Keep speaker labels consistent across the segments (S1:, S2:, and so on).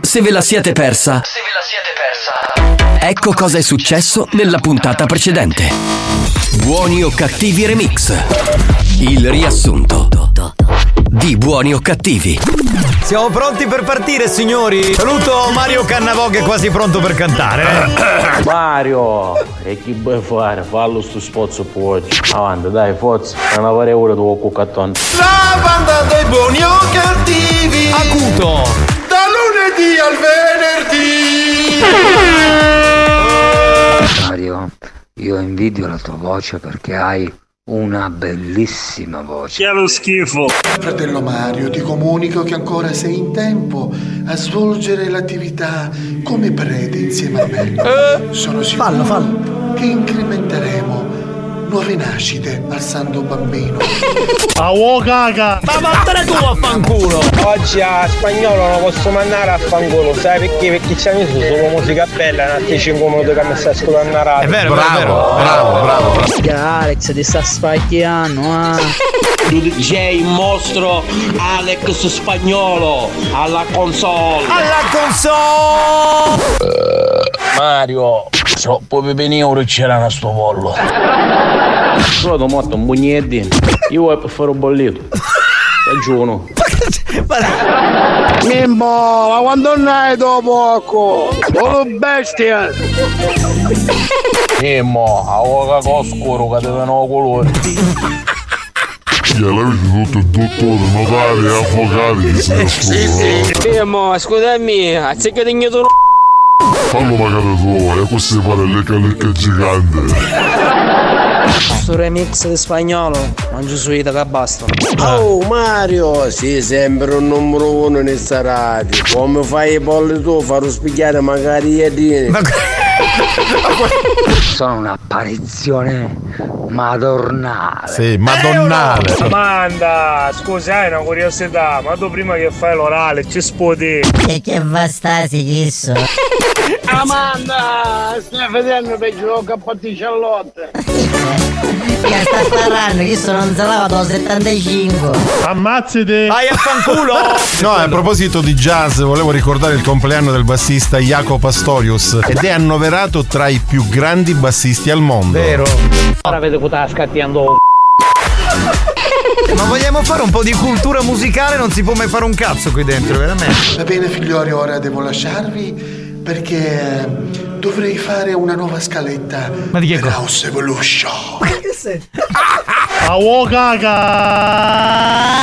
S1: Se ve la siete persa,
S2: Se ve la siete persa.
S1: ecco cosa è successo nella puntata precedente. Buoni o cattivi remix. Il riassunto di buoni o cattivi.
S3: Siamo pronti per partire, signori. Saluto Mario Cannavò che è quasi pronto per cantare.
S4: Mario! E chi vuoi fare? Fallo sto sforzo poi oggi. Avanti, dai, forza. Non avrei ora tuo cuccattone.
S5: La banda dei buoni o cattivi.
S3: Acuto.
S5: Da lunedì al venerdì.
S6: Mario, io invidio la tua voce perché hai una bellissima voce.
S7: Che è lo schifo!
S5: Fratello Mario, ti comunico che ancora sei in tempo a svolgere l'attività come prete insieme a me. Sono sicuro
S3: Eh? Fallo, fallo.
S5: che incrementeremo nuove nascite al santo bambino.
S7: A uo caca!
S3: Ma vattene tu a fanculo.
S8: Oggi a spagnolo non posso mandare a fanculo, sai perché? Perché c'è messo solo musica bella, un altri 5 minuti che mi stai ascoltando la
S3: È
S8: radio.
S3: vero, è vero, è vero.
S5: bravo, bravo, bravo.
S9: Alex ti sta sbagliando ah.
S2: DJ mostro Alex Spagnolo alla console.
S3: Alla console.
S8: Mario, so, puoi venire ora c'era a sto pollo.
S4: Solo tu morto un bugnino di denti. Io voglio per fare un bollito. Ragiono.
S8: Mimmo, ma quando andrai dopo ecco? Oh. poco?
S6: Oh,
S8: Solo bestia! Mimmo, a uo caca oscuro che devono colore. Mimmo, scusami, anziché di ignorare
S10: Fallo magari tu, e così fare lecca lecca gigante.
S9: Questo remix di spagnolo non ci sono che basta
S8: Oh
S3: Ah.
S8: Mario, sei sempre un numero uno in sta radio. Come fai i polli tu, farò spiegare magari i dini.
S6: Sono un'apparizione madornale.
S10: Sì,
S6: Ah,
S8: Eh,
S10: madonnale.
S7: Amanda, scusa, hai una curiosità, ma tu prima che fai l'orale ci spodi.
S9: e che bastasi chisso
S8: Amanda, stai vedendo peggio che patticellotto.
S9: che sta sparando chisso non se lava da 75
S7: Ammazzati!
S3: Vai a fanculo.
S10: No, a proposito di jazz, volevo ricordare il compleanno del bassista Jacopo Astorius ed è annoverato tra i più grandi bassisti al mondo.
S3: Vero.
S8: Ora vedo che sta scattiando
S3: Ma vogliamo fare un po' di cultura musicale, non si può mai fare un cazzo qui dentro, veramente.
S5: Va bene figliori, ora devo lasciarvi perché eh, dovrei fare una nuova scaletta
S3: Ma di che
S5: per
S3: cosa?
S5: House Evolution.
S7: A uo caca!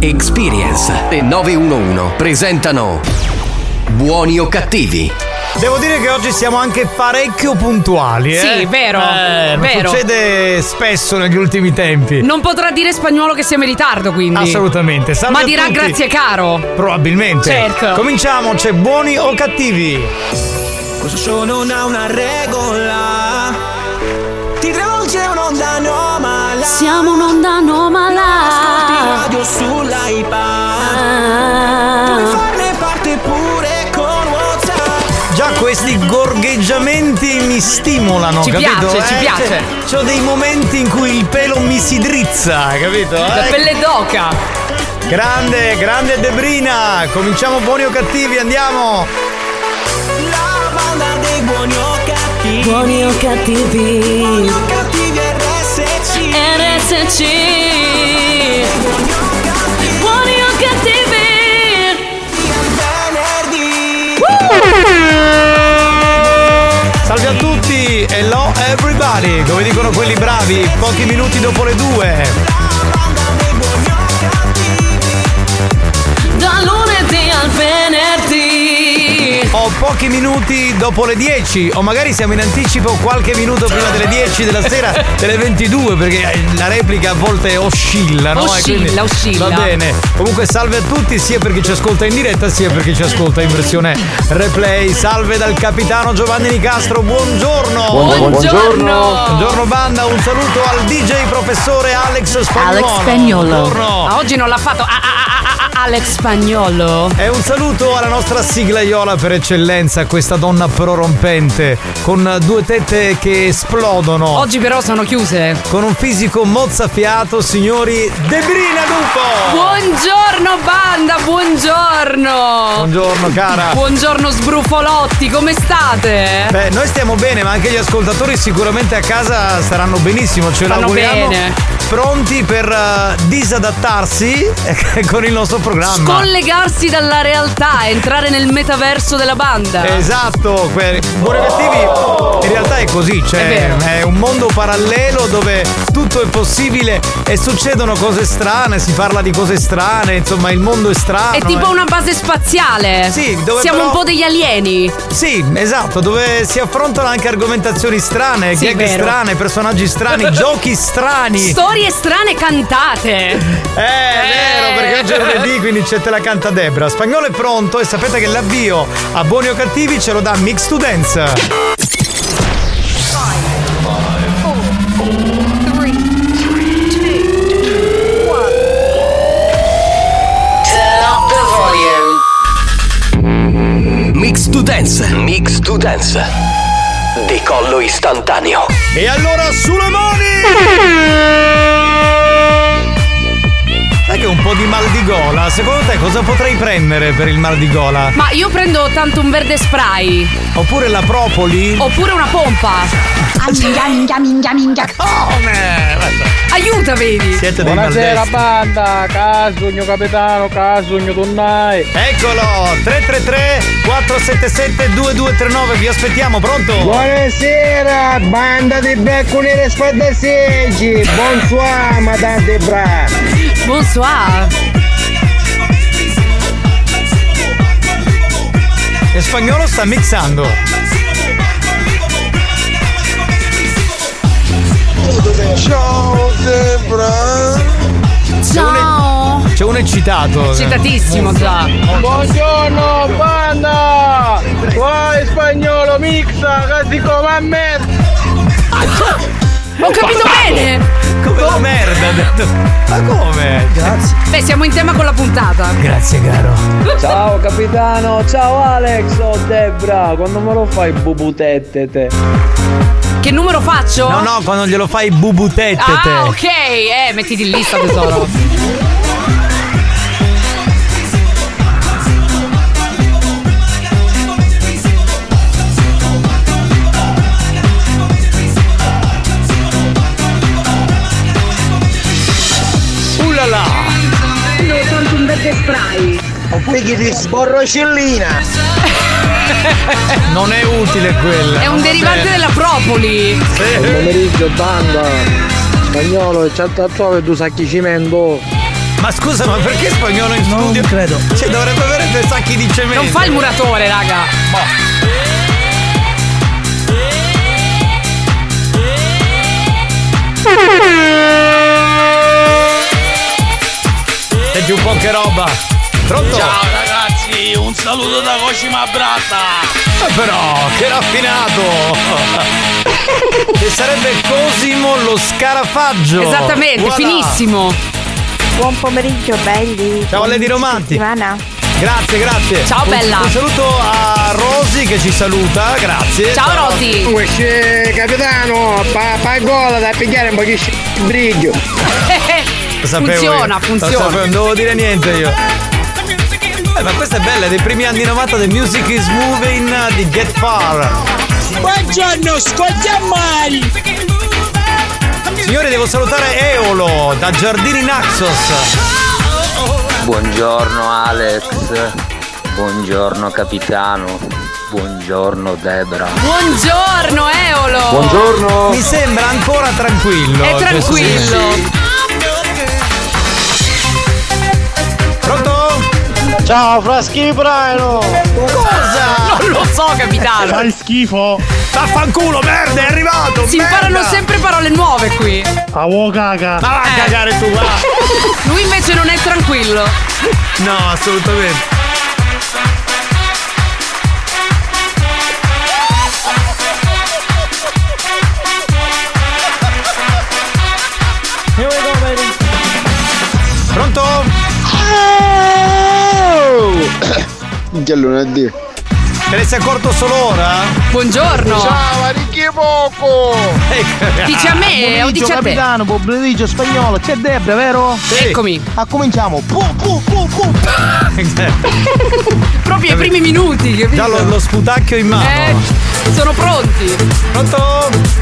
S1: Experience e 911 presentano Buoni o cattivi?
S3: Devo dire che oggi siamo anche parecchio puntuali, eh?
S11: Sì, vero,
S3: Eh, non
S11: vero.
S3: Succede spesso negli ultimi tempi.
S11: Non potrà dire spagnolo che siamo in ritardo, quindi.
S3: Assolutamente. Salve
S11: Ma
S3: a
S11: dirà
S3: tutti.
S11: grazie caro.
S3: Probabilmente.
S11: Certo.
S3: Cominciamo, c'è buoni o cattivi?
S2: Questo non ha una regola. Ti travolge un'onda anomala.
S11: Siamo un'onda anomala.
S2: Radio sulla iPad. Puoi farne parte pure con WhatsApp.
S3: Già questi gorgheggiamenti mi stimolano,
S11: Ci
S3: capito?
S11: piace, ci
S3: Eh,
S11: piace.
S3: cioè, C'ho dei momenti in cui il pelo mi si drizza, capito?
S11: La
S3: Eh,
S11: pelle d'oca.
S3: Grande, grande Debrina! Cominciamo buoni o cattivi, andiamo!
S2: La banda dei buoni o cattivi.
S9: buoni o cattivi
S2: Buoni o cattivi RSC.
S9: RSC buoni o cattivi
S2: Venerdì.
S3: Salve a tutti! Hello everybody! Come dicono quelli bravi, pochi minuti dopo le due!
S9: da lunedì al venerdì
S3: Ho pochi minuti dopo le 10 o magari siamo in anticipo qualche minuto prima delle 10 della sera, delle 22 perché eh, la replica a volte oscilla, no? E
S11: Oscilla,
S3: quindi
S11: oscilla.
S3: Va bene. Comunque salve a tutti, sia per chi ci ascolta in diretta, sia per chi ci ascolta in versione replay. Salve dal capitano Giovanni Nicastro, buongiorno.
S12: Buongiorno. Buongiorno.
S3: Buongiorno banda, un saluto al DJ professore Alex Spagnuolo.
S11: Alex Spagnolo.
S3: Buongiorno.
S11: Ah, oggi non l'ha fatto. Ah, ah, ah, ah, ah, Alex Spagnolo.
S3: E un saluto alla nostra siglaiola per eccellenza, questa donna prorompente, con due tette che esplodono.
S11: Oggi però sono chiuse.
S3: Con un fisico mozzafiato, signori, Debrina Lupo!
S11: ah, Buongiorno banda, buongiorno.
S3: Buongiorno, cara.
S11: Buongiorno sbrufolotti, come state?
S3: Beh, noi stiamo bene, ma anche gli ascoltatori sicuramente a casa staranno benissimo, ce
S11: Stanno
S3: l'auguriamo.
S11: bene.
S3: Pronti per eh, disadattarsi eh, con il nostro programma.
S11: Scollegarsi dalla realtà, entrare nel metaverso della banda.
S3: Esatto, que- buoni o cattivi in realtà è così,
S11: È
S3: cioè
S11: vero.
S3: è, un mondo parallelo dove tutto è possibile e succedono cose strane, si parla di cose strane, insomma il mondo è strano.
S11: È tipo
S3: eh.
S11: una base spaziale.
S3: Sì, dove
S11: Siamo
S3: però-
S11: un po' degli alieni.
S3: Sì, esatto, dove si affrontano anche argomentazioni strane,
S11: Sì,
S3: gag
S11: vero.
S3: strane, personaggi strani, giochi strani.
S11: Storie strane cantate.
S3: Eh, è vero, perché oggi è lunedì, quindi c'è te la canta Debra. Spagnolo è pronto e sapete che l'avvio a buoni o cattivi ce lo dà Mix to Dance.
S1: Mix to dance. Mix to dance. Decollo istantaneo.
S3: E allora sulle mani! Sai che ho un po' di mal di gola? Secondo te cosa potrei prendere per il mal di gola?
S11: Ma io prendo tanto un verde spray.
S3: Oppure la propoli?
S11: Oppure una pompa. Minchia, minchia, minchia, minchia.
S3: Eh,
S11: Aiuta, vedi?
S3: Siete dei
S8: Buonasera
S3: maldestri.
S8: banda, casugno capitano, casugno tonnai.
S3: Eccolo! 333 477 2239, vi aspettiamo, pronto?
S8: Buonasera, banda di becco nere spadaseggi. Bonsoir, madame de bra.
S11: Bonsoir.
S3: E spagnolo sta mixando.
S12: Ciao Zebra
S11: Ciao
S3: C'è un eccitato.
S11: Eccitatissimo già.
S8: Buongiorno banda! Qua in spagnolo mixa, casi come a me!
S11: Ah, Ho capito bene.
S3: Come la merda, ha detto. Ma come? Grazie.
S11: Beh, siamo in tema con la puntata.
S3: Grazie caro.
S8: Ciao capitano, ciao Alex, oh Debra, quando me lo fai bubutette te?
S11: Che numero faccio?
S3: No, no, quando glielo fai bubutette te.
S11: Ah, ok. Eh, mettiti in lista, tesoro.
S3: Ulala!
S8: Tanto un verde spray. Oppure di sborrocellina.
S3: Eh, Non è utile quella.
S11: È un derivante della propoli.
S8: Buon pomeriggio banda. Spagnolo, c'è da trovare due sacchi cemento.
S3: Ma scusa, ma perché spagnolo in studio? Non credo. Cioè, dovrebbe avere due sacchi di cemento. Boh.
S11: Non fa il muratore, raga.
S3: Senti un po' che roba. Pronto?
S13: Ciao ragazzi, un saluto da Cosima Bratta.
S3: Eh, Però, che raffinato! Che sarebbe Cosimo lo scarafaggio.
S11: Esattamente,
S3: Voilà.
S11: finissimo.
S14: Buon pomeriggio belli.
S3: Ciao, Lady Romanti.
S14: Settimana.
S3: Grazie, grazie.
S14: Ciao,
S3: Un-
S14: bella.
S3: Un saluto a Rosy che ci saluta, grazie.
S8: Uesce, capitano, pa, pa gola da pigliare un po' di briglio.
S11: Eh,
S3: Lo sapevo io.
S8: Funziona,
S3: Lo
S8: funziona.
S3: sapevo, non devo dire niente io. Eh, ma questa è bella, è dei primi anni 90 The Music is Moving eh, di Get Far.
S12: Buongiorno scogliamai
S3: Signore, devo salutare Eolo da Giardini Naxos.
S15: Buongiorno Alex, buongiorno capitano, buongiorno Debra.
S11: Buongiorno, Eolo.
S3: Mi sembra ancora tranquillo.
S11: È tranquillo.
S3: Pronto?
S12: Ciao Fraschi Braino!
S11: Cosa? Non lo so, capitano!
S12: Fai schifo!
S3: Vaffanculo, merda, è arrivato!
S11: Si
S3: merda!
S11: imparano sempre parole nuove qui.
S12: Ah, vuoi caga!
S3: Ma va a
S11: Eh.
S3: cagare tu, va!
S11: Lui invece non è tranquillo.
S3: No, assolutamente. Pronto?
S8: Ah!
S16: Minchia lunedì.
S3: Te ne sei accorto solo ora?
S11: Buongiorno. Ecco.
S16: Ciao,
S3: Arichi Poco!
S11: Dici a me o dici a te?
S8: capitano, pomeriggio spagnolo, c'è Debra, vero?
S11: Sì. Eccomi.
S8: Ah, cominciamo. Pu, pu, pu, pu.
S11: Proprio ai primi minuti, capito?
S3: Già lo, lo sputacchio in mano.
S11: Eh, sono pronti.
S3: Pronto?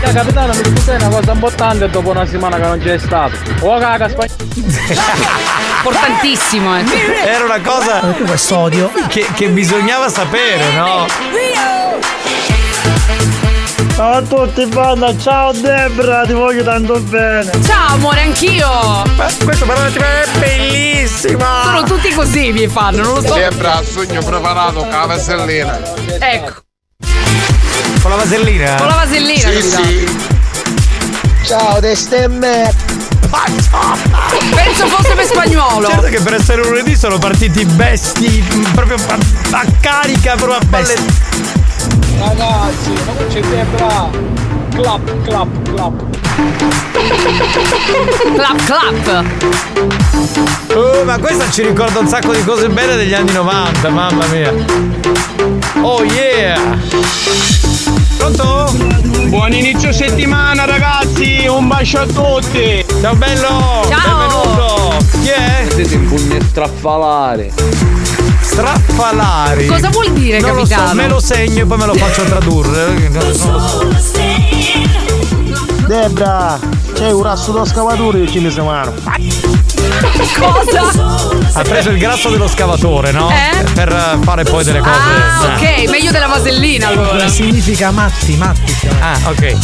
S17: Ciao capitano, mi scusate una cosa importante dopo una settimana che non c'è stato. Oh caga,
S11: Importantissimo, eh.
S3: Era una cosa. Quest'odio. Che, che bisognava sapere, no?
S12: Ciao a tutti, banda! Ciao Debra, ti voglio tanto bene!
S11: Ciao amore, anch'io!
S3: Questo parola è bellissima!
S11: Sono tutti così mi fanno, non lo so.
S16: Sembra il sogno preparato con la vasellina.
S11: Ecco,
S3: Con la vasellina?
S11: con la vasellina.
S16: Sì,
S11: capitano.
S16: sì.
S8: Ciao, destemme.
S11: Penso fosse per spagnolo.
S3: Certo che per essere lunedì sono partiti besti mh, proprio a, a carica, proprio a balle.
S17: Ragazzi, ma non c'è Debra! Clap, clap, clap!
S11: Clap clap.
S3: Oh, ma questa ci ricorda un sacco di cose belle degli anni 90, mamma mia. Oh yeah! Pronto?
S17: Buon inizio settimana ragazzi, un bacio a tutti!
S3: Ciao bello! Benvenuto! Chi è?
S17: Siete in pugno straffalare!
S3: Straffalari.
S17: Cosa vuol dire,
S3: non Lo so,
S17: capitano?
S3: me lo segno e poi me lo faccio tradurre. Non lo so.
S8: Debra, c'è un rasso da scavatore il fine settimana.
S11: Cosa?
S3: Ha preso il grasso dello scavatore, no?
S11: Eh?
S3: Per eh, fare poi delle cose.
S11: Ah,
S3: eh.
S11: ok, meglio della vasellina allora.
S8: Significa matti, matti. cioè?
S3: Ah, ok.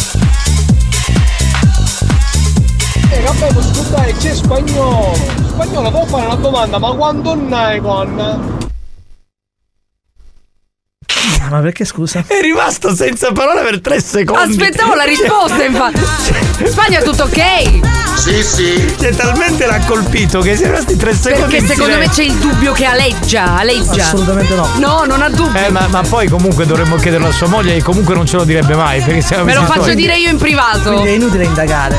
S17: E vabbè, ma scusate, c'è spagnolo! Spagnolo, devo fare una domanda, ma quando nai con?
S8: Ma perché scusa?
S3: È rimasto senza parole per tre secondi.
S11: Aspettavo la risposta, infatti. Spagna tutto ok?
S3: Sì, sì. Cioè, talmente l'ha colpito che si è rimasti tre secondi.
S11: Perché
S3: in
S11: secondo me
S3: silenzio.
S11: c'è il dubbio che aleggia, aleggia.
S3: Assolutamente no.
S11: No, non ha dubbio.
S3: Eh, ma, ma poi comunque dovremmo chiederlo a sua moglie e comunque non ce lo direbbe mai perché siamo
S11: Me lo
S3: vicini
S11: faccio
S3: suoi.
S11: dire io in privato.
S8: È inutile indagare.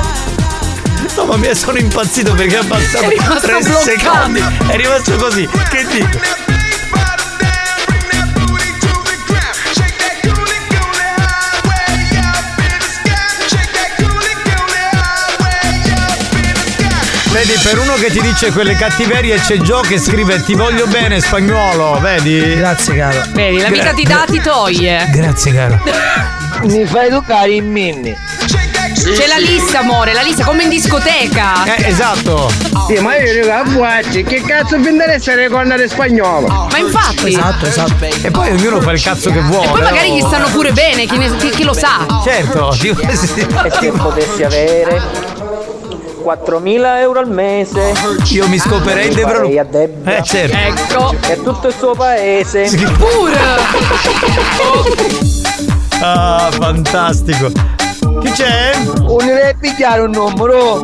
S3: No, ma mi sono impazzito perché ha passato
S11: È rimasto
S3: tre
S11: bloccato.
S3: secondi. È rimasto così. Che dico? Vedi, per uno che ti dice quelle cattiverie c'è Gio che scrive ti voglio bene spagnolo, vedi? Grazie caro.
S11: Vedi, la vita ti dà, ti toglie.
S3: Grazie caro.
S17: Mi fai educare in mini!
S11: C'è la lista, amore, la lista come in discoteca.
S3: Eh, esatto.
S8: Sì, ma io dico
S16: "Ah,
S8: a buacci, che cazzo vi interessa le corna del spagnolo?
S11: Ma infatti.
S8: Esatto, esatto.
S3: E poi ognuno fa il cazzo che vuole.
S11: E poi magari
S3: no?
S11: gli stanno pure bene, chi, ne- chi- chi lo sa.
S3: Certo, sì,
S11: se
S17: potessi avere 4.000 euro al mese
S3: io mi scoperei
S17: in
S3: Debra Lu-
S17: a Debra
S3: Eh, certo.
S11: ecco
S17: e tutto il suo paese
S3: Ah, fantastico.
S11: Oh,
S3: Chi c'è?
S17: un pigliare un numero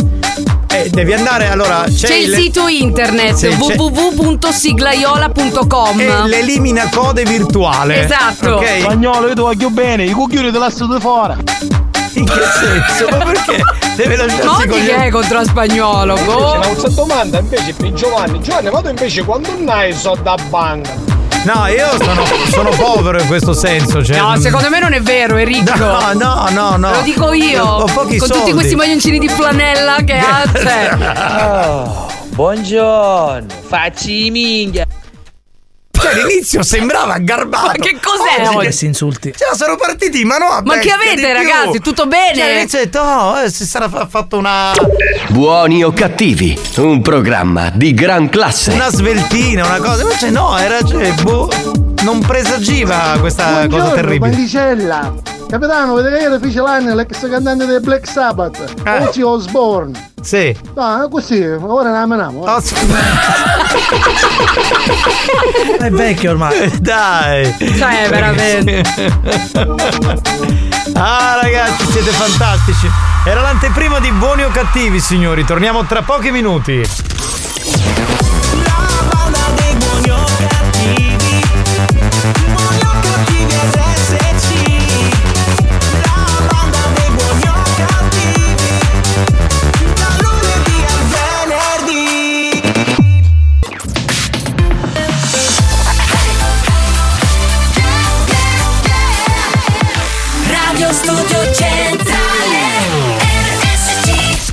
S3: Eh, devi andare allora. C'è,
S11: C'è il sito internet
S3: Sì, c'è-
S11: www.siglaiola.com
S3: È l'elimina code virtuale.
S11: Esatto.
S3: Ok?
S8: Spagnolo, io ti voglio bene, i cucchioni te la studio fuori.
S3: In che senso? Ma perché? Deve
S11: Ma
S3: lasciarsi
S11: oggi
S3: Eh, con
S11: che è contro il spagnolo?
S17: Eh,
S11: boh.
S17: una domanda invece per Giovanni Giovanni vado invece quando hai so da banca
S3: No, io sono, sono povero in questo senso. Cioè,
S11: No, secondo me non è vero, è ricco.
S3: No, no, no, no.
S11: Lo dico io.
S3: Ho pochi
S11: con tutti
S3: soldi.
S11: questi maglioncini di flanella che ha. cioè.
S17: buongiorno facci minchia
S3: Cioè, all'inizio sembrava garbato.
S11: Ma che cos'è oggi?
S8: si insulti.
S3: Cioè, sono partiti, ma no. a
S11: Ma che
S3: bestia
S11: avete,
S3: di più.
S11: ragazzi? Tutto bene?
S3: Cioè, all'inizio ho detto, oh, eh, si sarà fa- fatto una.
S1: Buoni o cattivi, un programma di gran classe.
S3: una sveltina, una cosa. Invece cioè, no, era cioè, boh, non presagiva questa cosa terribile.
S8: Pandicella.
S5: Capitano, vedete che ieri fece l'anno l'ex cantante dei Black Sabbath,
S3: Ah.
S5: Ozzy Osbourne.
S3: Sì.
S5: No, così, ora ne ameniamo. eh.
S3: È vecchio ormai. Dai.
S11: Cioè, veramente.
S3: ah, ragazzi, siete fantastici. Era l'anteprima di buoni o cattivi, signori. Torniamo tra pochi minuti.
S18: Radio Studio Centrale RSC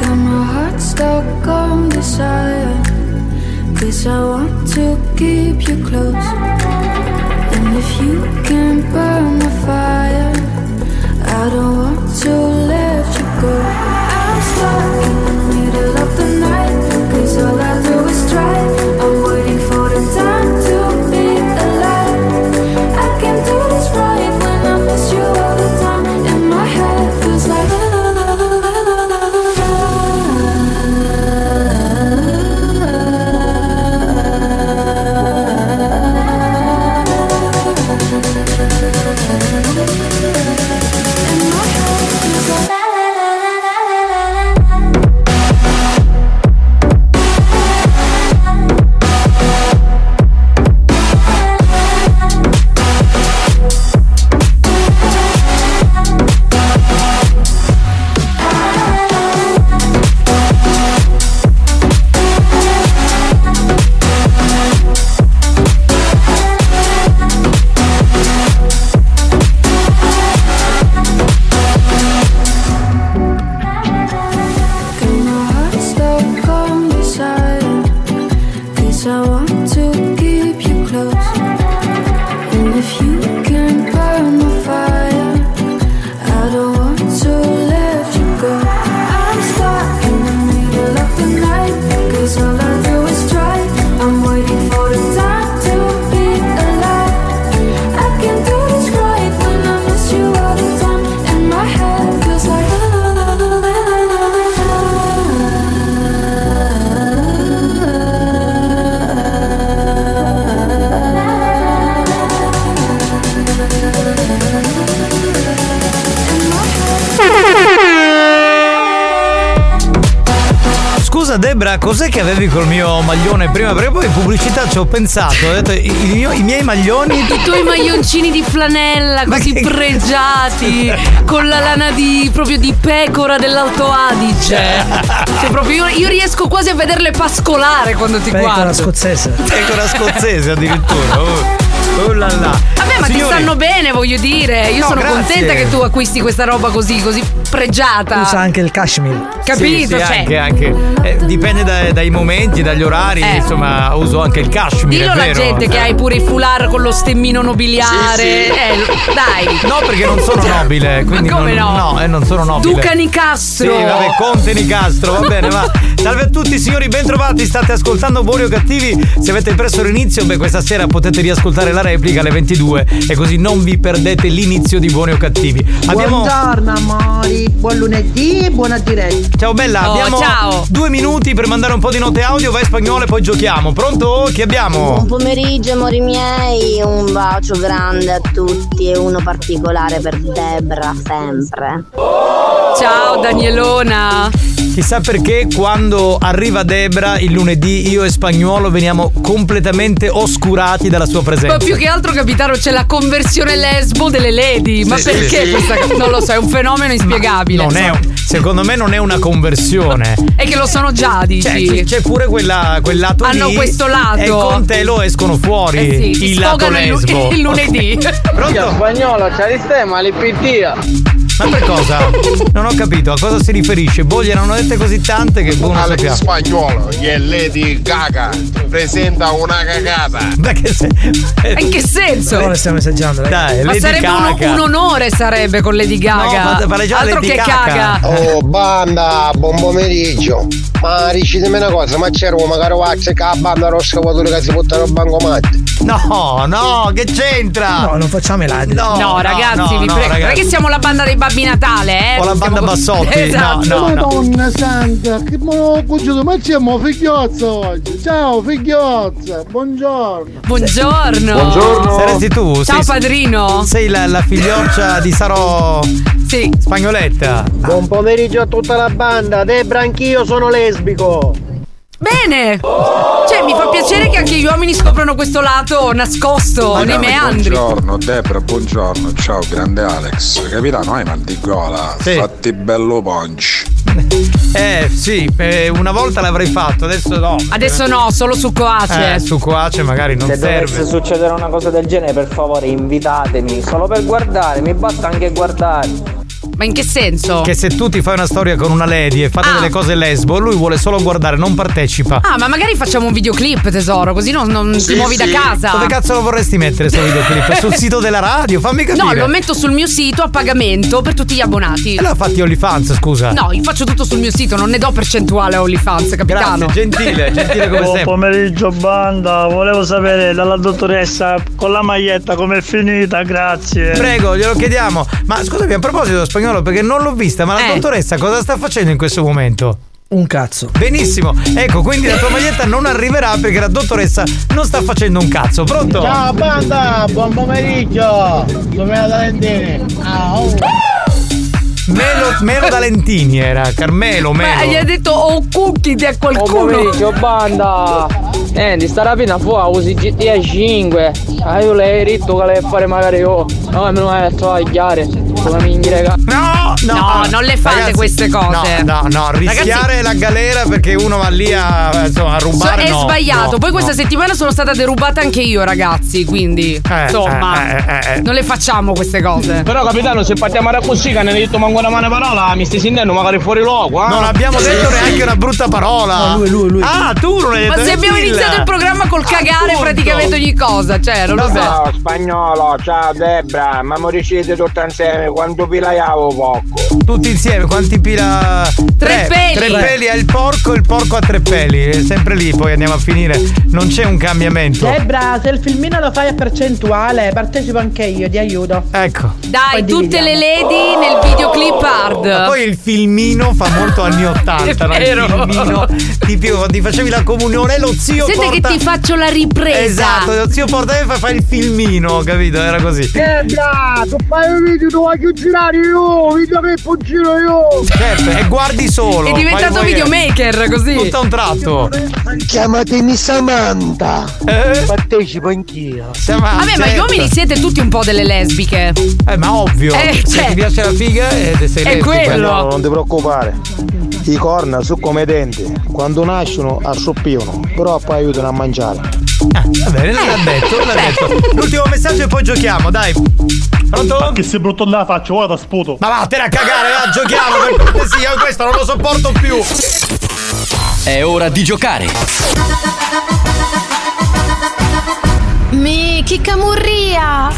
S6: Got my heart stuck on desire. Cause I want to keep you close. And if you can burn the fire, I don't want to let you go. I'm stuck in the middle of the night. Cause all I do is try. I'm waiting for the time to be alive. I can do this right when I miss you all the time. And my head feels like. Got my heart stuck on desire. 'Cause I want to keep you close. And if you can burn the fire, I don't want to let you go. I'm stuck in the middle of the night. 'Cause all I do is try. I'm waiting for the time to be alive. I can do this right when I miss you all the time. And my head feels like
S3: Scusa Debra, cos'è che avevi col mio maglione prima? Perché poi in pubblicità ci ho pensato, ho detto i, i- i miei maglioni.
S11: I tuoi maglioncini di flanella così pregiati, con la lana di proprio di pecora dell'Alto Adige. Cioè, proprio io, io riesco quasi a vederle pascolare quando ti guardo.
S3: scozzese. Pecora scozzese addirittura. Oh, oh là là.
S11: Vabbè, ma
S3: Signori,
S11: ti stanno bene, voglio dire. Io
S3: No,
S11: sono
S3: grazie.
S11: contenta che tu acquisti questa roba così, così pregiata.
S19: Usa anche il cashmere.
S11: Capito?
S3: Sì, sì,
S11: cioè,
S3: anche, anche. Eh, dipende dai- dai momenti, dagli orari,
S11: Eh.
S3: insomma, uso anche il cashmere,
S11: dillo
S3: è
S11: alla
S3: vero. Eh. cioè.
S11: gente che hai pure il foulard con lo stemmino nobiliare. Eh, l- dai.
S3: No, perché non sono nobile, quindi
S11: come
S3: non,
S11: no?
S3: eh, non sono nobile.
S11: Duca Nicastro.
S3: Sì, vabbè, Conte Nicastro, va bene, va. Salve a tutti signori, bentrovati, state ascoltando Buoni o Cattivi. Se avete perso l'inizio, beh, questa sera potete riascoltare la replica alle 22 e così non vi perdete l'inizio di Buoni o Cattivi. Abbiamo
S19: Buongiorno amori, buon lunedì, buona diretta.
S3: Ciao
S11: Oh,
S3: bella, abbiamo due minuti per mandare un po' di note audio, vai spagnolo e poi giochiamo. Pronto? Chi abbiamo?
S2: Buon pomeriggio amori miei, un bacio grande a tutti e uno particolare per Debra sempre.
S11: Ciao Danielona.
S3: Chissà perché quando arriva Debra il lunedì io e Spagnuolo veniamo completamente oscurati dalla sua presenza.
S11: Ma più che altro, capitano, c'è la conversione lesbo delle lady. Ma
S3: Sì,
S11: perché
S3: sì.
S11: questa cosa? Non lo so, è un fenomeno inspiegabile.
S3: Non è
S11: insomma.
S3: un- secondo me non è una conversione.
S11: È che lo sono già, dici.
S3: Cioè, c'è- c'è pure quella, quel lato
S11: Hanno
S3: lì,
S11: questo lato.
S3: E con te lo escono fuori.
S11: Eh sì,
S3: il lato
S11: sfogano il,
S3: lesbo.
S11: lu- il lunedì.
S3: Pronto?
S17: Spagnolo, c'è l'istema, l'ipittia.
S3: Ma per cosa? Non ho capito a cosa si riferisce. Boh, gliene hanno dette così tante che boh, non
S16: Alex
S3: sappiamo.
S16: Spagnolo, che è Lady Gaga, presenta una cagata.
S3: Ma che se...
S11: In che senso?
S20: No, stiamo esagerando.
S3: Dai,
S11: Ma sarebbe uno- un onore sarebbe con Lady Gaga.
S20: No, fa- fa leggere
S11: Altro
S20: Lady
S11: che caga.
S20: Gaga.
S8: Oh, banda, buon pomeriggio. Ma dicitemi una cosa, ma c'è Roma, caro Vacce, che la banda rosca vuotore che si portano al bancomat?
S3: No, no, che c'entra?
S20: No, non facciamo i ladri.
S11: No, ragazzi,
S20: no,
S11: vi
S20: no,
S11: prego. Non è
S20: ragazzi.
S11: che siamo la banda dei Babbi Natale, eh?
S3: O la
S11: Non siamo
S3: banda
S11: co-
S3: Bassotti.
S11: Esatto.
S3: No, no, no.
S5: Madonna santa, che mo cugino, ma c'è mo figliozza oggi. Ciao figliozza, buongiorno.
S11: Buongiorno.
S3: Saresti tu?
S11: Ciao
S3: sei-
S11: padrino.
S3: Sei la, la figlioccia di Saro
S11: Sì.
S3: Spagnoletta.
S8: Buon pomeriggio a tutta la banda, Debra anch'io sono lesbico.
S11: Bene. Cioè, mi fa piacere che anche gli uomini scoprano questo lato nascosto nei meandri.
S21: Buongiorno Debra, buongiorno, ciao grande Alex. Capitano, hai mal di gola, fatti bello punch.
S3: Eh, sì, eh, una volta l'avrei fatto, adesso no.
S11: Adesso no, solo su coace.
S3: Eh, su coace magari non
S22: Se dovesse
S3: serve.
S22: succedere una cosa del genere, per favore invitatemi. Solo per guardare, mi basta anche guardare.
S11: Ma in che senso?
S3: Che se tu ti fai una storia con una lady e fate
S11: Ah.
S3: delle cose lesbo, lui vuole solo guardare, non partecipa.
S11: Ah, ma magari facciamo un videoclip, tesoro, così non, non ti muovi da casa.
S3: Dove cazzo lo vorresti mettere sto videoclip? Sul sito della radio? Fammi capire.
S11: No, lo metto sul mio sito a pagamento per tutti gli abbonati.
S3: Allora fatti OnlyFans, scusa.
S11: No, io faccio tutto sul mio sito, non ne do percentuale a OnlyFans, capitano.
S3: Grazie, gentile, gentile come
S10: Buon
S3: sempre.
S10: pomeriggio banda, volevo sapere dalla dottoressa con la maglietta com'è finita, grazie.
S3: Prego, glielo chiediamo. Ma scusami, a proposito spagnolo, perché non l'ho vista, ma la
S20: Eh.
S3: dottoressa cosa sta facendo in questo momento?
S20: Un cazzo.
S3: Benissimo, ecco, quindi la tua maglietta non arriverà perché la dottoressa non sta facendo un cazzo, pronto?
S8: Ciao banda, buon pomeriggio. Come la Valentini. Ciao.
S3: Melo, Melo Dalentini era, Carmelo,
S11: Ma gli
S3: Melo.
S11: ha detto oh cookie a qualcuno.
S22: pomeriggio banda. Niente, sta rapina fu a usi GTA 5. Ah, io l'hai ritto che le fare magari io. No, me lo vai a travagliare. Come minchia, raga.
S3: No,
S11: no, non le fate
S22: Ragazzi,
S11: queste cose.
S3: No, no, no, rischiare la galera perché uno va lì a, insomma, a
S11: So-
S3: rubare.
S11: è
S3: no,
S11: sbagliato.
S3: no,
S11: Poi
S3: no.
S11: questa settimana sono stata derubata anche io, ragazzi. Quindi, insomma,
S3: eh, eh, eh.
S11: non le facciamo queste cose.
S17: Però capitano, se partiamo a così che ne hai detto manco una mano parola, mi stai sentendo magari fuori luogo, eh?
S3: Non abbiamo detto neanche una brutta parola.
S17: No, lui, lui, lui.
S3: Ah, tu non hai detto
S11: Ma se abbiamo
S3: Dilla.
S11: iniziato il programma col cagare
S3: Appunto.
S11: praticamente ogni cosa, cioè, non lo so.
S21: Ciao spagnolo, ciao Debra, ma moricete tutti insieme quanto pilaiavo poco.
S3: Tutti insieme, quanti pila.
S21: Tre peli.
S3: Tre peli al porco, il porco a tre peli. È sempre lì, poi andiamo a finire. Non c'è un cambiamento.
S23: Debra, se il filmino lo fai a percentuale, partecipo anche io, ti aiuto.
S3: Ecco.
S11: Dai, tutte le lady nel videoclip hard.
S3: Oh. Ma poi il filmino fa molto anni 80, no?
S11: È vero.
S3: Il filmino tipo ti facevi la comunione, lo zio
S11: Sente
S3: porta
S11: che ti faccio la ripresa.
S3: Esatto, lo zio porta e fa, fa il filmino, capito? Era così.
S8: Debra, tu fai un video, tu voglio girare io, video che poi giro io.
S3: Certo, e guardi solo.
S11: È diventato
S3: fai voyeur.
S11: videomaker, così.
S3: Tutto a un tratto.
S8: Chiamatemi Samantha.
S3: Eh?
S8: Partecipo anch'io.
S3: Cioè,
S11: Vabbè, ma gli uomini siete tutti un po' delle lesbiche.
S3: Eh, ma ovvio.
S11: Eh,
S3: Se
S11: cioè.
S3: ti piace la figa eh, sei
S11: È
S3: lesbica.
S11: quello.
S8: non ti preoccupare. I corna su come i denti, quando nascono assoppivano, però poi aiutano a mangiare.
S3: Ah, Va bene, l'ha
S11: Eh.
S3: detto, l'ha detto. L'ultimo messaggio e poi giochiamo, dai. Pronto? Ma
S6: che se brutto la faccio, ora sputo.
S3: Ma vattene a cagare, va, Ah, giochiamo per cortesia, io questo non lo sopporto più.
S1: È ora di giocare.
S24: Mi, che camurria!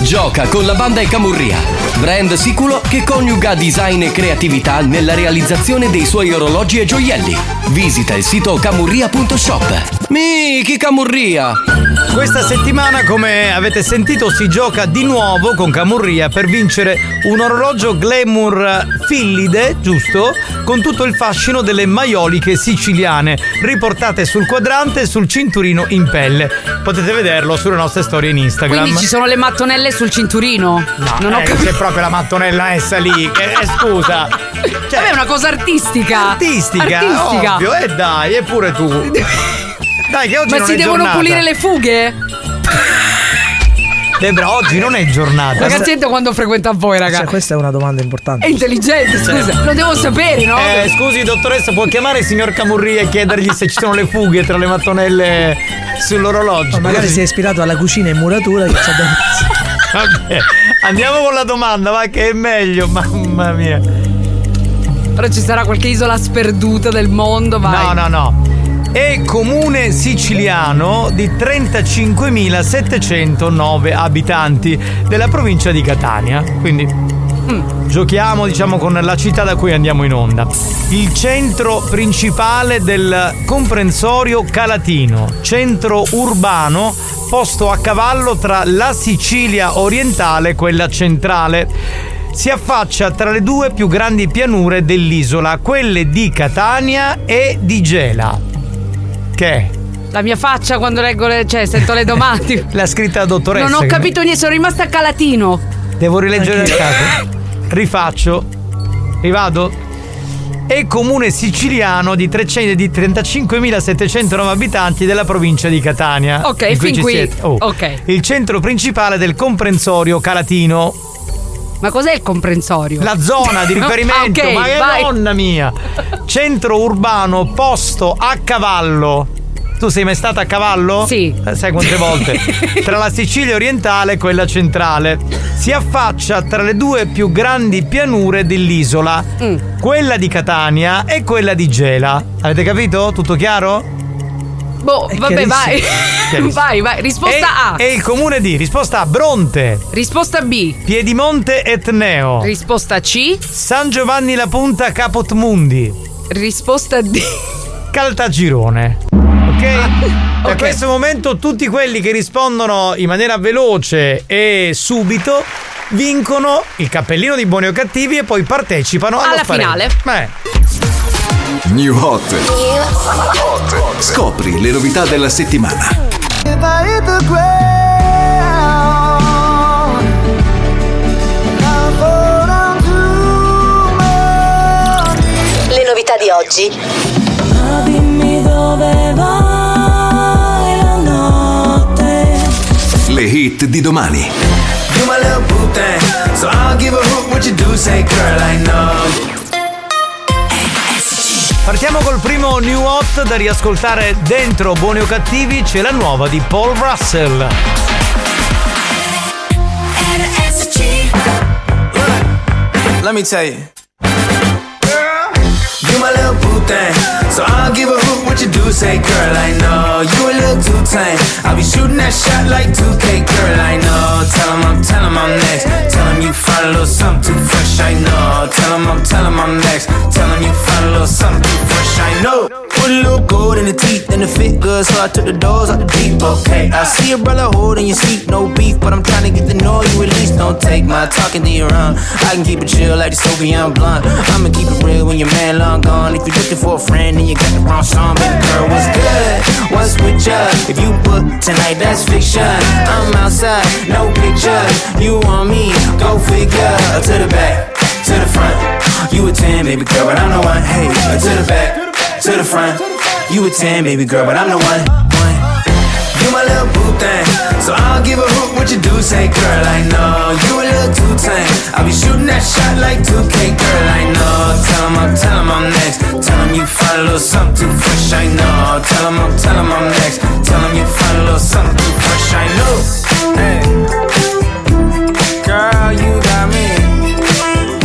S1: Gioca con la banda e Camurria, brand sicuro che coniuga design e creatività nella realizzazione dei suoi orologi e gioielli. Visita il sito camurria.shop. Mi, chi Camurria!
S3: Questa settimana, come avete sentito, si gioca di nuovo con Camurria per vincere un orologio glamour fillide, giusto? Con tutto il fascino delle maioliche siciliane, riportate sul quadrante e sul cinturino in pelle. Potete vederlo sulle nostre storie in Instagram.
S11: Quindi ci sono le mattonelle sul cinturino.
S3: No,
S11: non ho
S3: eh,
S11: capito.
S3: c'è proprio la mattonella essa lì. che- eh, scusa,
S11: Vabbè, è una cosa artistica.
S3: Artistica,
S11: Artistica.
S3: ovvio, eh. e dai, eppure tu. Dai, che oggi
S11: Ma
S3: non
S11: si
S3: è
S11: devono
S3: giornata.
S11: pulire le fughe?
S3: Debra, oggi non è giornata.
S11: Ragazzetta quando frequenta voi, raga.
S3: Cioè,
S11: questa è una domanda importante. È intelligente, scusa.
S3: Cioè-
S11: Lo devo sapere, no?
S3: Eh, scusi, dottoressa, può chiamare il signor Camurri e chiedergli se ci sono le fughe tra le mattonelle sull'orologio?
S20: Ma magari si è ispirato alla cucina in muratura che c'è dentro.
S3: Vabbè, Andiamo con la domanda, va che è meglio, mamma mia.
S11: Però ci sarà qualche isola sperduta del mondo, vai.
S3: No, no, no. È comune siciliano di 35.709 abitanti della provincia di Catania. Quindi
S11: Mm.
S3: giochiamo, diciamo, con la città da cui andiamo in onda. Il centro principale del comprensorio calatino, centro urbano posto a cavallo tra la Sicilia orientale e quella centrale si affaccia tra le due più grandi pianure dell'isola, quelle di Catania e di Gela. Che? è?
S11: La mia faccia quando leggo le. cioè, sento le domande.
S3: L'ha scritta la dottoressa.
S11: non ho
S3: che-
S11: capito niente, sono rimasta a calatino.
S3: Devo rileggere il caso. Rifaccio. Rivado? È comune siciliano di, 300 di 35.709 abitanti della provincia di Catania.
S11: Ok,
S3: In
S11: fin
S3: ci
S11: qui.
S3: siete. Oh.
S11: Ok.
S3: Il centro principale del comprensorio calatino.
S11: Ma cos'è il comprensorio?
S3: La zona di riferimento,
S11: Ah, ok,
S3: ma che
S11: vai.
S3: donna mia! Centro urbano posto a cavallo. Tu sei mai stata a cavallo? Sì. Sai quante volte? tra la Sicilia orientale e quella centrale. Si affaccia tra le due più grandi pianure dell'isola,
S11: Mm.
S3: quella di Catania e quella di Gela. Avete capito? Tutto chiaro?
S11: Boh, vabbè, vai.
S3: Chiarissimo. Eh,
S11: vai, vai. Risposta A.
S3: E il comune di risposta A, Bronte.
S11: Risposta B.
S3: Piedimonte Etneo.
S11: Risposta C.
S3: San Giovanni la Punta Capotmundi.
S11: Risposta D.
S3: Caltagirone. Ok? Da questo momento tutti quelli che rispondono in maniera veloce e subito vincono il cappellino di buoni o cattivi e poi partecipano allo
S11: Alla
S3: sparello.
S11: finale.
S3: Eh,
S25: New Hot. Scopri le novità della settimana.
S12: If I hit the ground, I fall down to my knees.
S19: Le novità di oggi.
S12: Ma dimmi dove vai la notte.
S25: Le hit di domani.
S12: You're my little boo thing, so I'll give a hoot what you do, say girl, I know.
S3: Partiamo col primo new hot da riascoltare dentro buoni o cattivi c'è la nuova di Paul Russell.
S11: Eh,
S12: Let me tell you. You my little boo thing, so I'll give a hoot what you do. Say, girl, I know you a little too tame. I'll be shooting that shot like 2K, girl, I know. Tell 'em I'm, tell 'em I'm next. Tell 'em you find a little something too fresh, I know. Tell 'em I'm, tell 'em I'm next. Tell 'em you find a little something too fresh, I know. Put a little gold in the teeth and the fit good, so I took the doors out the deep. Okay, I see a brother holding your seat, no beef, but I'm trying to get the know you at least. Don't take my talking to your own. I can keep it chill like the Soviet blunt. I'ma keep it real when your man long gone. If you're looking for a friend and you got the wrong song, baby girl, what's good? What's with ya? If you book tonight, that's fiction. I'm outside, no picture. You on me? Go figure. To the back, to the front. You a ten, baby girl, but I'm the one. Hey, to the back, to the front. You a ten, baby girl, but I'm the one. You my little boo thing, so I'll give a hoot what you do. Say, girl, I know you a little too tame. I'll be shooting that shot like 2K, girl, I know. Tell 'em I'm, tell 'em I'm next. Tell 'em you find a little something too fresh, I know. Tell 'em I'm, tell 'em I'm next. Tell 'em you find a little something too fresh, I know. Hey. Girl, you got me.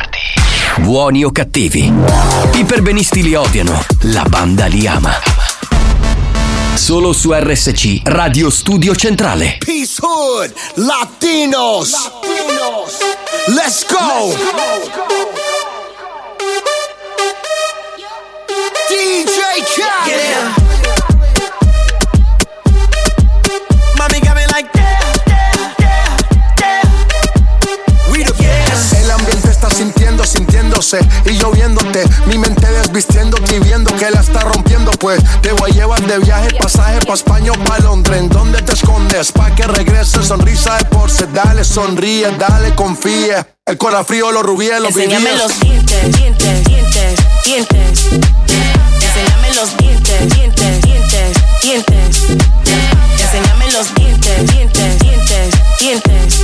S1: Buoni o cattivi. I perbenisti li odiano, la banda li ama. Solo su RSC, Radio Studio Centrale.
S9: Peace Hood, Latinos. Latinos. Let's go. DJ Khaled.
S26: Mami got me like yeah, yeah, yeah, yeah.
S9: El ambiente está sintiendo, sintiéndose y yo viéndote. Mi mente desvistiéndote y viendo que la está rompiendo.
S23: pues te voy a llevar de viaje, pasaje pa' España o pa' Londres. ¿En dónde te escondes? Pa' que regrese, sonrisa de porce. Dale, sonríe, dale, confía. El corazón frío, los rubíes, los
S27: Enséñame
S23: vivíes.
S27: los dientes, dientes, dientes, dientes. Enséñame los dientes, dientes, dientes, dientes. Enséñame los dientes, dientes, dientes, dientes.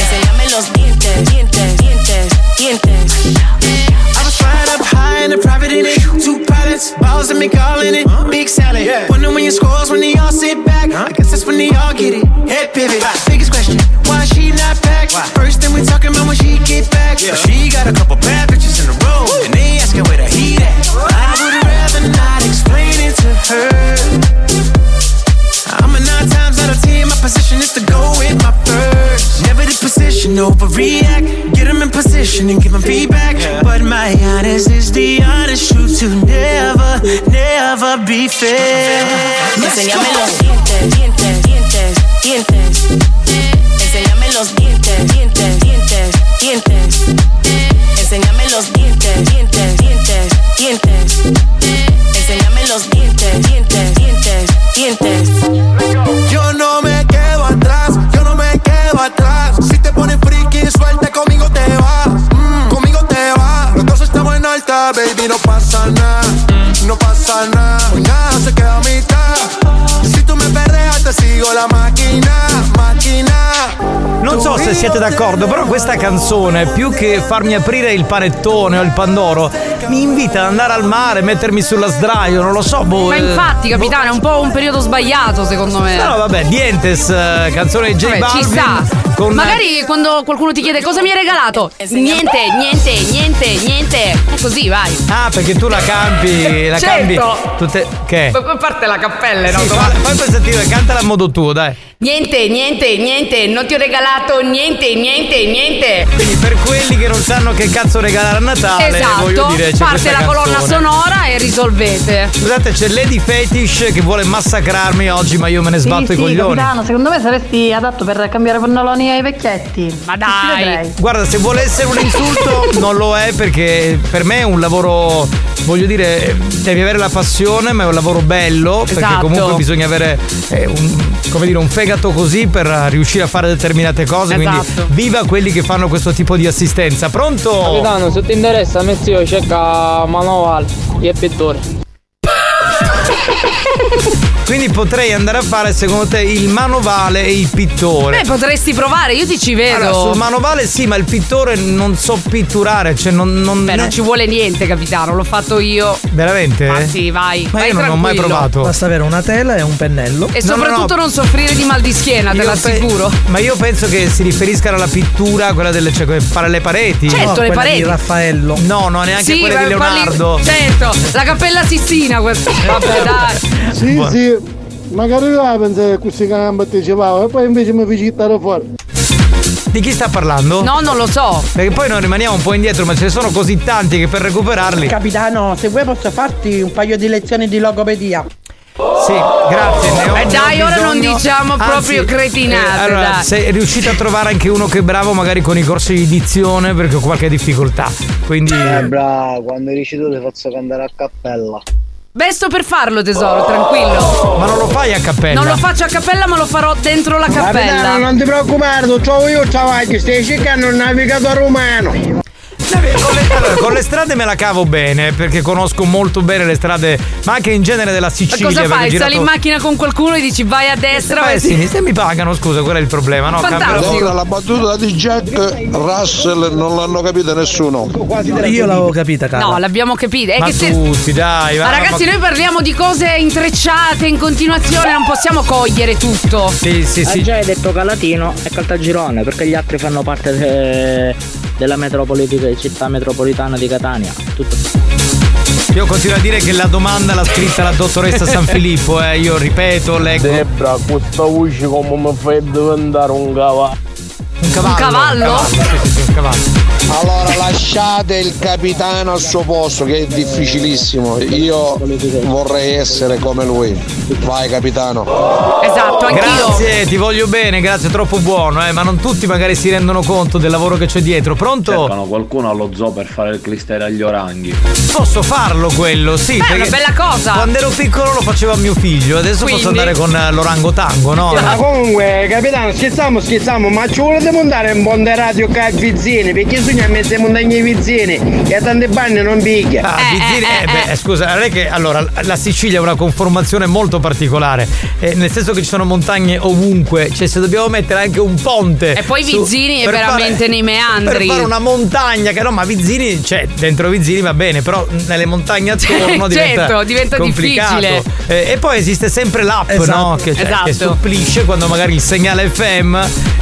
S27: Enséñame los dientes, dientes, dientes, dientes.
S6: I was flying up high in a private in it. Two pilots, balls and me calling it. Big salad. Wonder when your scores when they all sit back. I guess that's when they all get it. Head pivot. Biggest question, why she not back? First thing we talking about when she get back. She got a couple bad bitches in a row. And they asking where the heat at. I would rather not explain it to her. I'm a nine times out of ten. My position is to go in my first. Never the position, overreact. Get 'em in position and give 'em feedback. But my honest is the honest truth to never, never be fair.
S27: Enséñame los dientes, dientes, dientes, dientes. Enséñame los dientes, dientes, dientes, dientes. Enséñame los dientes, dientes, dientes, dientes. Enséñame los dientes, dientes, dientes, dientes.
S6: Yo no me quedo atrás, yo no me quedo atrás. Si te pones friki, suelta conmigo te vas.
S23: Mm, conmigo te va. Los dos estamos en alta, baby, no pasa nada. No pasa nada, hoy nada se queda a mitad. Si tú me perreas, te sigo la máquina, máquina.
S3: Non so se siete d'accordo, però questa canzone, più che farmi aprire il panettone o il pandoro, mi invita ad andare al mare, mettermi sulla sdraio, non lo so, boh.
S11: Ma
S3: eh.
S11: infatti, capitano, è un po' un periodo sbagliato, secondo me.
S3: Però vabbè, Dientes, eh, canzone di J
S11: Vabbè,
S3: Balvin.
S11: ci sta.
S3: Con
S11: Magari quando qualcuno ti chiede cosa mi hai regalato, niente, niente, niente, niente. Così vai.
S3: Ah, perché tu la campi, la
S11: Certo.
S3: cambi. Tutte. Che?
S11: Poi parte la cappella,
S3: Sì, fa- fai per sentire, cantala a modo tuo, dai.
S11: Niente, niente, niente, non ti ho regalato niente, niente, niente.
S3: Quindi per quelli che non sanno che cazzo regalare a Natale, voglio
S11: esatto,
S3: dire, c'è
S11: parte
S3: questa
S11: la colonna
S3: canzone.
S11: sonora e risolvete.
S3: Scusate, c'è Lady Fetish che vuole massacrarmi oggi, ma io me ne
S14: Sì,
S3: sbatto
S14: sì,
S3: i coglioni.
S14: capitano, secondo me saresti adatto per cambiare pannoloni ai vecchietti. Ma dai!
S3: Guarda, se vuole essere un insulto, non lo è perché per me è un lavoro, voglio dire, devi avere la passione, ma è un lavoro bello, perché
S11: Esatto.
S3: comunque bisogna avere eh, un, come dire, un fegato così per eh, riuscire a fare determinate cose,
S28: Esatto.
S3: quindi viva quelli che fanno questo tipo di assistenza. Pronto?
S28: Capitano, se ti interessa, mio zio cerca manual e pittore.
S3: Quindi potrei andare a fare secondo te il manovale e il pittore.
S11: Beh, potresti provare, io ti ci vedo.
S3: Allora, sul manovale sì, ma il pittore non so pitturare, cioè non. non
S11: Beh, non ci vuole niente, capitano, l'ho fatto io.
S3: Veramente?
S11: Ma sì, vai.
S3: Ma
S11: vai
S3: io non ho mai
S11: tranquillo.
S3: provato.
S29: Basta avere una tela e un pennello.
S11: E soprattutto non soffrire di mal di schiena, te
S3: Io
S11: l'assicuro.
S3: pe- ma io penso che si riferiscano alla pittura, quella delle cioè, come fare le pareti.
S11: Certo, No, le quella di pareti.
S3: Raffaello. No, no, neanche
S11: sì,
S3: quella di
S11: ma parli-
S3: Leonardo.
S11: Certo, la cappella Sistina questa. Vabbè, dai.
S5: Sì,
S3: Buono.
S5: sì. Magari là pensavo che questi cambi dicevano e poi invece mi feci buttare fuori.
S3: Di chi sta parlando?
S11: No, non lo so.
S3: Perché poi noi rimaniamo un po' indietro, ma ce ne sono così tanti che per recuperarli.
S16: Capitano, se vuoi posso farti un paio di lezioni di logopedia.
S3: Sì, grazie. ne ho-
S11: Eh, dai,
S3: ne ho
S11: ora non
S3: bisogno. eh,
S11: diciamo proprio cretinate,
S3: allora,
S11: dai.
S3: se riuscite a trovare anche uno che è bravo, magari con i corsi di dizione, perché ho qualche difficoltà. Quindi.
S8: Eh,
S11: Cioè,
S8: Bra, quando dici tu ti faccio cantare a cappella.
S11: Besto per farlo, tesoro, tranquillo.
S3: Ma non lo fai a cappella?
S11: Non lo faccio a cappella, ma lo farò dentro la
S8: Capitano,
S11: cappella.
S8: non ti preoccupare, lo trovo io, ciao, ti stai cercando un navigatore romano.
S3: Allora, con le strade me la cavo bene perché conosco molto bene le strade, ma anche in genere della
S11: Ma
S3: Sicilia.
S11: cosa
S3: perché
S11: fai?
S3: ho girato-
S11: Sali in macchina con qualcuno e dici vai a destra, vai
S3: Eh
S11: a
S3: sì,
S11: sinistra.
S3: se mi pagano, scusa, quello è il problema, no?
S11: Fantastico.
S3: Cambio-
S30: Allora la battuta di Jack Russell non l'hanno capita nessuno.
S29: Io l'avevo capita, cara.
S11: No, l'abbiamo capito. È
S30: Ma
S11: che se-
S3: Tutti, dai,
S11: Ma ragazzi, noi parliamo di cose intrecciate in continuazione, non possiamo cogliere tutto.
S3: Sì, sì,
S8: Ah, già hai detto Calatino e Caltagirone perché gli altri fanno parte de- della metropoli di- città metropolitana di Catania. Tutto.
S3: Io continuo a dire che la domanda l'ha scritta la dottoressa San Filippo, eh, io ripeto, leggo.
S31: Debra, questa voce come mi fai diventare un cavallo.
S3: Un cavallo?
S11: Un cavallo?
S3: Sì, sì, sì, un cavallo.
S8: Allora lasciate il capitano al suo posto che è difficilissimo. Io vorrei essere come lui. Vai capitano.
S11: Esatto, anch'io.
S3: Grazie, ti voglio bene, grazie, troppo buono, eh, ma non tutti magari si rendono conto del lavoro che c'è dietro. Pronto?
S14: Cercano qualcuno allo zoo per fare il clistere agli oranghi.
S3: Posso farlo quello, sì.
S11: Beh, è
S3: perché
S11: una bella cosa.
S3: Quando ero piccolo lo faceva mio figlio, adesso
S11: Quindi? Ah,
S3: posso andare con eh, l'orangotango, no?
S16: Ma comunque, capitano, scherziamo, scherziamo, ma ci volete montare un ponte radio qua a Vizzini? Perché bisogna mettere montagne Vizzini e a tante banne non picchia.
S3: Ah, Vizzini- eh, beh, scusa, non è che allora la Sicilia ha una conformazione molto particolare, eh, nel senso che ci sono montagne ovunque, cioè se dobbiamo mettere anche un ponte.
S11: E poi
S3: Eh, su-
S11: Vizzini è
S3: per fare-
S11: veramente nei
S3: Per
S11: meandri.
S3: fare una montagna, che no, ma Vizzini, cioè, dentro Vizzini va bene, però nelle montagne
S11: Certo,
S3: attorno diventa,
S11: diventa
S3: complicato.
S11: difficile.
S3: Eh, e poi esiste sempre l'app,
S11: Esatto.
S3: no? Che, cioè,
S11: Esatto.
S3: che supplisce quando magari il segnale FM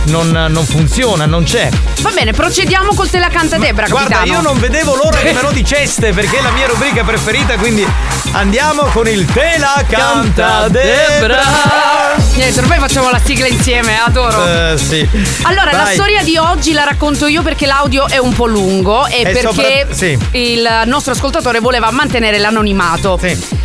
S3: non, non funziona, non c'è.
S11: Va bene, procediamo col te la canta Debra,
S3: Guarda,
S11: capitano.
S3: io non vedevo l'ora che me lo diceste perché è la mia rubrica preferita, quindi andiamo con il Te la canta Debra.
S11: Niente, ormai facciamo la sigla insieme, eh, adoro.
S3: Eh, sì.
S11: Allora, la
S3: Vai.
S11: storia di oggi la racconto io perché l'audio è un po' lungo e,
S3: E
S11: perché
S3: sopra- sì.
S11: il nostro ascoltatore voleva mantenere l'anonimato.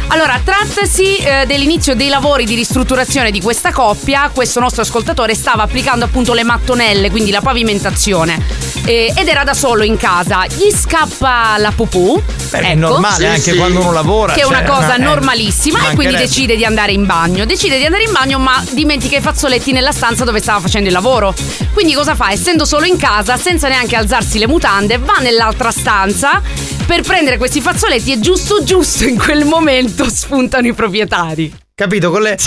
S11: Allora, trattasi eh, dell'inizio dei lavori di ristrutturazione di questa coppia, questo nostro ascoltatore stava applicando appunto le mattonelle, quindi la pavimentazione, eh, ed era da solo in casa. Gli scappa la pupù.
S3: Beh, È
S11: ecco.
S3: normale anche quando uno lavora.
S11: Che è una
S3: cioè,
S11: cosa
S3: eh,
S11: normalissima e quindi
S3: mancherebbe.
S11: decide di andare in bagno. Decide di andare in bagno ma dimentica i fazzoletti nella stanza dove stava facendo il lavoro. Quindi cosa fa? Essendo solo in casa, senza neanche alzarsi le mutande, va nell'altra stanza per prendere questi fazzoletti e giusto giusto in quel momento spuntano i proprietari.
S3: Capito? Con le,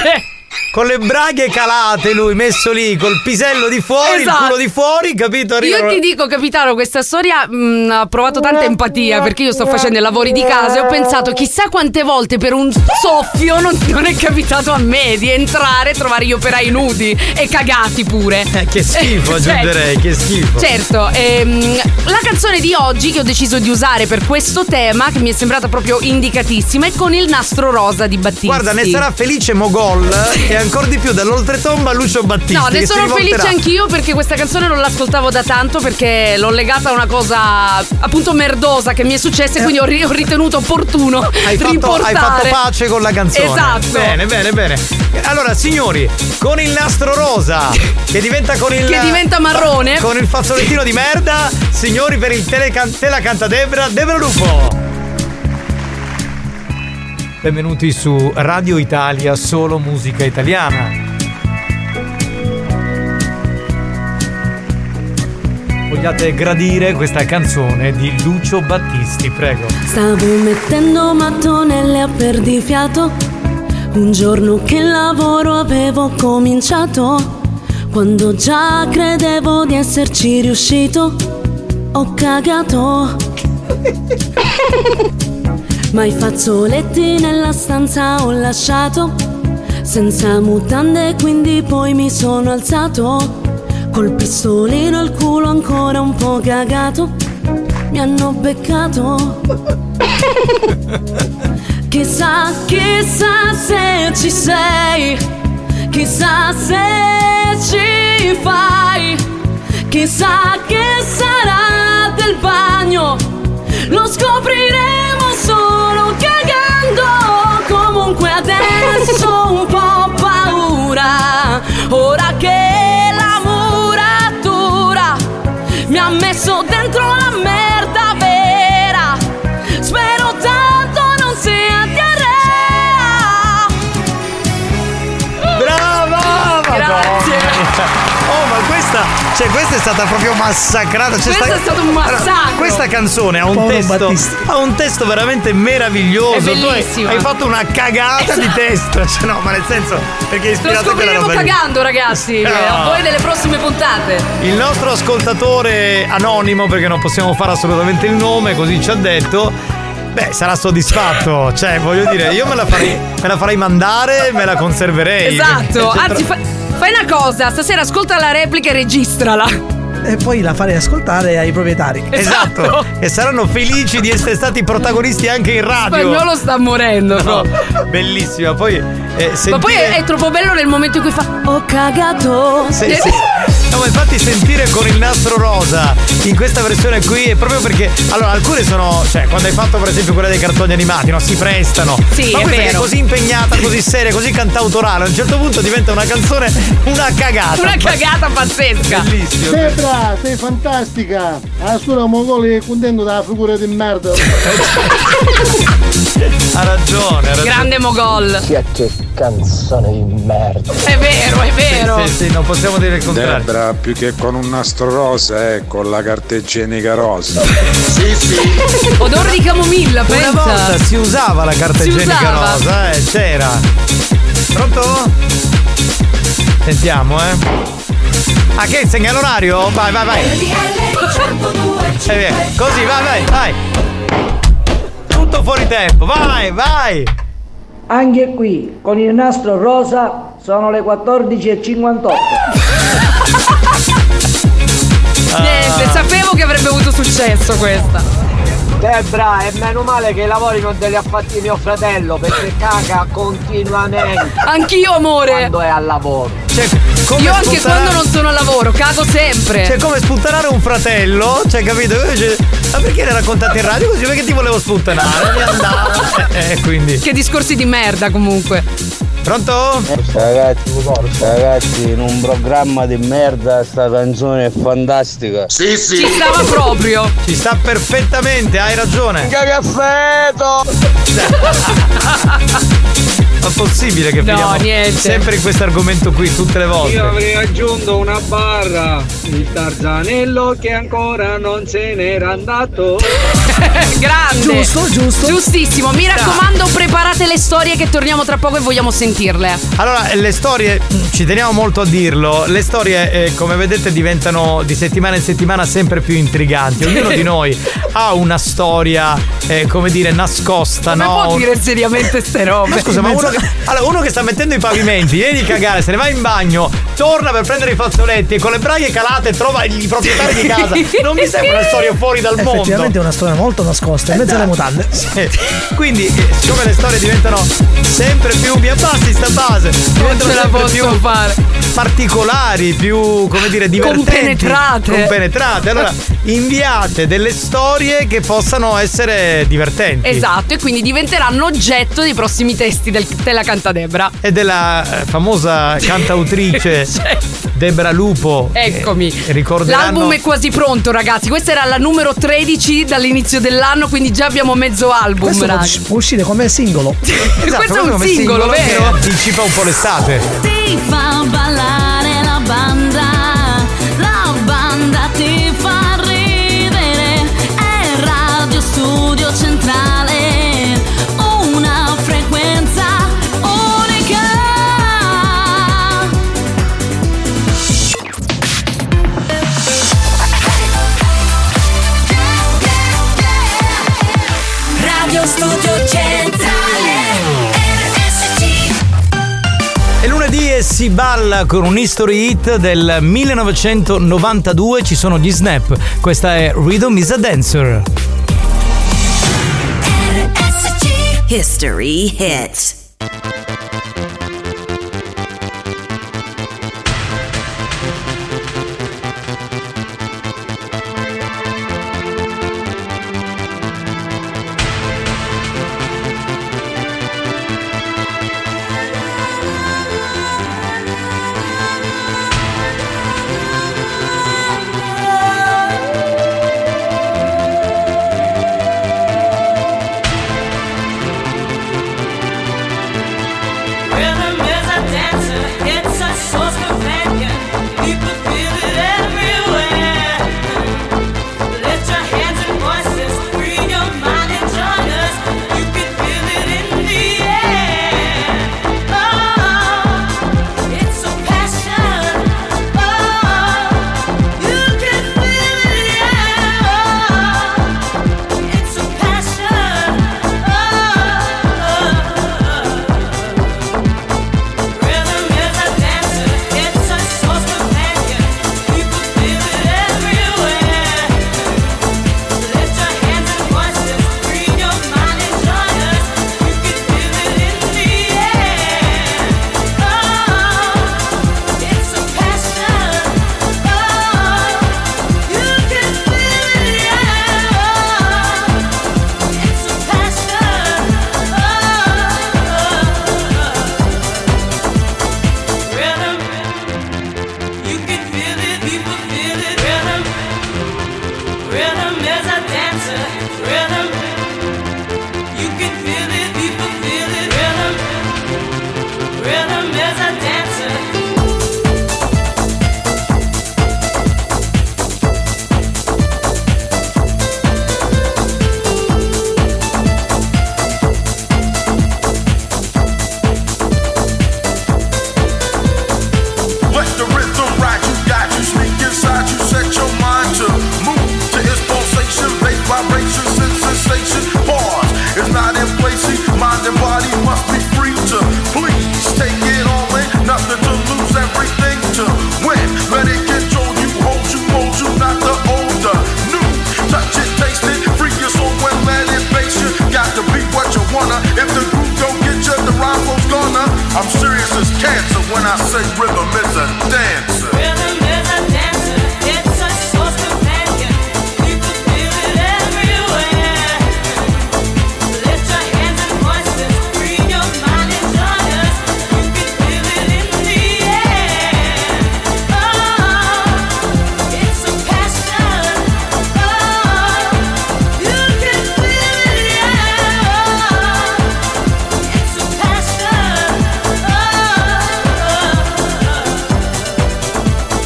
S3: con le braghe calate lui, messo lì, col pisello di fuori,
S11: Esatto.
S3: il culo di fuori, capito?
S11: Io
S3: Arrivano-
S11: ti dico, capitano, questa storia mh, ha provato tanta empatia perché io sto facendo i lavori di casa e ho pensato chissà quante volte per un soffio non, non è capitato a me di entrare e trovare gli operai nudi e cagati pure.
S3: Eh, Che schifo,
S11: Cioè,
S3: aggiungerei, che schifo.
S11: Certo, ehm, la canzone di oggi che ho deciso di usare per questo tema, che mi è sembrata proprio indicatissima, è con il nastro rosa di Battisti.
S3: Guarda, ne sarà felice Mogol e ancora di più dall'oltretomba Lucio Battisti.
S11: No, ne
S3: che si
S11: sono
S3: rivolterà.
S11: felice anch'io perché questa canzone non l'ascoltavo da tanto perché l'ho legata a una cosa appunto merdosa che mi è successa e quindi ho, ri- ho ritenuto opportuno
S3: Hai fatto,
S11: riportare.
S3: hai fatto pace con la canzone.
S11: Esatto.
S3: Bene, bene, bene. Allora, signori, con il nastro rosa, che diventa con il.
S11: Che diventa marrone.
S3: Con il fazzolettino di merda, signori, per il telecan- te la canta Debra, Debra Lupo. Benvenuti su Radio Italia, solo musica italiana. Vogliate gradire questa canzone di Lucio Battisti, prego.
S17: Stavo mettendo mattonelle a perdifiato. Un giorno che il lavoro avevo cominciato. Quando già credevo di esserci riuscito, ho cagato. Ma i fazzoletti nella stanza ho lasciato. Senza mutande, quindi poi mi sono alzato. Col pistolino al culo ancora un po' cagato. Mi hanno beccato. Chissà, chissà se ci sei, chissà se ci fai, chissà che sarà del bagno, lo scopriremo solo cagando. Comunque adesso ho un po' paura, ora che la muratura mi ha messo dentro la merda vera. Spero tanto non sia diarrea.
S3: Brava!
S17: Grazie.
S3: Oh, ma questa, cioè, questa è stata proprio massacrata. Cioè,
S17: Questo è stato un massacro.
S3: Allora, Questa canzone ha un,
S17: Povero
S3: testo, ha un testo veramente meraviglioso.
S17: È
S3: Tu hai,
S17: bellissima. Esatto.
S3: hai fatto una cagata di testo. Cioè, no, ma nel senso, perché è
S11: Lo
S3: ispirato a quella
S11: scopriremo
S3: roba lì.
S11: cagando, ragazzi.
S3: No.
S11: A voi nelle prossime puntate.
S3: Il nostro ascoltatore anonimo, perché non possiamo fare assolutamente il nome, così ci ha detto. Beh, sarà soddisfatto. Cioè, voglio dire, io me la farei, me la farei mandare e me la conserverei.
S11: Esatto.
S3: Cioè,
S11: Anzi, fa- fai una cosa, stasera ascolta la replica e registrala.
S20: E poi la farei ascoltare ai proprietari.
S3: Esatto. E saranno felici di essere stati protagonisti anche in radio.
S11: Spagnolo sta morendo.
S3: Esatto. No, bellissima. Poi eh, sentire...
S11: Ma poi è, è troppo bello nel momento in cui fa
S17: Ho cagato.
S3: Sì, sì. No, siamo fatti sentire con il nastro rosa in questa versione qui è proprio perché allora alcune sono cioè quando hai fatto per esempio quella dei cartoni animati no si prestano
S12: Sì,
S3: ma
S12: è
S3: questa che è
S12: vero.
S3: così impegnata così seria così cantautorale a un certo punto diventa una canzone una cagata
S12: Una cagata pazzesca.
S3: bellissimo
S5: Sei brava, sei fantastica! La sua Mogoli è contento della figura di merda!
S3: ha ragione ha ragione
S11: Grande Mogol.
S25: che canzone di merda.
S11: È vero, è vero.
S3: sì, sì, non possiamo dire il contrario.
S25: Debra, più che con un nastro rosa, è con la carta igienica rosa.
S3: sì sì
S11: Odore di camomilla,
S3: una volta
S11: pensa.
S3: si usava la carta
S11: Si
S3: igienica
S11: usava.
S3: rosa eh c'era pronto sentiamo eh Ah, che insegna l'orario? Vai, vai, vai. E via. Così, vai, vai, vai. Tutto fuori tempo, vai, vai.
S21: Anche qui, con il nastro rosa, sono le 14.58.
S11: Niente, sapevo che avrebbe avuto successo questa.
S22: Debra, e meno male che i lavori non te li ha fatti mio fratello perché caga continuamente.
S11: Anch'io, amore.
S22: Quando è al lavoro.
S3: Cioè, come
S11: Io anche
S3: spuntarà-
S11: quando non sono al lavoro, cago sempre.
S3: Cioè, come sputtanare un fratello, cioè, capito? Io dice, ma perché l'hai raccontato in radio così? Perché ti volevo sputtanare? Mi andavo. Eh, eh, quindi.
S11: Che discorsi di merda comunque.
S3: Pronto?
S10: Ragazzi, ragazzi, in un programma di merda sta canzone è fantastica.
S3: Sì,
S10: sì.
S11: Ci stava proprio.
S3: Ci sta perfettamente, hai ragione.
S10: Minchia che feto!
S3: Ma possibile che
S10: No,
S3: finiamo
S10: niente.
S3: sempre in questo argomento qui, tutte le volte.
S6: Io avrei aggiunto una barra, il tarzanello che ancora non se n'era andato.
S11: Grande.
S6: Giusto,
S11: giusto. Giustissimo. Mi
S6: Dai.
S11: raccomando, preparate le storie che torniamo tra poco e vogliamo sentirle.
S3: Allora, le storie, ci teniamo molto a dirlo, le storie eh, come vedete diventano di settimana in settimana sempre più intriganti. Ognuno di noi ha una storia, eh, come dire, nascosta,
S11: Come
S3: no?
S11: può dire seriamente ste robe?
S3: Ma scusa, ma uno che, allora, uno che sta mettendo i pavimenti, viene di cagare, se ne va in bagno, torna per prendere i fazzoletti e con le braie calate trova i proprietari di casa. Non mi sembra una storia fuori dal mondo. Esatto.
S20: Effettivamente è una storia molto nascosta, in mezzo alle mutande.
S3: Sì. Quindi, eh, siccome le storie diventano sempre più mi abbassi sta base, diventano
S11: ce la
S3: sempre
S11: posso
S3: più
S11: fare.
S3: particolari, più come dire divertenti,
S11: Compenetrate.
S3: compenetrate. Allora, inviate delle storie che possano essere divertenti.
S11: Esatto, e quindi diventeranno oggetto dei prossimi testi del, della Cantadebra.
S3: E della eh, famosa cantautrice Debra Lupo.
S11: Eccomi.
S3: che Ricorderanno
S11: L'album è quasi pronto, ragazzi. Questa era la numero 13 dall'inizio dell'anno, quindi già abbiamo mezzo album,
S20: Questo può
S11: raga.
S20: può uscire come singolo. Esatto,
S11: Questo è un singolo,
S3: che
S11: vero?
S3: anticipa un po' l'estate.
S12: Ti fa ballare la banda, la banda ti fa ridere, è Radio Studio Centrale, una frequenza unica.
S27: Radio Studio Centrale RSC
S3: È lunedì e si balla con un history hit del 1992, ci sono gli snap. Questa è Rhythm is a Dancer.
S24: History hit.
S12: History
S6: Oh, Oh, Oh,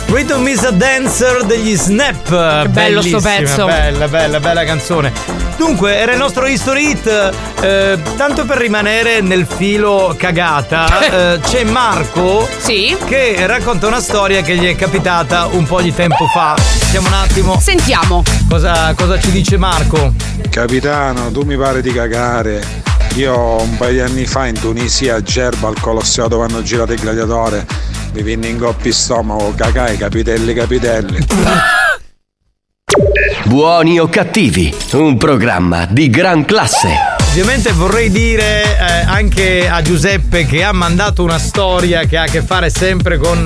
S3: Little Miss Dancer degli Snap. Che
S11: bello sto pezzo.
S3: Bella, bella, bella canzone. Dunque, era il nostro history hit. Eh, tanto per rimanere nel filo cagata, eh, c'è Marco che racconta una storia che gli è capitata un po' di tempo fa. Sentiamo un attimo.
S11: Sentiamo.
S3: Cosa, cosa ci dice Marco?
S25: Capitano, tu mi pare di cagare. Io un paio di anni fa in Tunisia, a Gerba, al Colosseo dove hanno girato il gladiatore, mi venne in coppi stomaco, cagai, capitelli, capitelli.
S1: Buoni o cattivi, un programma di gran classe.
S3: Ovviamente vorrei dire eh, anche a Giuseppe che ha mandato una storia che ha a che fare sempre con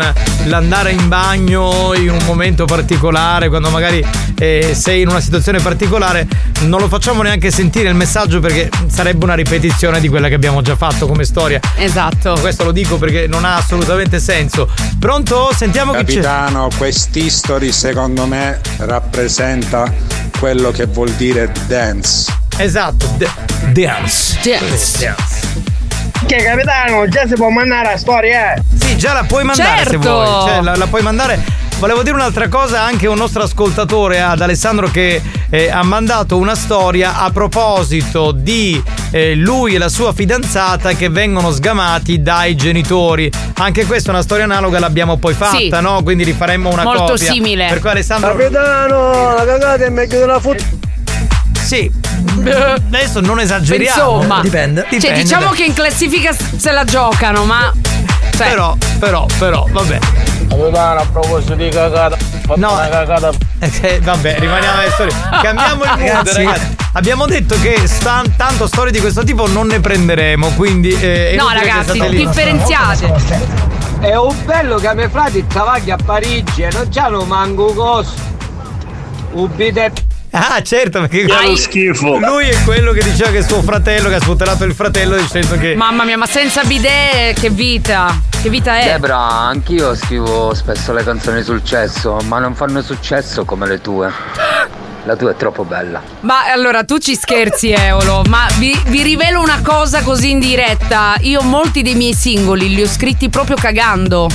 S3: l'andare in bagno in un momento particolare, quando magari eh, sei in una situazione particolare, non lo facciamo neanche sentire il messaggio perché sarebbe una ripetizione di quella che abbiamo già fatto come storia.
S11: Esatto.
S3: Questo lo dico perché non ha assolutamente senso. Pronto? Sentiamo chi c'è.
S25: Capitano, quest'history secondo me rappresenta quello che vuol dire dance.
S3: Esatto, de- dance.
S11: Dance.
S16: Che capitano, già si può mandare la storia, eh?
S3: Sì, già la puoi mandare se
S16: Certo!
S3: vuoi. Cioè, la, la puoi mandare. Volevo dire un'altra cosa anche un nostro ascoltatore ad Alessandro che eh, ha mandato una storia a proposito di eh, lui e la sua fidanzata che vengono sgamati dai genitori. Anche questa è una storia analoga, l'abbiamo poi fatta,
S11: Sì.
S3: no? Quindi rifaremmo una
S11: Molto
S3: copia.
S11: simile.
S3: Per cui Alessandro
S16: Capitano, la cagata è meglio della foto.
S3: Sì. Adesso non esageriamo.
S11: Insomma, Cioè,
S3: Dipende.
S11: diciamo che in classifica s- se la giocano, ma. Cioè,
S3: Però, però, però, vabbè.
S10: Capitano, a proposito di cagata, no. una cagata.
S3: Eh, vabbè, rimaniamo alle storie. Cambiamo il mood,
S10: Ragazzi.
S3: ragazzi. Abbiamo detto che stan- tanto storie di questo tipo non ne prenderemo, quindi. eh, è
S11: No,
S3: inutile che
S11: ragazzi,
S3: state lì.
S11: differenziate.
S6: È un bello che mi frati travaglia a Parigi e non già lo manco coso. Ubite.
S3: Ah, certo, perché
S6: Che
S3: Ai-
S6: schifo.
S3: Lui è quello che diceva che suo fratello, che ha sputtanato il fratello dicendo che.
S11: Mamma mia, ma senza bidet, che vita! Che vita è?
S9: Debra, anch'io scrivo spesso le canzoni di successo, ma non fanno successo come le tue. La tua è troppo bella.
S11: Ma allora tu ci scherzi, Eolo, ma vi, vi rivelo una cosa così in diretta. Io molti dei miei singoli li ho scritti proprio cagando.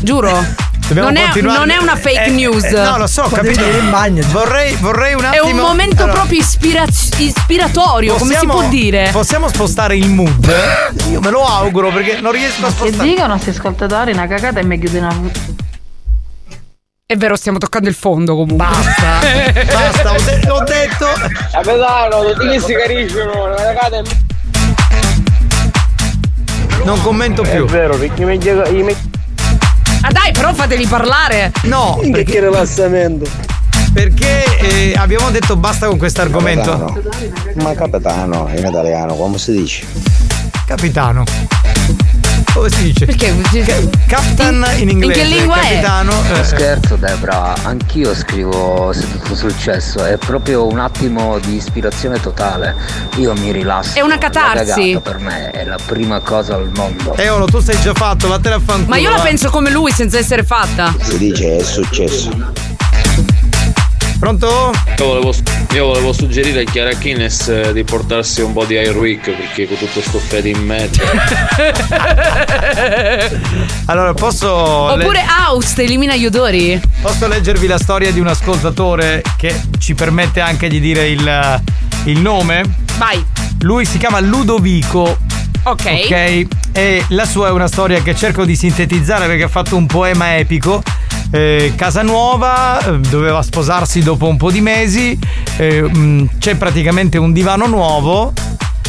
S11: Giuro.
S3: Dobbiamo
S11: non, è,
S3: continuare.
S11: non è una fake
S3: Eh,
S11: news.
S3: eh, no, lo so, ho
S11: Quando
S3: capito.
S11: devi
S3: Vorrei, vorrei un
S11: cioè. È
S3: attimo.
S11: un momento
S3: Allora,
S11: proprio ispira- ispiratorio, come si
S3: possiamo-
S11: può dire?
S3: Possiamo spostare il mood? Io me lo auguro perché non riesco a
S32: Che
S3: spostare.
S32: dicono se ascoltatori una cagata è meglio di una
S11: È vero, stiamo toccando il fondo comunque.
S3: Basta. Basta, ho, de- ho detto.
S6: Capitano, Eh, tutti gli si cariscono, la cagata è
S3: Non commento più.
S6: È vero, perché mi
S11: Ah dai, però fateli parlare.
S3: No,
S6: perché che rilassamento.
S3: Perché eh, abbiamo detto basta con questo argomento.
S8: Ma capitano, in italiano come si dice?
S3: Capitano. Come si dice?
S11: Perché?
S3: Captain in, inglese. capitano.
S9: Non
S3: eh.
S9: scherzo, Debra, anch'io scrivo se tutto successo. È proprio un attimo di ispirazione totale. Io mi rilasso.
S11: È una catarsi.
S9: La cagata per me è la prima cosa al mondo.
S3: Eolo, tu sei già fatto, vattene a fanculo.
S11: Ma io la
S3: va.
S11: penso come lui senza essere fatta.
S8: Si dice è successo.
S3: Pronto?
S26: Io volevo, io volevo suggerire a Chiara Kines eh, di portarsi un po' di Airwick perché con tutto sto fede in mezzo.
S3: Allora, posso.
S11: Oppure Aust elimina gli odori.
S3: Posso leggervi la storia di un ascoltatore che ci permette anche di dire il, il nome?
S11: Vai.
S3: Lui si chiama Ludovico.
S11: Ok.
S3: Ok. E la sua è una storia che cerco di sintetizzare perché ha fatto un poema epico. Eh, casa nuova, eh, doveva sposarsi dopo un po' di mesi, eh, mh, c'è praticamente un divano nuovo.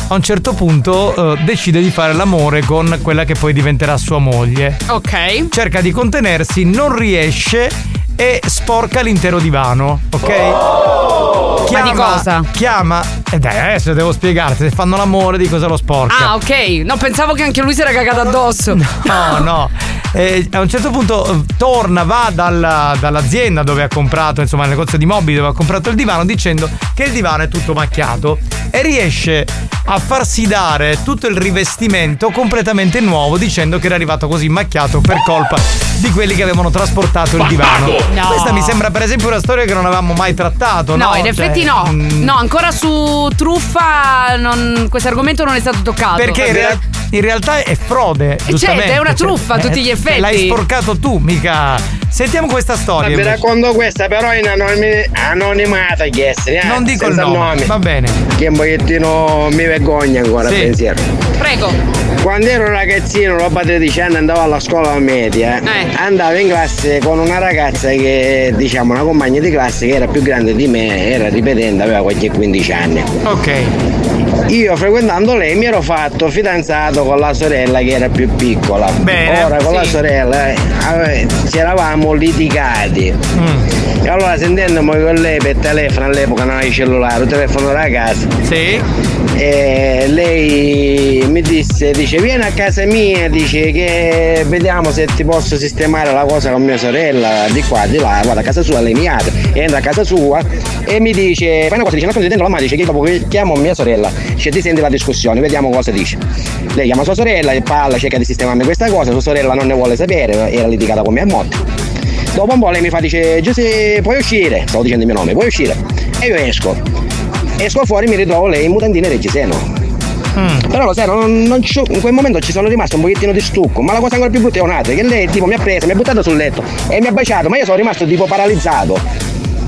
S3: A un certo punto eh, decide di fare l'amore con quella che poi diventerà sua moglie.
S11: Ok.
S3: Cerca di contenersi, non riesce e sporca l'intero divano, ok?
S11: Ma di cosa?
S3: Chiama. E dai, adesso devo spiegarti, se fanno l'amore di cosa lo sporca.
S11: Ah, ok. No, pensavo che anche lui si era cagato addosso.
S3: No, no. Eh, a un certo punto eh, torna, va dalla- dall'azienda dove ha comprato, insomma, il negozio di mobili dove ha comprato il divano, dicendo che il divano è tutto macchiato e riesce a farsi dare tutto il rivestimento completamente nuovo, dicendo che era arrivato così macchiato per colpa di quelli che avevano trasportato il divano.
S11: No.
S3: Questa mi sembra, per esempio, una storia che non avevamo mai trattato. No,
S11: No, in
S3: Cioè,
S11: effetti no.
S3: mm,
S11: No, ancora su truffa non- questo argomento non è stato toccato.
S3: Perché in, rea- in realtà è frode.
S11: certo,
S3: giustamente.
S11: è una truffa a
S3: Cioè,
S11: tutti gli
S3: eh,
S11: effetti.
S3: L'hai sporcato tu, mica. Sentiamo questa storia.
S16: vi
S3: invece.
S16: racconto questa però in anonimi- anonimata chi essere, eh?
S3: Non dico il
S16: Senza
S3: nome,
S16: nomi.
S3: va bene.
S16: Che un pochettino mi vergogna ancora
S3: Sì.
S16: a pensiero.
S11: Prego.
S16: Quando ero ragazzino, roba 13 anni, andavo alla scuola media. eh. Andavo in classe con una ragazza che, diciamo, una compagna di classe che era più grande di me, era ripetente, aveva qualche 15 anni.
S3: Ok.
S16: Io frequentando lei mi ero fatto fidanzato con la sorella che era più piccola. Ora con la sorella eh, ave- ci eravamo litigati.
S3: Mm.
S16: E allora sentendomi con lei per telefono all'epoca non avevo il cellulare, il telefono da casa.
S3: Sì.
S16: E lei mi disse, dice vieni a casa mia, dice che vediamo se ti posso sistemare la cosa con mia sorella di qua, di là, guarda a casa sua, lei mi apre, entra a casa sua e mi dice, fai una cosa, dice nascondi dentro la madre, dice che io dopo che chiamo mia sorella, dice ti senti la discussione, vediamo cosa dice. Lei chiama sua sorella e parla, cerca di sistemarmi questa cosa, sua sorella non ne vuole sapere, era litigata con mia morte. Dopo un po' lei mi fa dice Giuseppe puoi uscire Stavo dicendo il mio nome Puoi uscire E io esco Esco fuori mi ritrovo lei in mutandina e reggiseno
S3: Mm.
S16: Però lo sai non, non c'ho- In quel momento ci sono rimasto un pochettino di stucco Ma la cosa ancora più brutta è un'altra Che lei tipo mi ha preso Mi ha buttato sul letto E mi ha baciato Ma io sono rimasto tipo paralizzato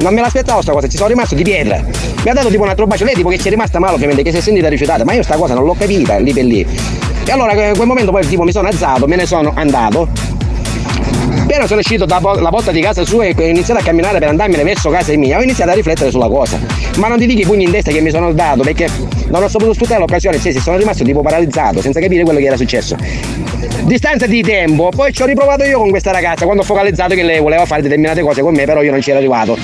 S16: non me l'aspettavo sta cosa, ci sono rimasto di pietra. Mi ha dato tipo un altro bacio, lei tipo che ci è rimasta male ovviamente, che si è sentita rifiutata, ma io sta cosa non l'ho capita lì per lì. E allora in quel momento poi tipo mi sono alzato, me ne sono andato. Però sono uscito dalla porta di casa sua e ho iniziato a camminare per andarmene verso casa mia. Ho iniziato a riflettere sulla cosa. Ma non ti dico i pugni in testa che mi sono dato perché non ho saputo sfruttare l'occasione. Sì, sì, sono rimasto tipo paralizzato senza capire quello che era successo. Distanza di tempo, poi ci ho riprovato io con questa ragazza quando ho focalizzato che lei voleva fare determinate cose con me, però io non ci ero arrivato.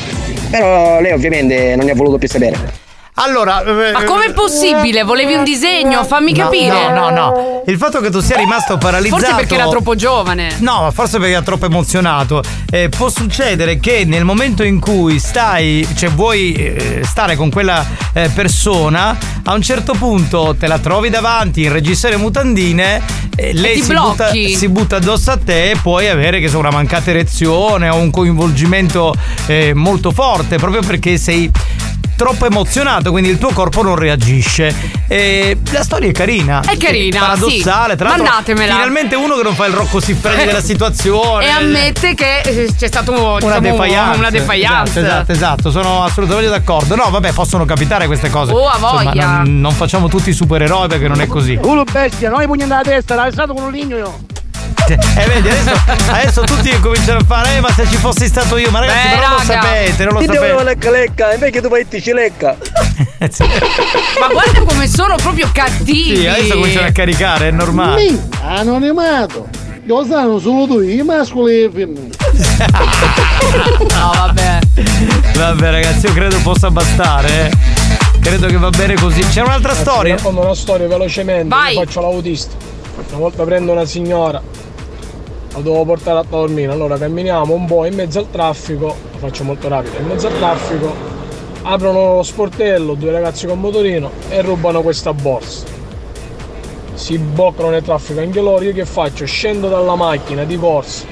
S16: Però lei ovviamente non ne ha voluto più sapere.
S3: Allora. eh,
S11: Ma com'è possibile? Volevi un disegno? Fammi
S3: No,
S11: capire.
S3: No, no, no. Il fatto che tu sia rimasto paralizzato.
S11: Forse perché era troppo giovane.
S3: No, ma forse perché era troppo emozionato. Eh, può succedere che nel momento in cui stai, cioè vuoi eh, stare con quella eh, persona, a un certo punto te la trovi davanti in reggiseno e mutandine, eh, lei
S11: ti
S3: si butta,
S11: blocchi.
S3: si butta addosso a te e puoi avere che so, una mancata erezione o un coinvolgimento eh, molto forte proprio perché sei troppo emozionato quindi il tuo corpo non reagisce Eh, la storia è carina
S11: È carina,
S3: paradossale
S11: sì.
S3: tra l'altro
S11: Mandatemela.
S3: finalmente uno che non fa il Rocco Siffredi della situazione
S11: Eh, E ammette che eh, c'è stata una
S3: una defiance.
S11: Una defiance.
S3: Esatto, esatto, esatto, sono assolutamente d'accordo. No, vabbè, possono capitare queste cose.
S11: Oh, a voglia.
S3: non, non facciamo tutti i supereroi perché non è così.
S5: Uno bestia, non hai pugni nella testa, l'ha alzato con un ligno io.
S3: E Eh, vedi, adesso, adesso tutti cominciano a fare, "Eh, ma se ci fossi stato io, ma ragazzi,
S5: Beh,
S3: però lo
S5: raga.
S3: sapete, non lo
S5: Ti
S3: sapete.
S5: dovevo
S3: lecca lecca, invece tu fai lecca.
S11: Ma guarda come sono proprio cattivi.
S3: esatto. Sì, adesso cominciano a caricare, è normale.
S5: Mi, anonimato. Lo sanno solo due, i mascoli e le femmine.
S11: no, vabbè.
S3: Vabbè, ragazzi, io credo possa bastare. eh. Credo che va bene così. C'è un'altra
S15: Ragazzi,
S3: storia.
S15: racconto una storia velocemente. Io faccio l'autista. Una volta prendo una signora, la devo portare a Taormina. Allora camminiamo un po' in mezzo al traffico. Lo faccio molto rapido. In mezzo al traffico aprono lo sportello due ragazzi con motorino e rubano questa borsa. Si boccano nel traffico anche loro. Io che faccio? Scendo dalla macchina di corsa.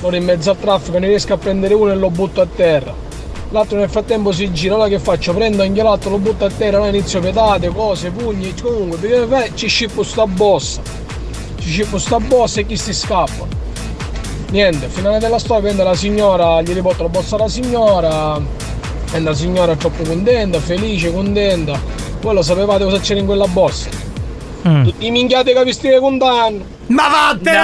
S15: Loro in mezzo al traffico ne riesco a prendere uno e lo butto a terra. L'altro nel frattempo si gira, allora che faccio? Prendo anche l'altro, lo butto a terra, allora inizio pedate, cose, pugni, comunque, perché, beh, ci scippo sta bossa. Ci scippo sta bossa e chi si scappa? Niente, finale della storia, prende la signora, gli riporto la bossa alla signora, e la signora è troppo contenta, felice, contenta. Voi lo sapevate cosa c'era in quella borsa?
S3: Mm.
S15: Tutti i minchiate che vi state contando.
S3: Ma vattene!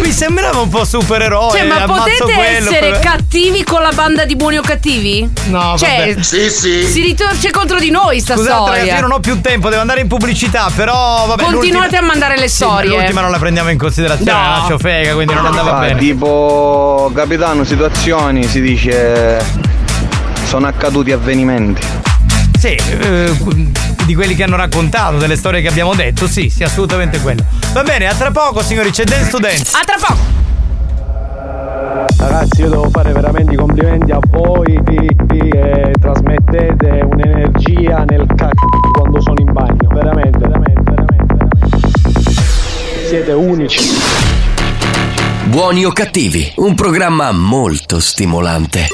S3: Mi sembrava un po' supereroe.
S11: Cioè, ma
S3: ammazzo
S11: potete
S3: quello,
S11: essere
S3: però- cattivi
S11: con la banda di buoni o cattivi?
S3: No,
S11: cioè,
S3: vabbè. Sì, sì.
S11: Si ritorce contro di noi sta
S3: Scusate,
S11: storia.
S3: ragazzi, io non ho più tempo, devo andare in pubblicità, però vabbè.
S11: Continuate
S3: l'ultima-
S11: a mandare le
S3: Sì,
S11: storie.
S3: l'ultima non la prendiamo in considerazione,
S13: No.
S3: la lascio fega, quindi non andava
S13: Ah,
S3: bene.
S13: Tipo capitano situazioni si dice sono accaduti avvenimenti.
S3: Sì, eh, di quelli che hanno raccontato, delle storie che abbiamo detto, sì, sì, assolutamente quello. Va bene, a tra poco, signori, c'è Dance to Dance.
S11: A tra poco.
S15: Ragazzi, io devo fare veramente i complimenti a voi che eh, trasmettete un'energia nel cacchio quando sono in bagno. Veramente, veramente, veramente, veramente. Siete unici.
S1: Buoni o cattivi, un programma molto stimolante.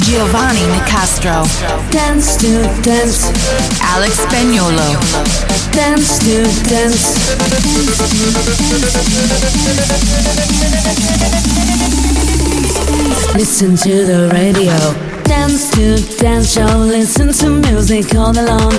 S14: Giovanni Nicastro.
S2: Dance to dance.
S14: Alex Spagnolo.
S2: Dance to dance. Dance to dance. Listen to the radio. Dance to dance show. Listen to music all along.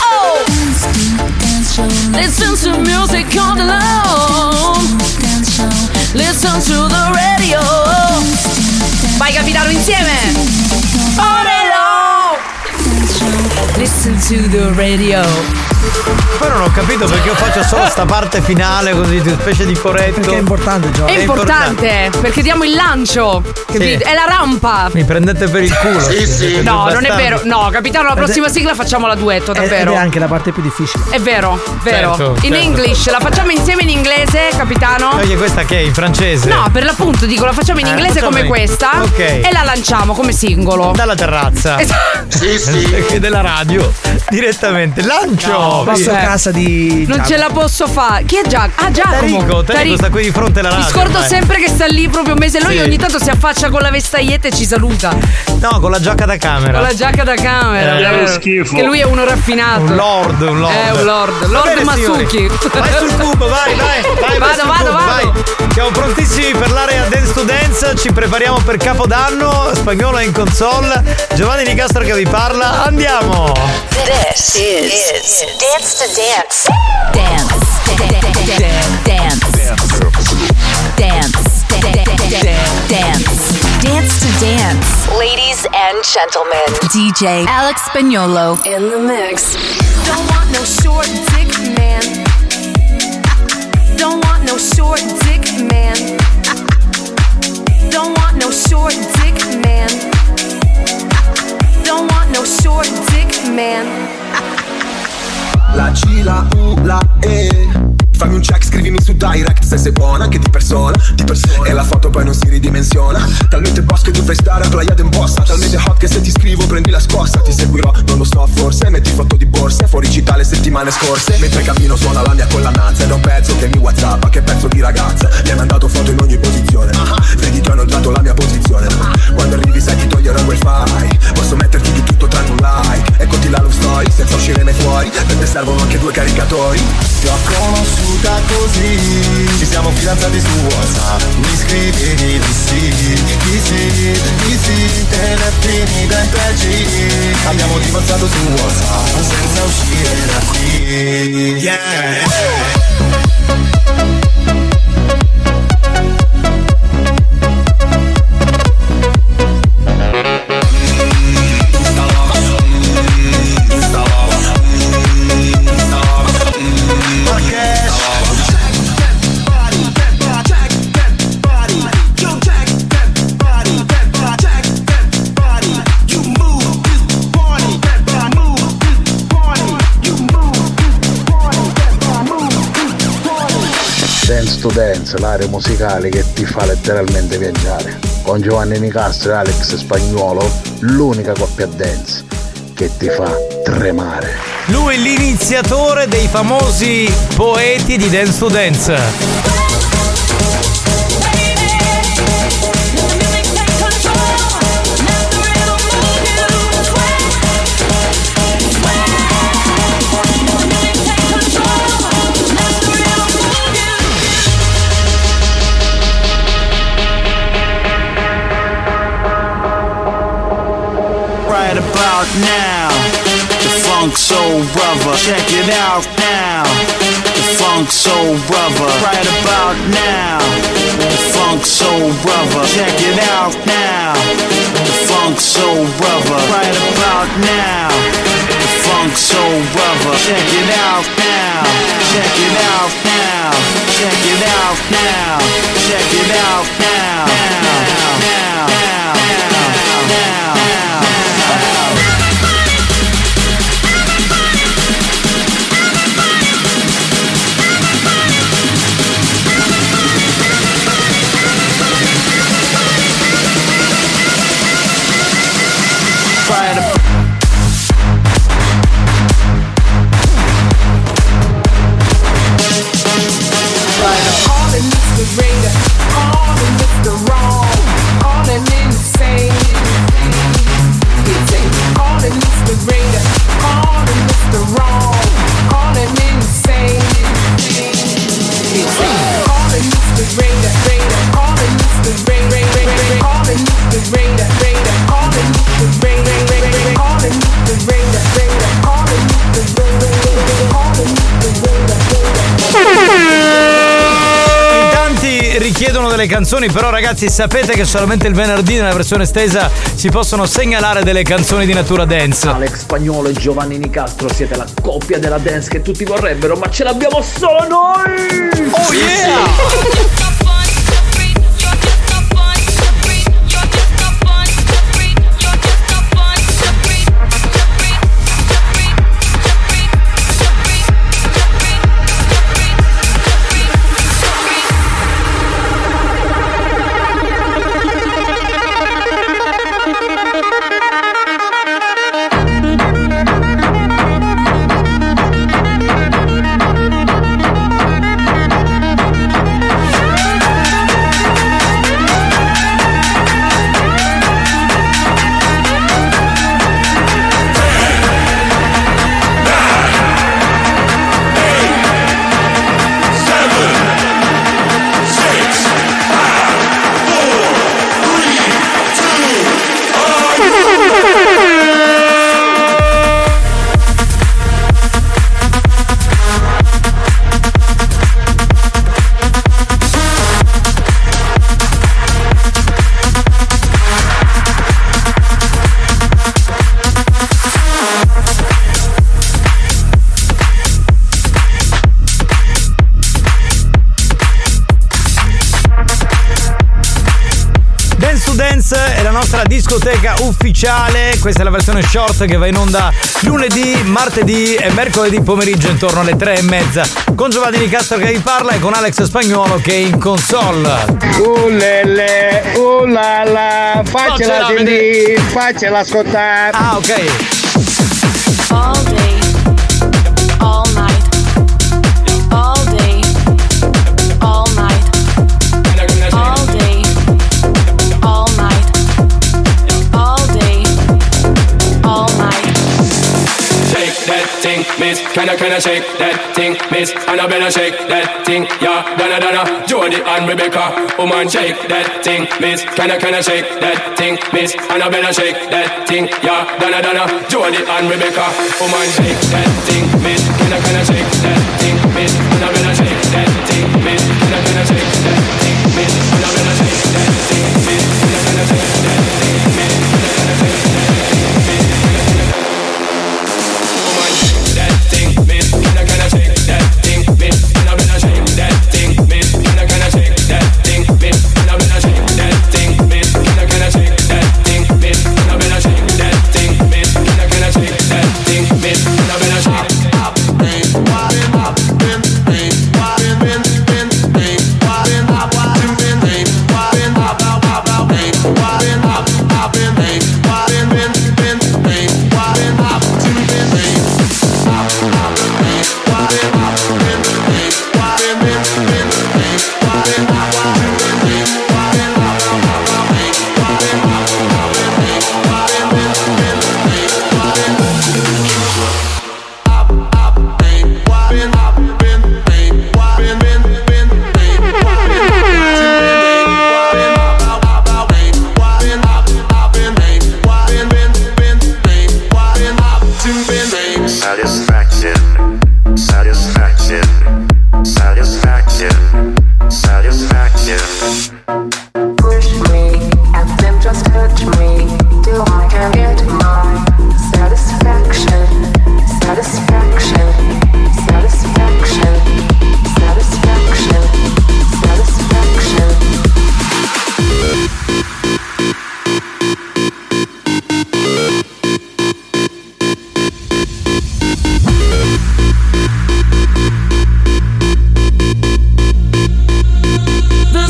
S2: Oh. Listen to music all alone. Listen to the radio.
S11: Vai capitano insieme! Orelo!
S2: Listen to the radio.
S3: Poi non ho capito perché io faccio solo sta parte finale così di specie di coretto. Perché è importante,
S11: È importante perché diamo il lancio. capito? È la rampa.
S3: Mi prendete per il culo.
S11: Sì, sì. No, non è vero. No, capitano, la prossima sigla facciamo la duetto,
S20: Ed è
S11: davvero.
S20: anche la parte più difficile.
S11: È vero, vero.
S3: Certo,
S11: in
S3: certo.
S11: English, la facciamo insieme in inglese, capitano?
S3: Toglie questa che è in francese.
S11: No, per l'appunto dico, la facciamo in
S3: Eh,
S11: inglese
S3: facciamo
S11: come
S3: in-
S11: questa
S3: Ok.
S11: e la lanciamo come singolo.
S3: Dalla terrazza.
S11: Esatto.
S3: Sì, sì. Che della radio. Direttamente. Lancio!
S20: No, posso
S3: Via.
S20: casa di.
S11: eh. Non ce la posso fare. Chi è Giacomo? Ah, Giacomo.
S3: Tarico, Tarico
S11: Tarico.
S3: sta qui di fronte alla radio.
S11: Mi scordo
S3: ormai.
S11: sempre che sta lì proprio un mese. Lui
S3: Sì.
S11: ogni tanto si affaccia con la vestaglietta e ci saluta.
S3: No, con la giacca da camera.
S11: Con la giacca da camera.
S3: Eh, è
S11: vero?
S3: uno schifo.
S11: Che lui è uno raffinato.
S3: Un lord, un lord.
S11: È un lord.
S3: Va
S11: Lord
S3: bene,
S11: Masucchi.
S3: signori. Eh, Vai sul cubo, vai, vai. vai vai
S11: vado,
S3: sul
S11: vado,
S3: cubo,
S11: vado.
S3: vai. Siamo prontissimi per l'area Dance to Dance. Ci prepariamo per Capodanno. Spagnolo è in console. Giovanni Di Castro che vi parla. Andiamo.
S14: This is, Dance to Dance. Dance. Dance. Dance. Dance. Dance to dance. Ladies and gentlemen. DJ Alex Spagnolo. In the mix.
S33: Don't want no short dick man. Don't want no short dick man. Don't want no short dick man. Don't want no short dick man.
S23: La C, la U, la E Fammi un check, scrivimi su direct se sei buona anche di persona, di persona E la foto poi non si ridimensiona Talmente boss che tu fai stare a playa d'imposta Talmente hot che se ti scrivo prendi la scossa Ti seguirò, non lo so forse Metti foto di borse, fuori città le settimane scorse Mentre cammino suona la mia collanazza Ed è un pezzo che mi whatsappa, che pezzo di ragazza Mi hai mandato foto in ogni posizione Vedi ti ho inoltrato la mia posizione Quando arrivi sai di togliere il wifi Posso metterti di tutto tranne un like Eccoti la love story senza uscire mai fuori Perché servono anche due caricatori Ti ho conosciuta così
S6: é
S23: Ci siamo fidanzati su WhatsApp Mi scrivevi di sì Di sì, di sì Te
S6: é
S23: ne finita in 3G Abbiamo divorziato su WhatsApp Senza uscire da qui Yeah
S10: Dance to Dance, l'area musicale che ti fa letteralmente viaggiare. Con Giovanni Nicastro e Alex Spagnuolo, l'unica coppia dance che ti fa tremare.
S3: Lui è l'iniziatore dei famosi poeti di Dance to Dance.
S6: out now. The Funk Soul Brother. Check it out now. The Funk Soul Brother. Right about now. The Funk Soul Brother. Check it out now. The Funk Soul Brother. Right about now. The Funk Soul Brother. Check it out now. Check it out now. Check it out now. Check it out now. Now. Now. Now. Now. Now. Right about
S34: All in misdirected, all in the wrong, all in insane. All in misdirected, all in the wrong, all in insane. All in misdirected, all in misdirected, all in misdirected, all in misdirected, all in misdirected, all in misdirected, all in
S3: In tanti richiedono delle canzoni, però ragazzi sapete che solamente il venerdì nella versione estesa si possono segnalare delle canzoni di natura dance.
S8: Alex Spagnolo e Giovanni Nicastro siete la coppia della dance che tutti vorrebbero, ma ce l'abbiamo solo noi! Oh
S3: Dance to Dance è la nostra discoteca ufficiale, questa è la versione short che va in onda lunedì, martedì e mercoledì pomeriggio intorno alle tre e mezza con Giovanni Nicastro che vi parla e con Alex Spagnuolo che è in console.
S35: Ulele, ulala, faccela
S3: Faccela
S35: sentire,
S3: vedere.
S35: faccela ascoltare.
S3: Ah, ok.
S27: All day, all night, all day, all night, all day, all night, all day, all night.
S15: Shake that thing, miss. Can I, can I shake that thing, miss? And I better shake that thing, yeah. Donna, Donna, Jody and Rebecca. Woman, shake that thing, miss. Can I, can I shake that thing, miss? And I better shake that thing, yeah. Donna, Donna, Jody and Rebecca. Woman, shake that thing, miss. Can I, can I shake that thing, miss? And I better shake that thing, miss. Can I, can I shake that thing, miss? And I better shake that thing, miss. Can I, can I shake that thing, miss? Can I, can I shake that thing, miss? Woman, shake that thing, miss. Can I, can I shake that thing, miss? Can I, can I shake that thing, miss? Can I, can I shake that thing, miss? Can I, can I shake that thing, miss? Can I, can I shake that thing, miss? Can I, can I shake that thing, miss? Can I, can I shake that thing, miss? Can I, can I shake? Up, up,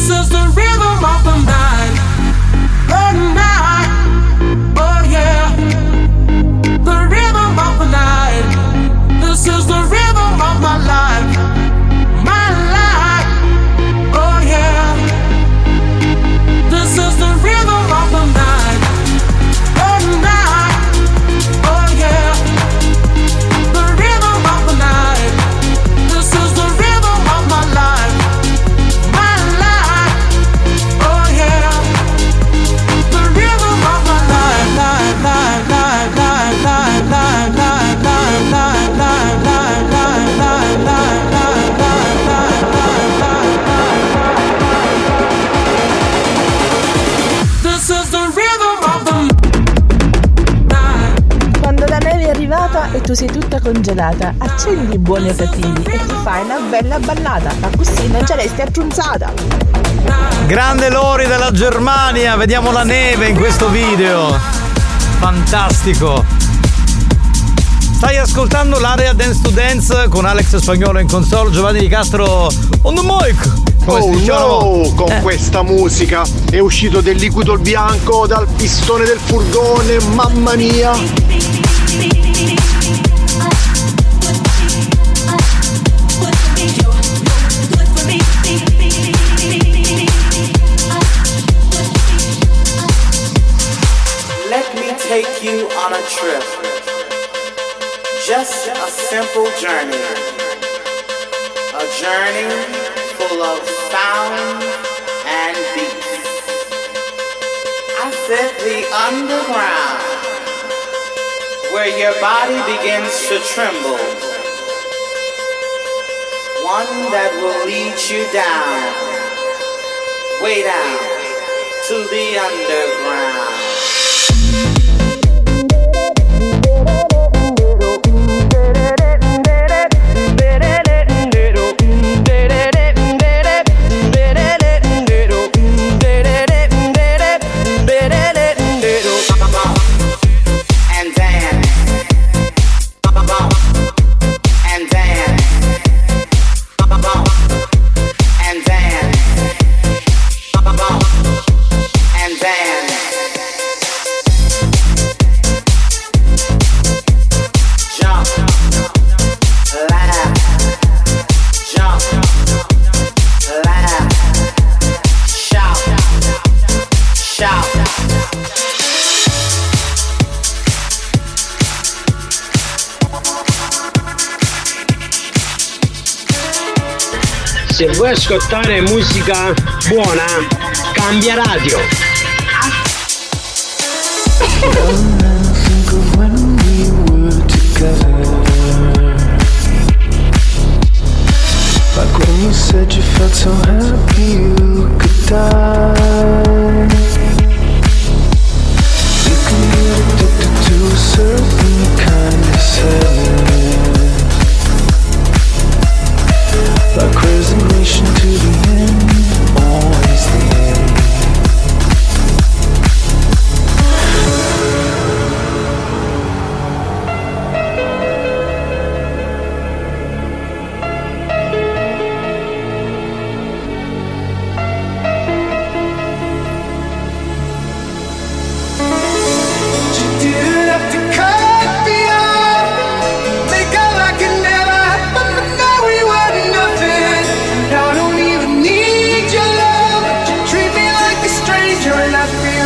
S6: Oh, Oh, Oh,
S19: sei tutta congelata, accendi buoni o cattivi e ti fai una bella ballata, ma così non ce resti attronzata.
S3: Grande Lori della Germania, vediamo la neve in questo video. Fantastico. Stai ascoltando l'area Dance to Dance con Alex Spagnolo in console, Giovanni Di Castro on the mic. Come si
S23: Oh
S3: diceva?
S23: no, con
S3: Eh.
S23: questa musica è uscito del liquido il bianco dal pistone del furgone, mamma mia!
S27: Let me take you on a trip. Just a simple journey. A journey full of sound and beats. I said the underground, where your body begins to tremble. One that will lead you down, way down, to the underground. and dance and dance and dance and dance jump laugh jump laugh shout shout
S16: Se vuoi ascoltare musica buona, cambia radio.
S6: Like when you said you felt so happy you could die. You can get addicted to a certain kind of sadness. Like resignation to the end, always the end.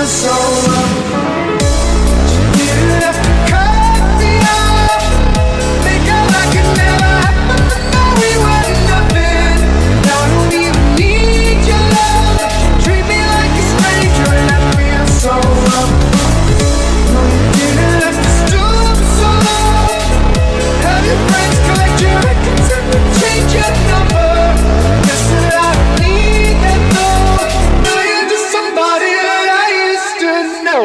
S6: So alone. You didn't have to cut me off. Think I like it never happened, but no, we were nothing. And I don't even need your love. You treat me like a stranger, and I feel so alone. No, you didn't have to stoop so low. Have your friends collect your records and then change your number. Guess that I don't need that though. Now you're just somebody that I used to know.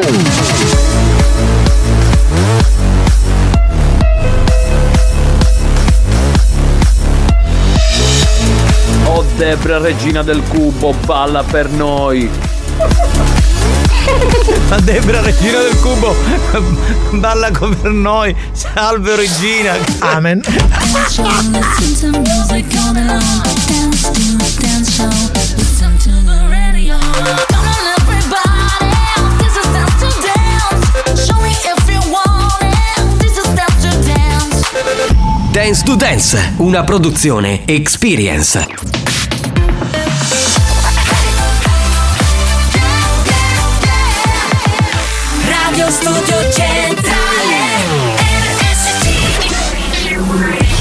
S8: Oh Debra, regina del cubo, balla per noi.
S3: La Debra Regina del Cubo balla con per noi. Salve Regina.
S36: Amen.
S2: Listen to music all day long. Dance to a dance show. Listen to the radio. Come on, everybody. This is dance to dance. Show me if you want it. This is dance to dance.
S1: Dance to Dance, una produzione Experience.
S14: Radio Studio Centrale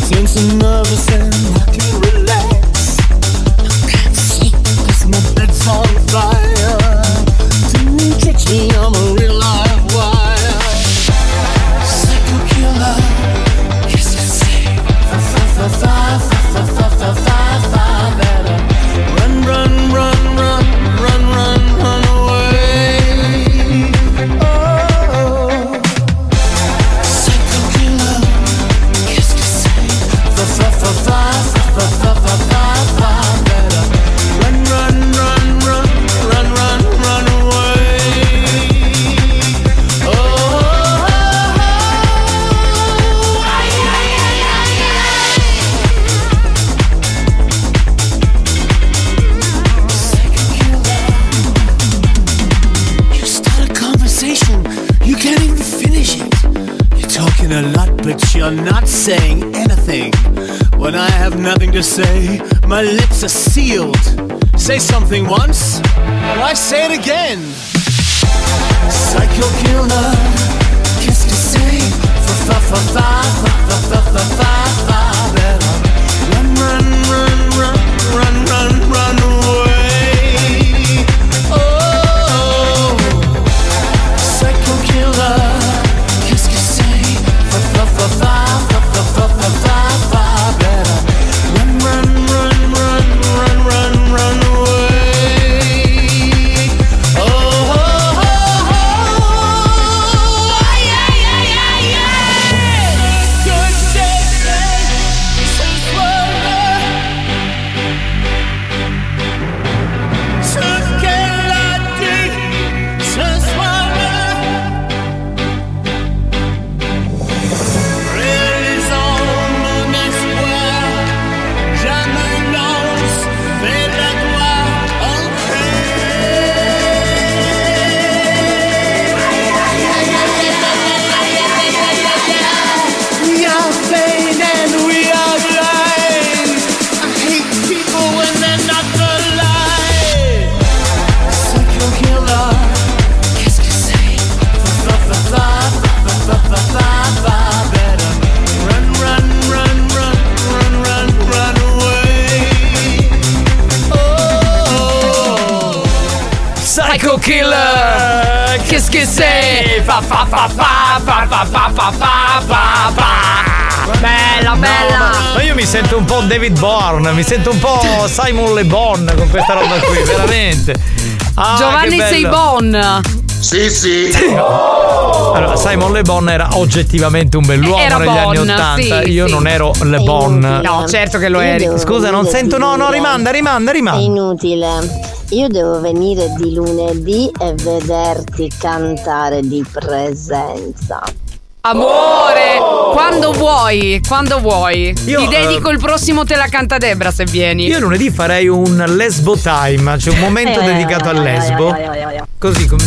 S6: and I can relax. Cause my bed's on fire. Don't touch me, I'm a real live wire. Psycho killer, kiss and save. Run, run, run, run, run, run, run away. Oh, psycho killer, kiss and save. Run, run, run, run, run, run, run away. Oh. You start a conversation, you can't even finish it. You're talking a lot, but you're not saying anything. When I have nothing to say, my lips are sealed. Say something once, and I say it again. Psycho killer, kiss to say, fa fa fa fa fa fa fa fa fa better. Run, run, run, run, run, run, run away. Oh. Psycho killer, qu'est-ce que c'est? Fa fa fa fa fa fa fa fa fa fa better. Run run run run run run run away. Oh oh oh oh, ay ay ay ay ay. Good day, sweet wonder. Ce qu'elle a dit, ce soir-là. Réalisant mon espoir, jamais lance vers la gloire entrée. We are vain and we are blind. I hate people when they're not alive. Psycho killer, qu'est-ce que c'est? Fa fa fa fa fa fa fa fa better. Run, run, run, run, run, run, run away. Oh,
S3: Psycho Killer Qu'est-ce que c'est Fa fa fa fa fa fa fa fa fa fa fa
S11: Ah,
S3: Bella bella ma, ma io mi sento un po' David Bourne Mi sento un po' Simon Le Bon Con questa roba qui Veramente Ah, che
S11: Giovanni
S3: bello.
S11: Seibon.
S3: Sì, sì. Allora, Simon Le Bon era oggettivamente un bell'uomo
S11: Era
S3: negli anni
S11: Bon,
S3: Ottanta.
S11: sì,
S3: Io
S11: sì.
S3: non ero Le Bon.
S11: No, certo che lo
S15: Io
S11: eri.
S15: devo
S3: Scusa, non
S15: venire
S3: sento-
S15: di
S3: no, no,
S15: lunedì.
S3: rimanda, rimanda, rimanda.
S15: È inutile. Io devo venire di lunedì e vederti cantare di presenza.
S11: Amore, quando vuoi, quando vuoi.
S15: Io,
S11: Ti dedico il prossimo Te la canta Debra se vieni.
S3: eh, Io lunedì farei un lesbo time, cioè un momento
S11: Eh,
S3: dedicato al
S11: eh, eh,
S3: lesbo.
S11: eh, eh, eh, eh.
S3: Così, com-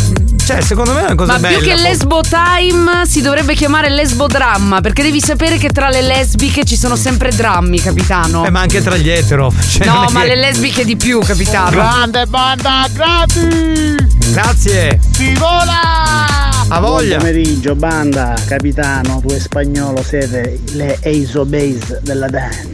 S3: cioè, secondo me è una cosa
S11: Ma
S3: bella.
S11: più che
S3: poi.
S11: lesbo time si dovrebbe chiamare lesbo dramma, perché devi sapere che tra le lesbiche ci sono sempre drammi, capitano.
S3: Eh, ma anche tra gli etero. cioè, non
S11: no,
S3: è
S11: ma
S3: che-
S11: le lesbiche di più, capitano.
S3: Grande
S11: banda, gratis!
S3: Grazie.
S11: Si vola!
S3: A voglia.
S26: Buon pomeriggio, banda, capitano, tu e spagnolo siete le Eiso Base della dance.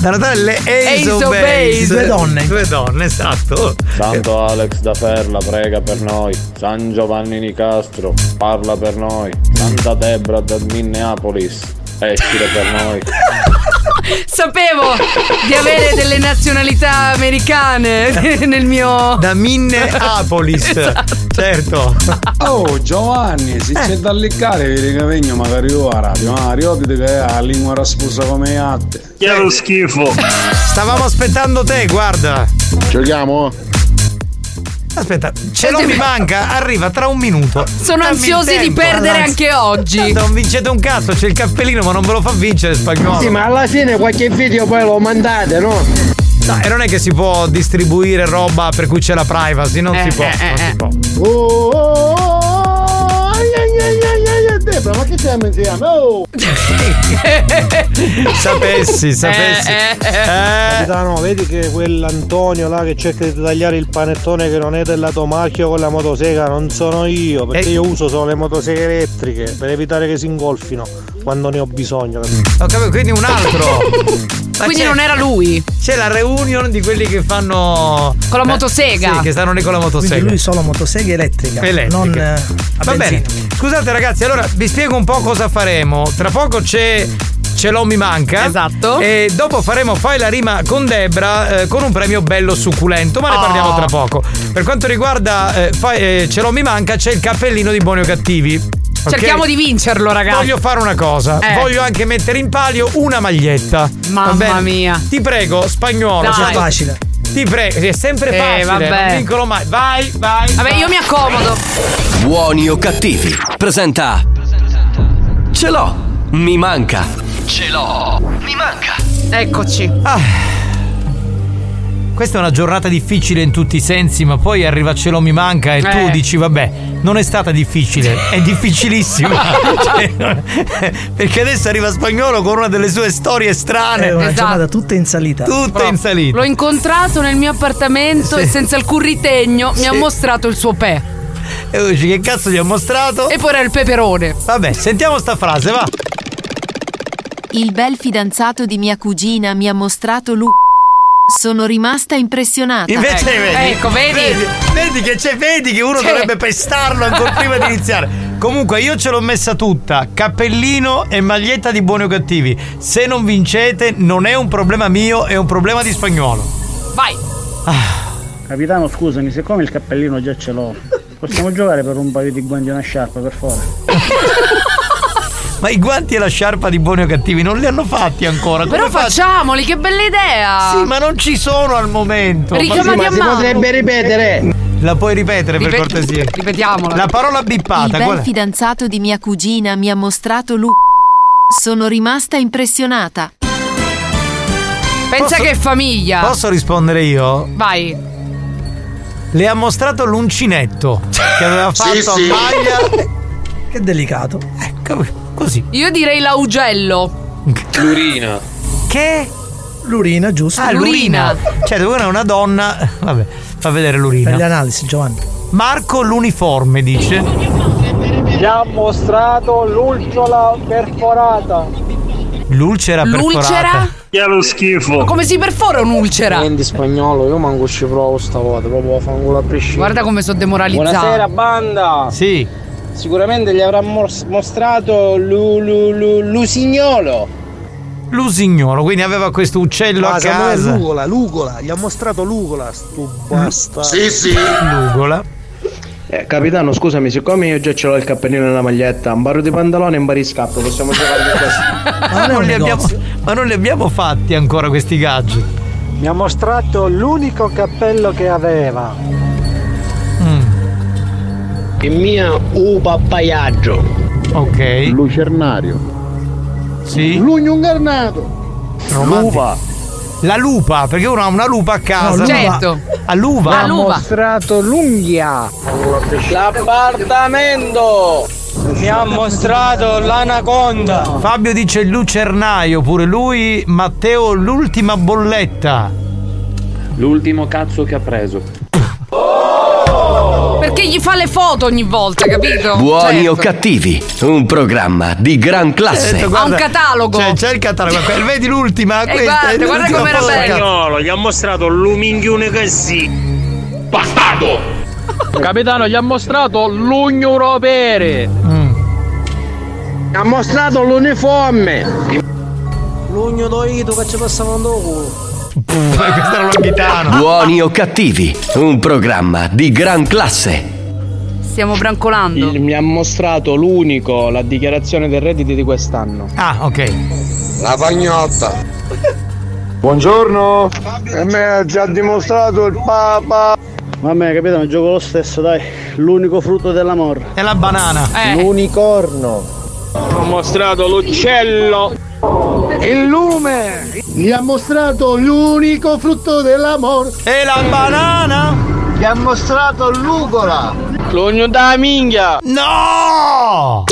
S3: Da notare le Eiso
S26: Eiso
S3: Base.
S26: Base. Due donne.
S3: Due donne, esatto. Oh.
S13: Santo Alex da Ferla prega per noi, San Giovanni Nicastro parla per noi, Santa Debra da Minneapolis escire per noi.
S11: Sapevo di avere delle nazionalità americane nel mio.
S3: Da Minneapolis.
S11: Esatto.
S3: Certo. Eh.
S16: Oh Giovanni, se c'è da leccare vi ricavegno magari ora, ma ricordate che è la lingua raspusa come i atte.
S3: Che è lo schifo. Stavamo aspettando te, guarda.
S10: Giochiamo?
S3: Aspetta, ce l'ho mi manca, arriva tra un minuto.
S11: Sono
S3: Dammi
S11: ansiosi
S3: il
S11: di
S3: tempo.
S11: perdere
S3: Anzi-
S11: anche oggi.
S3: Non vincete un cazzo, c'è il cappellino, ma non ve lo fa vincere spagnolo.
S16: Sì, ma alla fine qualche video poi lo mandate, no?
S3: No, e non è che si può distribuire roba per cui c'è la privacy, non
S11: Eh,
S3: si può. non si può.
S16: Oh, oh, oh, ai, ai, ai, ai, ai, Debra, ma che stiamo insieme? Oh!
S5: Eh
S11: Eh,
S3: sapessi, sapessi. Eh.
S16: Capitano, vedi che quell'Antonio là che cerca di tagliare il panettone che non è del lato marchio con la
S3: Eh.
S16: motosega non sono io, perché io uso solo le motoseghe elettriche per evitare che si ingolfino.
S20: quando ne ho bisogno.
S3: Ho capito, quindi un altro.
S11: Quindi
S3: c'è-
S11: non era lui.
S3: C'è la reunion di quelli che fanno.
S11: Con la
S3: Eh,
S11: motosega.
S3: Sì, che stanno lì con la
S37: Quindi
S3: motosega.
S37: lui solo motosega elettrica,
S3: Elettrica.
S37: non eh, a
S3: Va bene,
S37: benzina.
S3: scusate ragazzi, allora vi spiego un po' cosa faremo. Tra poco c'è Ce l'ho mi manca. Esatto. E dopo faremo Fai la rima con Debra eh, con un premio bello succulento, ma ne
S11: Oh.
S3: parliamo tra poco. Per quanto riguarda eh, Fai- eh, Ce l'ho mi manca, c'è il cappellino di Buoni o Cattivi. ok?
S11: Cerchiamo di vincerlo, Oh, ragazzi.
S3: Voglio fare una cosa,
S11: Eh.
S3: voglio anche mettere in palio una maglietta.
S11: Mamma mia.
S3: Ti prego, spagnolo.
S11: Dai.
S3: cioè, facile. Ti prego, è sempre
S11: Eh,
S3: facile.
S11: vabbè.
S3: Non vincolo mai. Vai, vai.
S11: Vabbè, io mi accomodo.
S1: Buoni o cattivi, presenta. Ce l'ho, mi manca.
S6: Ce l'ho. Mi manca.
S11: Eccoci.
S3: Ah. Questa è una giornata difficile in tutti i sensi, ma poi arriva ce lo mi manca e tu
S11: Eh.
S3: dici vabbè, non è stata difficile, è difficilissima. Cioè, non- perché adesso arriva spagnolo con una delle sue storie strane.
S37: È una
S11: Esatto.
S37: giornata tutta in salita.
S3: Tutta in salita.
S11: L'ho incontrato nel mio appartamento
S3: Sì.
S11: e senza alcun ritegno mi ha
S3: Sì.
S11: mostrato il suo pè.
S3: E tu dici che cazzo gli ho mostrato?
S11: E poi era il peperone.
S3: Vabbè, sentiamo sta frase, va.
S14: Il bel fidanzato di mia cugina mi ha mostrato lui. Sono rimasta impressionata. Ecco,
S3: Invece vedi, vedi, vedi che c'è, vedi che uno
S14: Sì.
S3: dovrebbe pestarlo ancora prima di iniziare. Comunque io ce l'ho messa tutta, cappellino e maglietta di buoni o cattivi. Se non vincete non è un problema mio, è un problema di spagnolo. Ah,
S11: Vai!
S38: Capitano, scusami, siccome il cappellino già ce l'ho, possiamo giocare per un paio di guanti e una sciarpa, per favore?
S3: Ma i guanti e la sciarpa di buoni o cattivi non li hanno fatti ancora. Come
S11: Però
S3: fa-
S11: facciamoli, che bella idea!
S3: Sì, ma non ci sono al momento.
S11: Richiamati
S3: Ma-
S11: a mano.
S3: ripetere? La puoi ripetere per
S14: Ripet-
S3: cortesia?
S14: ripetiamola.
S3: La parola
S14: Il
S3: bippata, qual
S14: bel
S3: è?
S14: fidanzato di mia cugina mi ha mostrato lui. Sono rimasta impressionata.
S11: Pensa
S14: Posso-
S11: che è famiglia.
S3: Posso rispondere io?
S11: Vai.
S3: Le ha mostrato l'uncinetto che aveva
S37: Sì,
S3: fatto
S37: sì.
S3: a maglia.
S37: Che delicato.
S3: Ecco, così.
S11: Io direi l'augello.
S5: Lurina.
S3: Che?
S37: L'urina, giusto?
S3: Ah, l'urina. Cioè, una è una donna. Vabbè, fa vedere l'urina.
S37: Per le analisi, Giovanni.
S3: Marco l'uniforme dice.
S8: Ci ha mostrato l'ulciola perforata.
S3: L'ulcera
S11: L'ulcera?
S8: perforata.
S15: Che è lo schifo.
S11: Ma come si perfora un'ulcera?
S8: Niente spagnolo, io manco ci provo stavolta, proprio a fanculo a prescindere.
S11: Guarda come sono demoralizzato.
S8: Buonasera banda.
S3: Sì.
S8: Sicuramente gli avrà mos- mostrato lu- lu- lu- l'usignolo.
S3: L'usignolo, quindi aveva questo uccello a casa.
S8: Ah, Lugola, Lugola, gli ha mostrato Lugola, stu
S15: basta. Sì, sì.
S3: Lugola.
S8: Eh, capitano, scusami, siccome io già ce l'ho il cappellino e la maglietta, un barro di pantalone e un barro di scatto, possiamo giocare con questo?
S3: Ma non, li abbiamo, ma non li abbiamo fatti ancora questi gadget.
S8: Mi ha mostrato l'unico cappello che aveva.
S10: Il mio u pappaiaggio.
S3: Ok.
S39: Lucernario.
S3: Sì.
S8: Lugno incarnato.
S3: Lupa. La lupa, perché uno ha una lupa a casa.
S8: No, l'uva. Certo.
S3: All'uva.
S8: mostrato l'unghia. L'appartamento. Mi ha mostrato l'anaconda.
S3: Fabio dice il lucernaio, pure lui. Matteo, l'ultima bolletta.
S5: L'ultimo cazzo che ha preso.
S11: Perché gli fa le foto ogni volta, capito?
S1: Buoni
S11: Certo.
S1: o cattivi, un programma di gran classe.
S8: Certo,
S11: Ha un catalogo.
S1: Cioè,
S3: c'è il catalogo. Vedi l'ultima?
S11: Eh, guarda, guarda com'era bello.
S15: gli ha mostrato l'uminghione che si. Bastardo!
S8: Capitano, gli ha mostrato l'ugno ropere. Mm. Ha mostrato l'uniforme. L'ugno doito che ci passava un culo.
S3: Questo era l'orbitano.
S1: Buoni o cattivi, un programma di gran classe.
S11: Stiamo brancolando.
S8: mi ha mostrato l'unico, la dichiarazione dei redditi di quest'anno.
S3: Ah, ok.
S8: La pagnotta.
S15: Buongiorno. E me ha già dimostrato il papa.
S38: Vabbè, capitano, gioco lo stesso, dai. L'unico frutto dell'amore.
S3: È la banana.
S11: Eh.
S8: L'unicorno.
S15: Ha mostrato l'uccello.
S8: Il lume. Gli ha mostrato l'unico frutto dell'amore.
S3: E la banana.
S8: Gli ha mostrato l'ugola. L'ogno da minghia.
S3: No!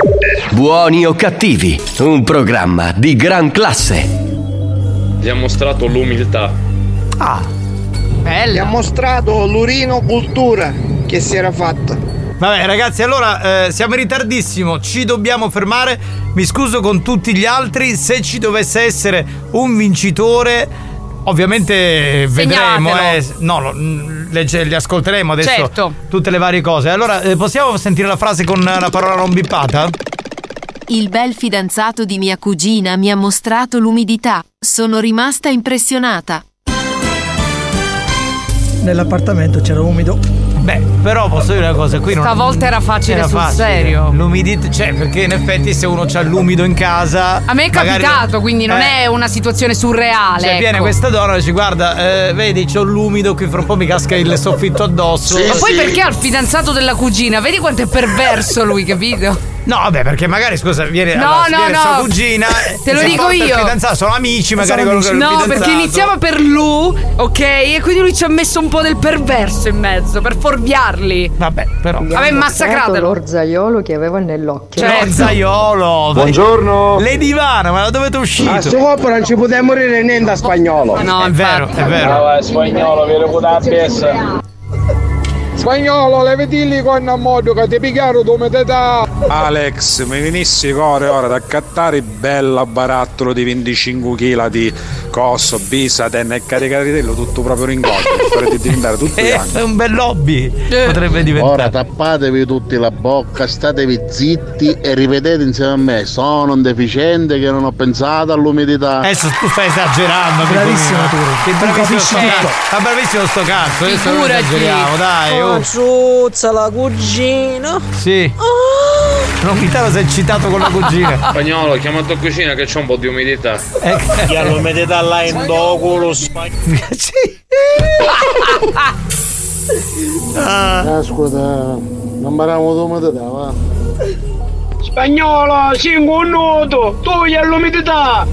S1: Buoni o cattivi, un programma di gran classe.
S5: Gli ha mostrato l'umiltà.
S3: Ah.
S8: Gli ha mostrato l'urino cultura che si era fatta.
S3: Vabbè, ragazzi, allora eh, siamo in ritardissimo, ci dobbiamo fermare. Mi scuso con tutti gli altri. Se ci dovesse essere un vincitore, ovviamente vedremo.
S11: Segnalatelo.
S3: eh, no, lo- mh, legge- li ascolteremo adesso
S11: Certo.
S3: tutte le varie cose. Allora, eh, possiamo sentire la frase con eh, la parola non bippata?
S14: Il bel fidanzato di mia cugina mi ha mostrato l'umidità. Sono rimasta impressionata.
S20: Nell'appartamento c'era umido.
S3: Beh, però posso dire una cosa, qui non
S11: Stavolta era facile
S3: era
S11: sul
S3: facile.
S11: serio.
S3: L'umidità, cioè, perché in effetti se uno c'ha l'umido in casa.
S11: A me è
S3: magari-
S11: capitato, quindi non
S3: Eh.
S11: è una situazione surreale.
S3: Cioè,
S11: ecco.
S3: viene questa donna e dice: Guarda, eh, vedi, c'ho l'umido qui, fra un po' mi casca il soffitto addosso.
S11: Ma poi perché al fidanzato della cugina? Vedi quanto è perverso lui, capito?
S3: No, vabbè, perché magari, scusa, viene,
S11: No,
S3: Eh, allora,
S11: no,
S3: viene
S11: no.
S3: sua cugina.
S11: Te lo
S3: si
S11: dico
S3: porta il
S11: io.
S3: fidanzato, sono amici, magari
S11: Sono
S3: con
S11: amici. No, perché iniziava per lui, ok? E quindi lui ci ha messo un po' del perverso in mezzo per forbiarli.
S3: Vabbè, però.
S11: Vabbè, massacratelo.
S27: l'orzaiolo che aveva nell'occhio.
S3: Cioè, zaiolo.
S27: Buongiorno.
S3: Lady Ivana, ma da dove è uscito?
S27: A sto
S3: copro Ah, non ci poteva morire niente a spagnolo. No, è vero, è vero.
S13: Brava, spagnolo, viene pure la PS.
S8: Spagnolo, levati lì con a modo che ti pigliano dove te da.
S16: Alex, mi venissi core ora ad accattare bella barattolo di 25 kg di coso, bisa, tenne e caricatello tutto proprio ringoglio, farete diventare tutto bianco.
S3: Eh, È un bel lobby.
S11: Eh.
S3: Potrebbe diventare.
S10: Ora tappatevi tutti la bocca, statevi zitti e ripetete insieme a me: sono un deficiente che non ho pensato all'umidità.
S3: Adesso tu stai esagerando,
S10: Bravissimo,
S3: Pippo.
S10: Turi.
S3: Che
S10: Tu
S3: bravissimo
S10: capisci
S3: sto cazzo.
S10: tutto.
S3: Ma bravissimo sto cazzo, adesso non
S6: Figurati.
S3: esageriamo, dai. oh.
S6: Pazzuzza la cugina.
S3: Sì. Non mi tava sei eccitato con la cugina.
S13: Oh. Spagnolo, chiama tua cucina che c'è un po' di umidità.
S3: Ecco.
S13: lo mettete là in doculo,
S8: Ah.
S10: Ascolta, non parliamo dove te va.
S27: Spagnolo, 5 nudo, tu gli all'umidità.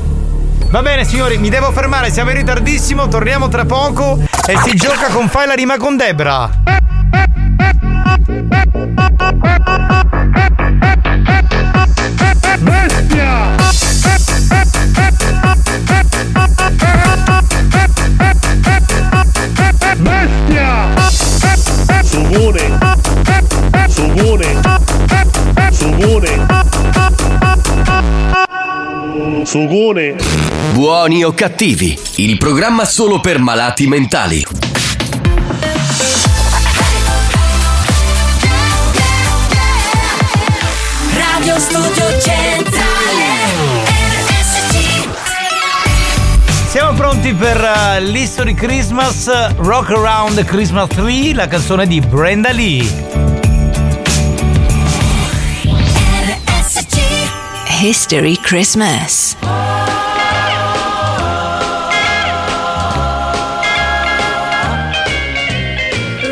S3: Va bene signori, mi devo fermare, siamo in ritardissimo, torniamo tra poco e si gioca con Fai la rima con Debra.
S6: Bestia! Bestia! Sugone! Sugone! Sugone! Sugone!
S1: Buoni o cattivi, il programma solo per malati mentali.
S2: Radio Studio Centrale
S3: Siamo pronti per eh, l'History Christmas Rock Around the Christmas Tree, la canzone di Brenda Lee.
S17: History Christmas.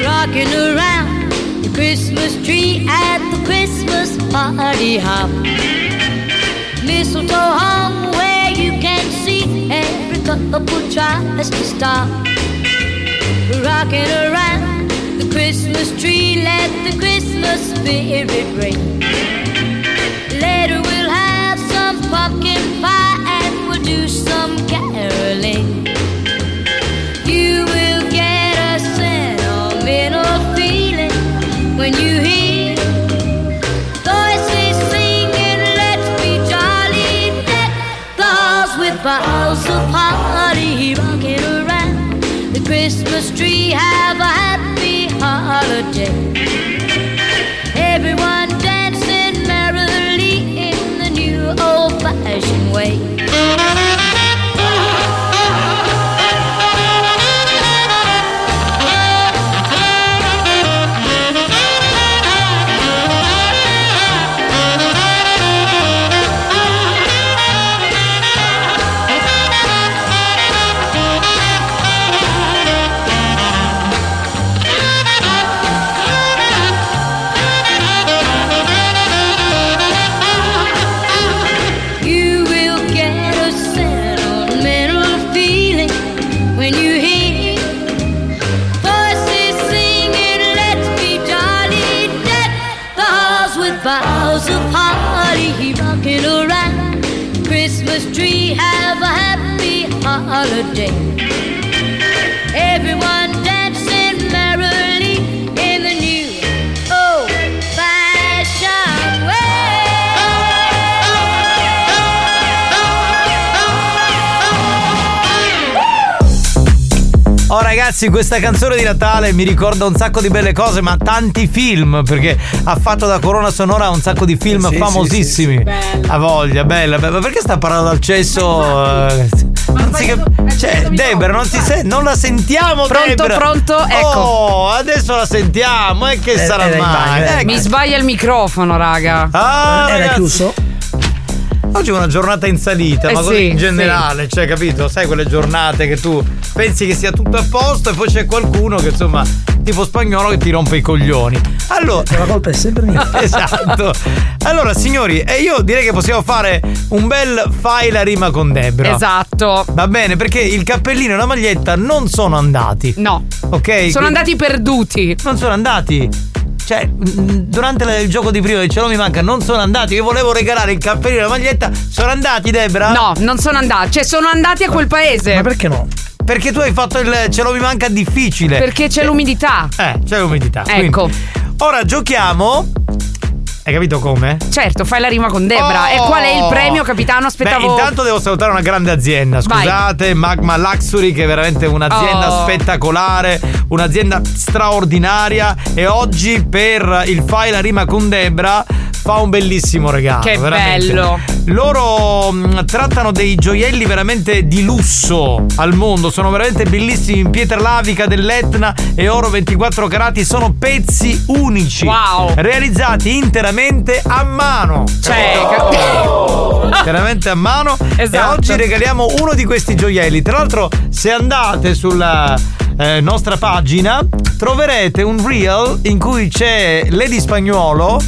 S33: Rocking around the Christmas tree at the Christmas party hop. Mistletoe hung where you can see every couple tries to stop. Rocking around the Christmas tree, let the Christmas spirit ring. Later we'll have some pumpkin pie and we'll do some caroling. You will get a sentimental feeling when you hear voices singing, let's be jolly, deck the halls with boughs of holly rocking around the Christmas tree. Have a happy holiday. Everyone dancing merrily in the new old-fashioned way. You will get a sentimental feeling when you hear voices singing, Let's be jolly, dead boughs with boughs of holly rocking around the Christmas tree. Have a happy holiday. Everyone dancing merrily in the new old
S3: Oh ragazzi, questa canzone di Natale mi ricorda un sacco di belle cose, ma tanti film, perché ha fatto da corona sonora un sacco di film
S25: Sì, sì,
S3: famosissimi. A voglia, bella, bella. Perché sta parlando al cesso? eh? Non si cap- cioè, Debra, non, si sen- non la sentiamo,
S11: Ah. Pronto,
S3: Debra.
S11: pronto, ecco.
S3: Oh, adesso la sentiamo, e che
S11: Eh,
S3: sarà
S11: era in bagno, era
S3: mai?
S11: in Mi
S3: Ecco.
S11: sbaglia il microfono, raga.
S3: Ah, ragazzi. Oggi è una giornata in salita,
S11: Eh
S3: ma così
S11: sì,
S3: in generale, cioè, capito? Sai quelle giornate che tu pensi che sia tutto a posto e poi c'è qualcuno che insomma, tipo spagnolo che ti rompe i coglioni. Allora. La colpa è sempre mia. Esatto. Allora, signori, eh, io direi che possiamo fare un bel fai la rima con Debra.
S11: Esatto.
S3: Va bene, perché il cappellino e la maglietta non sono andati.
S11: No. Sono
S3: Ok? Quindi-
S11: andati perduti.
S3: non sono andati. Cioè, mh, durante la- il gioco di prima, ce lo mi manca, non sono andati. Io volevo regalare il cappellino e la maglietta. Sono andati, Debra?
S11: No, non sono andati. Cioè, sono andati a quel paese. Ma
S3: perché no? Perché tu hai fatto il ce lo mi manca difficile.
S11: Perché c'è
S3: Eh,
S11: l'umidità.
S3: Eh, c'è l'umidità.
S11: Ecco.
S3: Quindi, ora giochiamo. Hai capito come?
S11: Certo, fai la rima con Debra. E qual è il premio, capitano? Aspettavo.
S3: Oh. Beh, intanto devo salutare una grande azienda,
S11: Vai.
S3: scusate, Magma Luxury che è veramente un'azienda
S11: Oh.
S3: spettacolare, un'azienda straordinaria e oggi per il file la rima con Debra fa un bellissimo regalo.
S11: Che
S3: veramente.
S11: bello.
S3: Loro mh, trattano dei gioielli veramente di lusso al mondo, sono veramente bellissimi in pietra lavica dell'Etna e oro 24 carati, sono pezzi unici.
S11: Wow.
S3: Realizzati interamente a mano. Oh.
S11: Cioè,
S3: Capito? veramente a mano. E oggi regaliamo uno di questi gioielli. Tra l'altro, se andate sulla eh, nostra pagina, troverete un reel in cui c'è Lady Spagnuolo.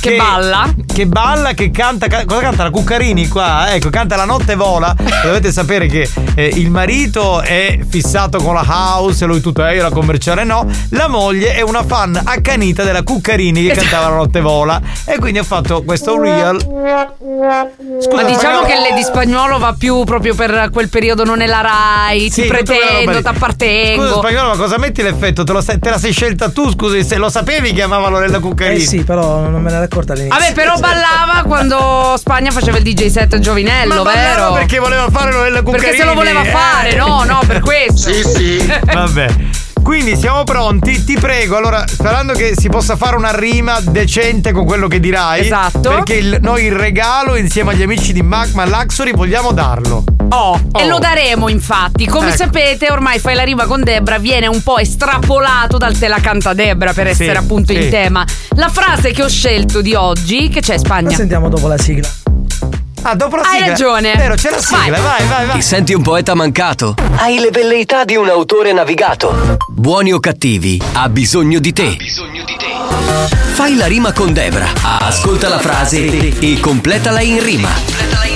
S3: Che, balla Che balla, che canta ca- Cosa canta? La Cuccarini qua Ecco, canta La notte vola Dovete sapere che eh, il marito è fissato con la house E lui tutto, eh, io la commerciale no La moglie è una fan accanita della Cuccarini Che cantava La notte vola E quindi ha fatto questo reel
S11: Ma diciamo
S3: spagnolo-
S11: che Lady Spagnolo va più proprio per quel periodo non è la Rai,
S3: Sì,
S11: ti
S3: tutte quelle robe
S11: pretendo,
S3: lì.
S11: ti appartengo.
S3: Scusa spagnolo, ma cosa metti l'effetto? Te, lo sei- te la sei scelta tu, scusi, se lo sapevi che amava Lorella Cuccarini?
S20: Eh sì, però non me l'era accorta all'inizio.
S11: Vabbè, però ballava quando Spagna faceva il DJ set
S3: Ma
S11: giovinello,
S3: ballava
S11: vero?
S3: perché voleva fare Lorella Cuccarini. Eh.
S11: Perché se lo voleva fare, no, no, per questo.
S3: Sì, sì.
S13: Eh.
S3: Vabbè. Quindi siamo pronti, ti prego. Allora, sperando che si possa fare una rima decente con quello che dirai. Esatto. Perché il- noi il regalo insieme agli amici di Magma Luxury vogliamo darlo.
S11: Oh, E lo daremo infatti. Come
S3: Ecco.
S11: sapete, ormai Fai la rima con Debra viene un po' estrapolato dal Te la canta Debra per
S20: Sì,
S11: essere appunto
S20: sì.
S11: in tema. La frase che ho scelto di oggi, che c'è
S20: La
S11: Spagna?
S20: sentiamo dopo la sigla.
S3: Ah, dopo
S11: Hai ragione.
S3: Vero, c'è la
S1: sigla,
S3: vai, vai,
S1: Ti senti un poeta mancato? Hai le velleità di un autore navigato. Buoni o cattivi, ha bisogno di te. Fai la rima con Debra. Ascolta la frase e completala in rima.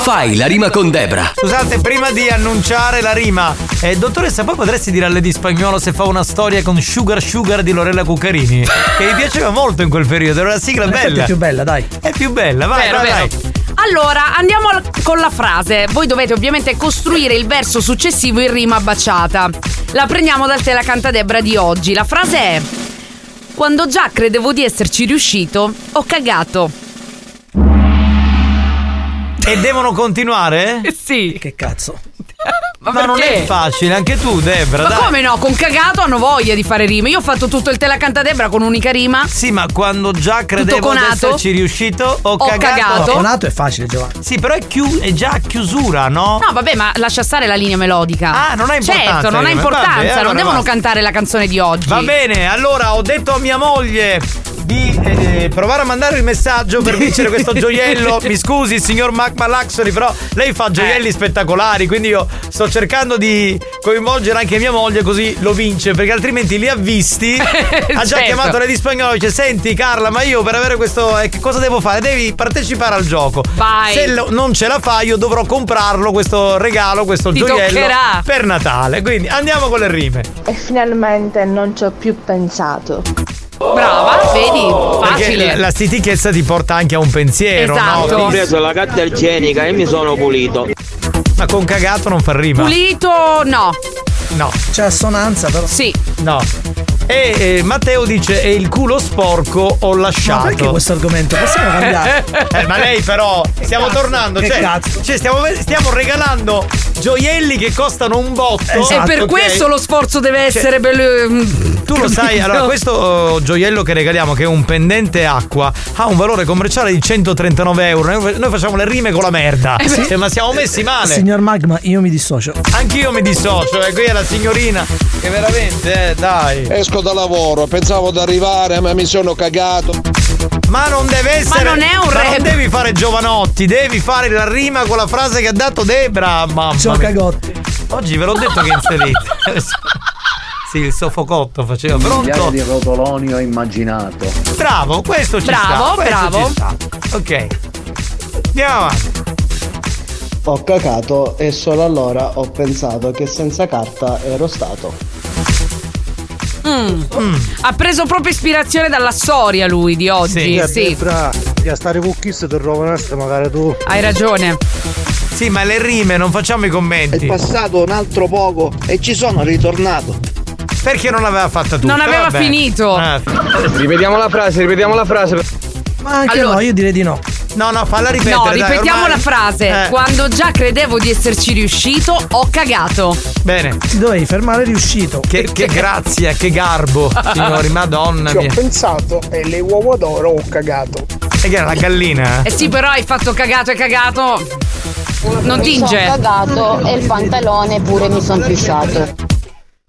S1: Fai la rima con Debra.
S3: Scusate, prima di annunciare la rima, eh, dottoressa, poi potresti dire a Lady Spagnolo se fa una storia con Sugar Sugar di Lorella Cuccarini? che mi piaceva molto in quel periodo, era una sigla
S20: In effetti
S3: bella.
S20: è più bella, dai.
S3: È più bella, vai,
S11: Vero,
S3: vai,
S11: vero.
S3: vai.
S11: Allora, andiamo al- con la frase. Voi dovete ovviamente costruire il verso successivo in rima baciata. La prendiamo dal Te la canta Debra di oggi. La frase è: Quando già credevo di esserci riuscito, ho cagato.
S3: E devono continuare?
S11: Sì.
S3: Che cazzo.
S11: Ma,
S3: Ma non
S11: perché?
S3: è facile, anche tu, Debra.
S11: Ma
S3: dai.
S11: come no? Con cagato hanno voglia di fare rime. Io ho fatto tutto il Te la canta Debra con un'unica rima.
S3: Sì, ma quando già credevo di
S11: conato?
S3: esserci riuscito, ho,
S11: Ho cagato.
S3: cagato.
S11: No, conato
S3: è facile, Giovanni. Sì, però è, chiu- è già a chiusura, no?
S11: No, vabbè, ma lascia stare la linea melodica. Ah, non
S3: ha importanza,
S11: Certo, non ha
S3: eh,
S11: importanza.
S3: vabbè, allora
S11: non devono
S3: basta.
S11: cantare la canzone di oggi.
S3: Va bene, allora ho detto a mia moglie di eh, provare a mandare il messaggio per vincere questo gioiello. Mi scusi, signor Magma Luxury, però lei
S11: Eh.
S3: fa gioielli spettacolari, quindi io sto cercando di coinvolgere anche mia moglie così lo vince, perché altrimenti li ha visti. ha già
S11: Certo.
S3: chiamato lei di spagnolo e dice "Senti Carla, ma io per avere questo eh, che cosa devo fare? Devi partecipare al gioco.
S11: Vai.
S3: Se lo- non ce la fai, io dovrò comprarlo questo regalo, questo
S11: Ti
S3: gioiello
S11: toccherà.
S3: per Natale". Quindi andiamo con le rime.
S32: E finalmente non ci ho più pensato.
S11: Brava, vedi?
S3: Perché la stitichezza ti porta anche a un pensiero,
S11: Esatto.
S22: Ho
S3: no?
S22: preso la carta igienica e mi sono pulito.
S3: Ma con cagato non fa rima.
S11: Pulito, no.
S3: No. Eh,
S20: C'è assonanza, però.
S11: Sì.
S3: No. E eh, Matteo dice: E il culo sporco ho lasciato.
S5: Ma perché questo argomento? Possiamo cambiare?
S3: Eh, ma lei, però, stiamo
S5: cazzo,
S3: tornando.
S5: che
S3: cioè,
S5: cazzo.
S3: cioè, stiamo, stiamo regalando gioielli che costano un botto.
S11: e per questo lo sforzo deve essere
S3: esatto,
S11: mm,
S3: Cioè,
S11: bello.
S3: Tu lo sai, allora questo oh, gioiello che regaliamo, che è un pendente acqua, ha un valore commerciale di 139 euro. Noi, noi facciamo le rime con la merda.
S8: Eh
S3: Cioè, ma siamo messi male.
S5: Eh, Signor Magma, io mi dissocio.
S3: Anch'io mi dissocio, e qui è la signorina. Che veramente, eh, dai.
S30: Esco da lavoro, pensavo di arrivare, ma mi sono cagato.
S3: Ma non deve essere.
S30: non è un
S3: ma
S30: rap.
S3: non devi fare giovanotti, devi fare la rima con la frase che ha dato Debra. Mamma
S5: Ciao,
S3: mia.
S5: cagotti.
S3: Oggi ve l'ho detto che inserite. sì, il sofocotto faceva. Pronto?
S20: di rotoloni ho immaginato.
S3: Bravo, questo ci
S20: Bravo,
S3: sta. questo
S20: bravo.
S3: ci sta. Ok. Andiamo avanti.
S8: Ho cacato e solo allora ho pensato che senza carta ero stato.
S11: Mm. Ha preso proprio ispirazione dalla storia lui di oggi. Sì.
S40: a stare con chi se ti rovinasti magari tu.
S11: Hai ragione.
S3: Sì, ma le rime, non facciamo i commenti.
S8: passato un altro poco e ci sono ritornato.
S3: Perché non l'aveva fatta tutta?
S8: Non aveva
S3: Vabbè.
S8: finito.
S3: Ah.
S8: Ripetiamo la frase, ripetiamo la frase.
S5: Ma anche no, io direi di no.
S3: No, no, falla ripetere.
S11: no,
S3: dai,
S11: ripetiamo
S3: ormai.
S11: la frase.
S3: Eh.
S11: Quando già credevo di esserci riuscito, ho cagato.
S3: Bene.
S5: Ti dovevi fermare riuscito.
S3: Che, che grazia, che garbo, signori, madonna mia.
S8: pensato e le uova d'oro ho cagato.
S3: E che era la gallina?
S11: Eh sì, però hai fatto cagato e cagato. Non tinge.
S27: Ho cagato e il pantalone pure mi sono pisciato.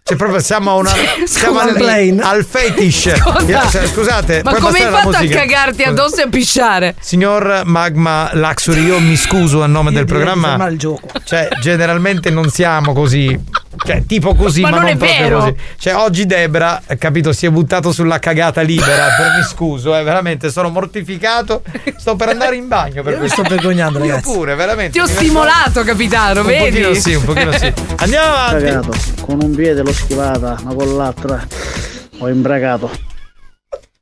S3: Cioè, proprio siamo a una. siamo al,
S5: Complain.
S3: al fetish.
S11: Scusa.
S3: Cioè, Scusate,
S11: ma
S3: puoi
S11: come hai
S3: abbassare la
S11: fatto a
S3: musica?
S11: cagarti addosso e a pisciare?
S3: Signor Magma Luxury, io mi scuso a nome del
S5: direi di
S3: programma.
S5: fermare il gioco.
S3: Cioè, generalmente non siamo così. Cioè, tipo così,
S5: Ma
S3: ma,
S5: non è
S3: proprio
S5: vero.
S3: così. Cioè, oggi Debra, eh, capito, si è buttato sulla cagata libera. però mi scuso, eh, veramente sono mortificato. Sto per andare in bagno per
S5: Io mi
S3: questo.
S5: sto vergognando,
S3: Io
S5: ragazzi.
S3: pure, veramente.
S11: Ti ho
S3: mi
S11: stimolato, capitano,
S3: vergogno. Un
S11: vedi?
S3: pochino sì, un pochino sì. Andiamo avanti.
S41: Cagato. Con un piede l'ho schivata, ma con l'altra ho imbragato.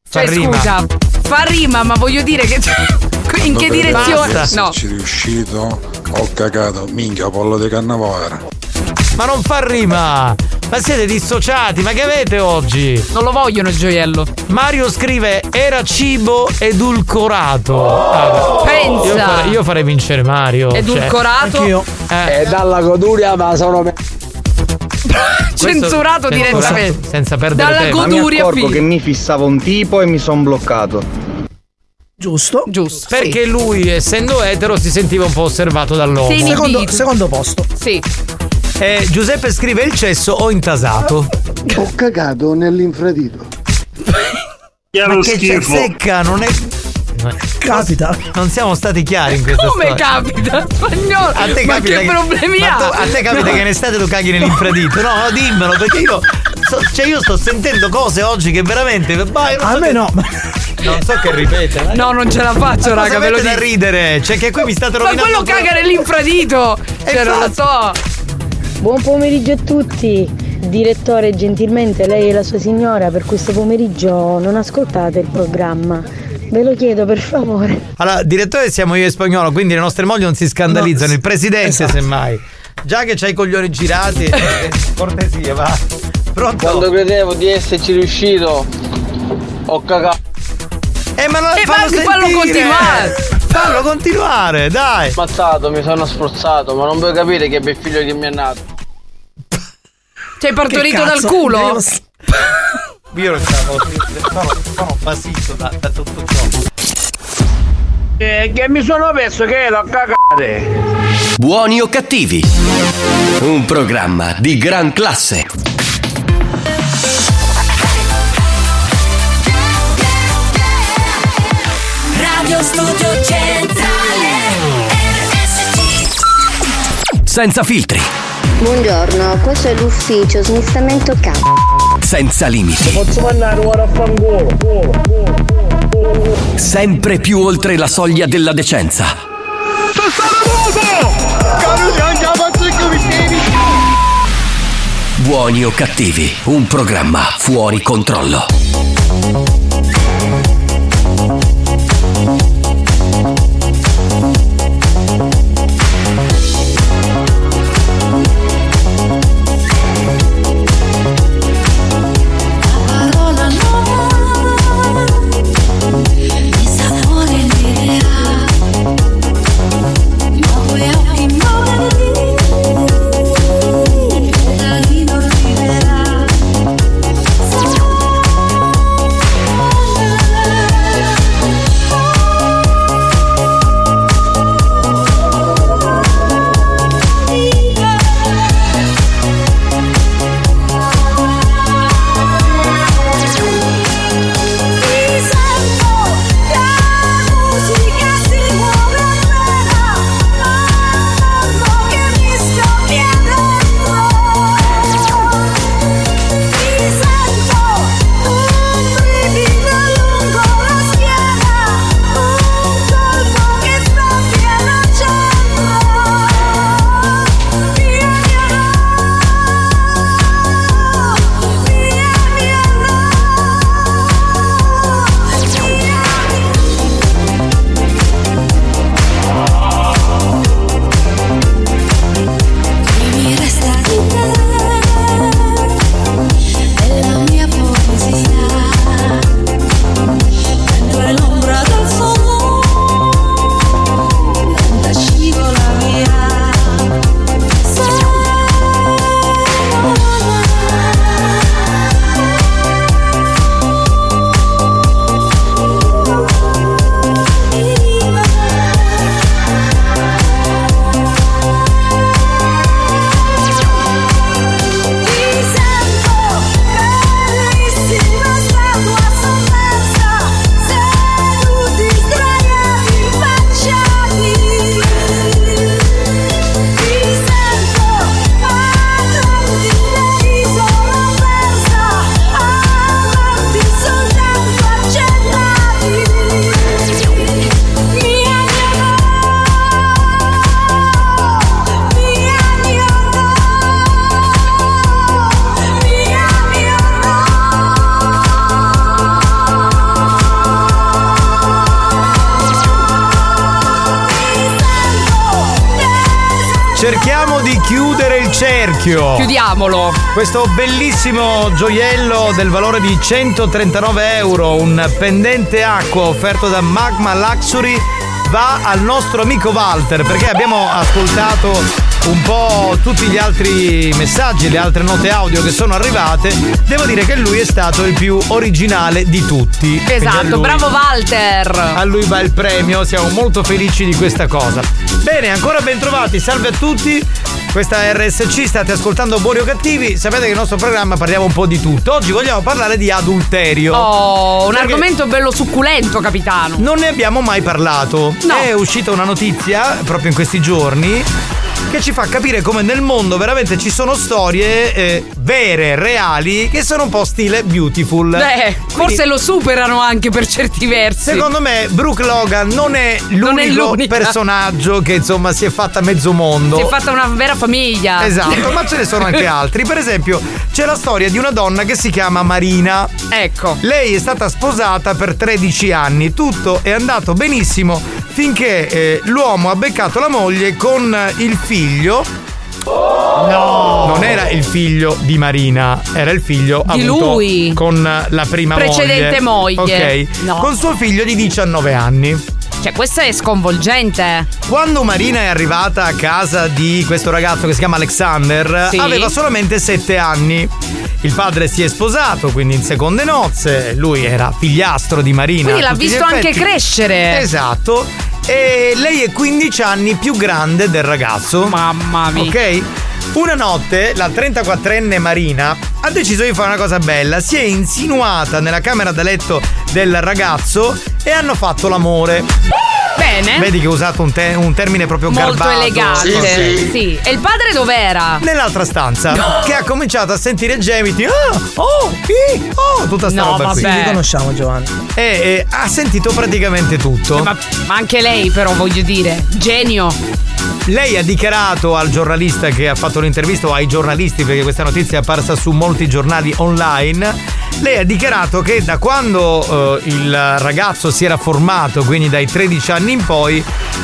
S11: Cioè, scusa, fa rima, ma voglio dire che. In che direzione? No.
S25: ci riuscito, ho cagato. Minchia, pollo di cannavora.
S3: Ma non fa rima! Ma siete dissociati, ma che avete oggi?
S11: Non lo vogliono il gioiello.
S3: Mario scrive: Era cibo edulcorato. Ah, beh.
S11: Pensa.
S3: Io farei, io farei vincere Mario. cioè.
S11: Edulcorato? Anch'io.
S3: Eh.
S8: E dalla goduria ma sono me.
S3: Questo-
S11: Censurato direttamente.
S3: Senza perdere
S11: Dalla
S3: tempo.
S11: goduria
S3: Mi accorgo
S11: fino.
S8: mi fissava un tipo e mi sono bloccato.
S5: Giusto?
S11: Giusto.
S3: Perché lui, essendo etero, si sentiva un po' osservato dall'uomo.
S5: Secondo, secondo posto.
S11: Sì.
S3: Eh, Giuseppe scrive: Il cesso ho intasato.
S8: Ho cagato nell'infradito.
S3: Ma che c'è secca, non è.
S5: Capita.
S3: Non siamo stati chiari in questa
S11: Come
S3: storia.
S11: capita? Spagnolo!
S3: A te
S11: ma
S3: capita
S11: che problemi ha?
S3: ma tu- a te capita che in estate tu caghi nell'infradito? No, no, dimmelo, perché io. so- cioè, io sto sentendo cose oggi che veramente. Vai, non so
S5: A me
S3: che-
S5: no.
S3: Non so che ripetere.
S11: No, non ce la faccio,
S3: Ma cosa
S11: raga, ve lo
S3: avete da
S11: dico.
S3: ridere. Cioè, che qui mi state
S11: Ma
S3: rovinando.
S11: quello caga nell'infradito! Cioè, non lo so.
S9: Buon pomeriggio a tutti. Direttore, gentilmente lei e la sua signora per questo pomeriggio non ascoltate il programma. Ve lo chiedo per favore.
S3: Allora, direttore, siamo io e spagnolo, quindi le nostre mogli non si scandalizzano. Il presidente,
S5: esatto.
S3: semmai. Già che c'hai i coglioni girati, eh, cortesia, va. Pronto?
S8: Quando credevo di esserci riuscito, ho cagato.
S3: Eh, ma non
S8: Eh,
S3: fallo
S8: ma fallo
S3: sentire.
S8: continuare.
S3: Fallo continuare, dai!
S8: Ammazzato, mi sono sforzato, ma non puoi capire che bel figlio che mi è nato.
S11: Cioè, partorito
S3: Che
S11: dal
S3: cazzo?
S11: culo?
S3: Io- Io non stavo. oh, Sono, sono basito da, da tutto ciò.
S8: Eh, che mi sono perso che l'ho cagato.
S1: Buoni o cattivi? Un programma di gran classe.
S6: Radio Studio Centrale RSC
S1: Senza filtri,
S27: Buongiorno, questo è l'ufficio smistamento cazzo.
S1: senza limiti,
S8: Posso mandare ora a fangolo?
S1: sempre più oltre la soglia della decenza. Buoni o cattivi? Un programma fuori controllo.
S6: I
S3: Cerchiamo di chiudere il cerchio.
S11: Chiudiamolo.
S3: Questo bellissimo gioiello del valore di 139 euro, un pendente acqua offerto da Magma Luxury, va al nostro amico Walter perché abbiamo ascoltato un po' tutti gli altri messaggi, le altre note audio che sono arrivate. Devo dire che lui è stato il più originale di tutti. Quindi a
S11: Esatto,
S3: lui-
S11: bravo Walter.
S3: a lui va il premio, siamo molto felici di questa cosa. Bene, ancora bentrovati, salve a tutti. Questa è RSC, state ascoltando Borio Cattivi. Sapete che nel nostro programma parliamo un po' di tutto. Oggi vogliamo parlare di adulterio.
S11: Oh, un
S3: Perché
S11: argomento bello succulento, capitano.
S3: Non ne abbiamo mai parlato. È uscita una notizia proprio in questi giorni che ci fa capire come nel mondo veramente ci sono storie eh, vere, reali, che sono un po' stile beautiful.
S11: Beh,
S3: Quindi-
S11: forse lo superano anche per certi versi.
S3: Secondo me Brooke Logan non è l'unico
S11: Non è l'unica.
S3: personaggio che insomma si è fatta mezzo mondo.
S11: Si è fatta una vera famiglia.
S3: Esatto, ma ce ne sono anche altri. Per esempio, c'è la storia di una donna che si chiama Marina.
S11: Ecco.
S3: Lei è stata sposata per 13 anni. Tutto è andato benissimo finché eh, l'uomo ha beccato la moglie con il figlio. No! Non era il figlio di Marina, era il figlio
S11: Di
S3: avuto
S11: lui.
S3: con la prima
S11: Precedente moglie.
S3: Ok.
S11: No.
S3: Con suo figlio di 19 anni.
S11: Cioè, questo è sconvolgente.
S3: Quando Marina è arrivata a casa di questo ragazzo che si chiama Alexander,
S11: Sì.
S3: aveva solamente 7 anni. Il padre si è sposato, quindi in seconde nozze, lui era figliastro di Marina.
S11: Quindi
S3: a
S11: l'ha
S3: tutti gli
S11: visto anche
S3: effetti.
S11: crescere.
S3: Esatto. E lei è 15 anni più grande del ragazzo.
S11: Mamma mia.
S3: Ok? Una notte la 34enne Marina ha deciso di fare una cosa bella. Si è insinuata nella camera da letto del ragazzo e hanno fatto l'amore.
S11: Bene.
S3: Vedi che ho usato un, te- un termine proprio
S11: Molto
S3: garbato.
S11: elegante. Sì. E il padre dov'era?
S3: Nell'altra stanza che ha cominciato a sentire gemiti. Ah, oh, sì, oh, tutta sta
S11: No,
S3: roba qui.
S11: vabbè. Li
S3: conosciamo Giovanni. E, e ha sentito praticamente tutto.
S11: Eh, Ma, ma anche lei, però, voglio dire, genio. Cioè,
S3: Lei ha dichiarato al giornalista che ha fatto l'intervista, o ai giornalisti, perché questa notizia è apparsa su molti giornali online. Lei ha dichiarato che da quando eh, il ragazzo si era formato, quindi dai 13 anni in poi,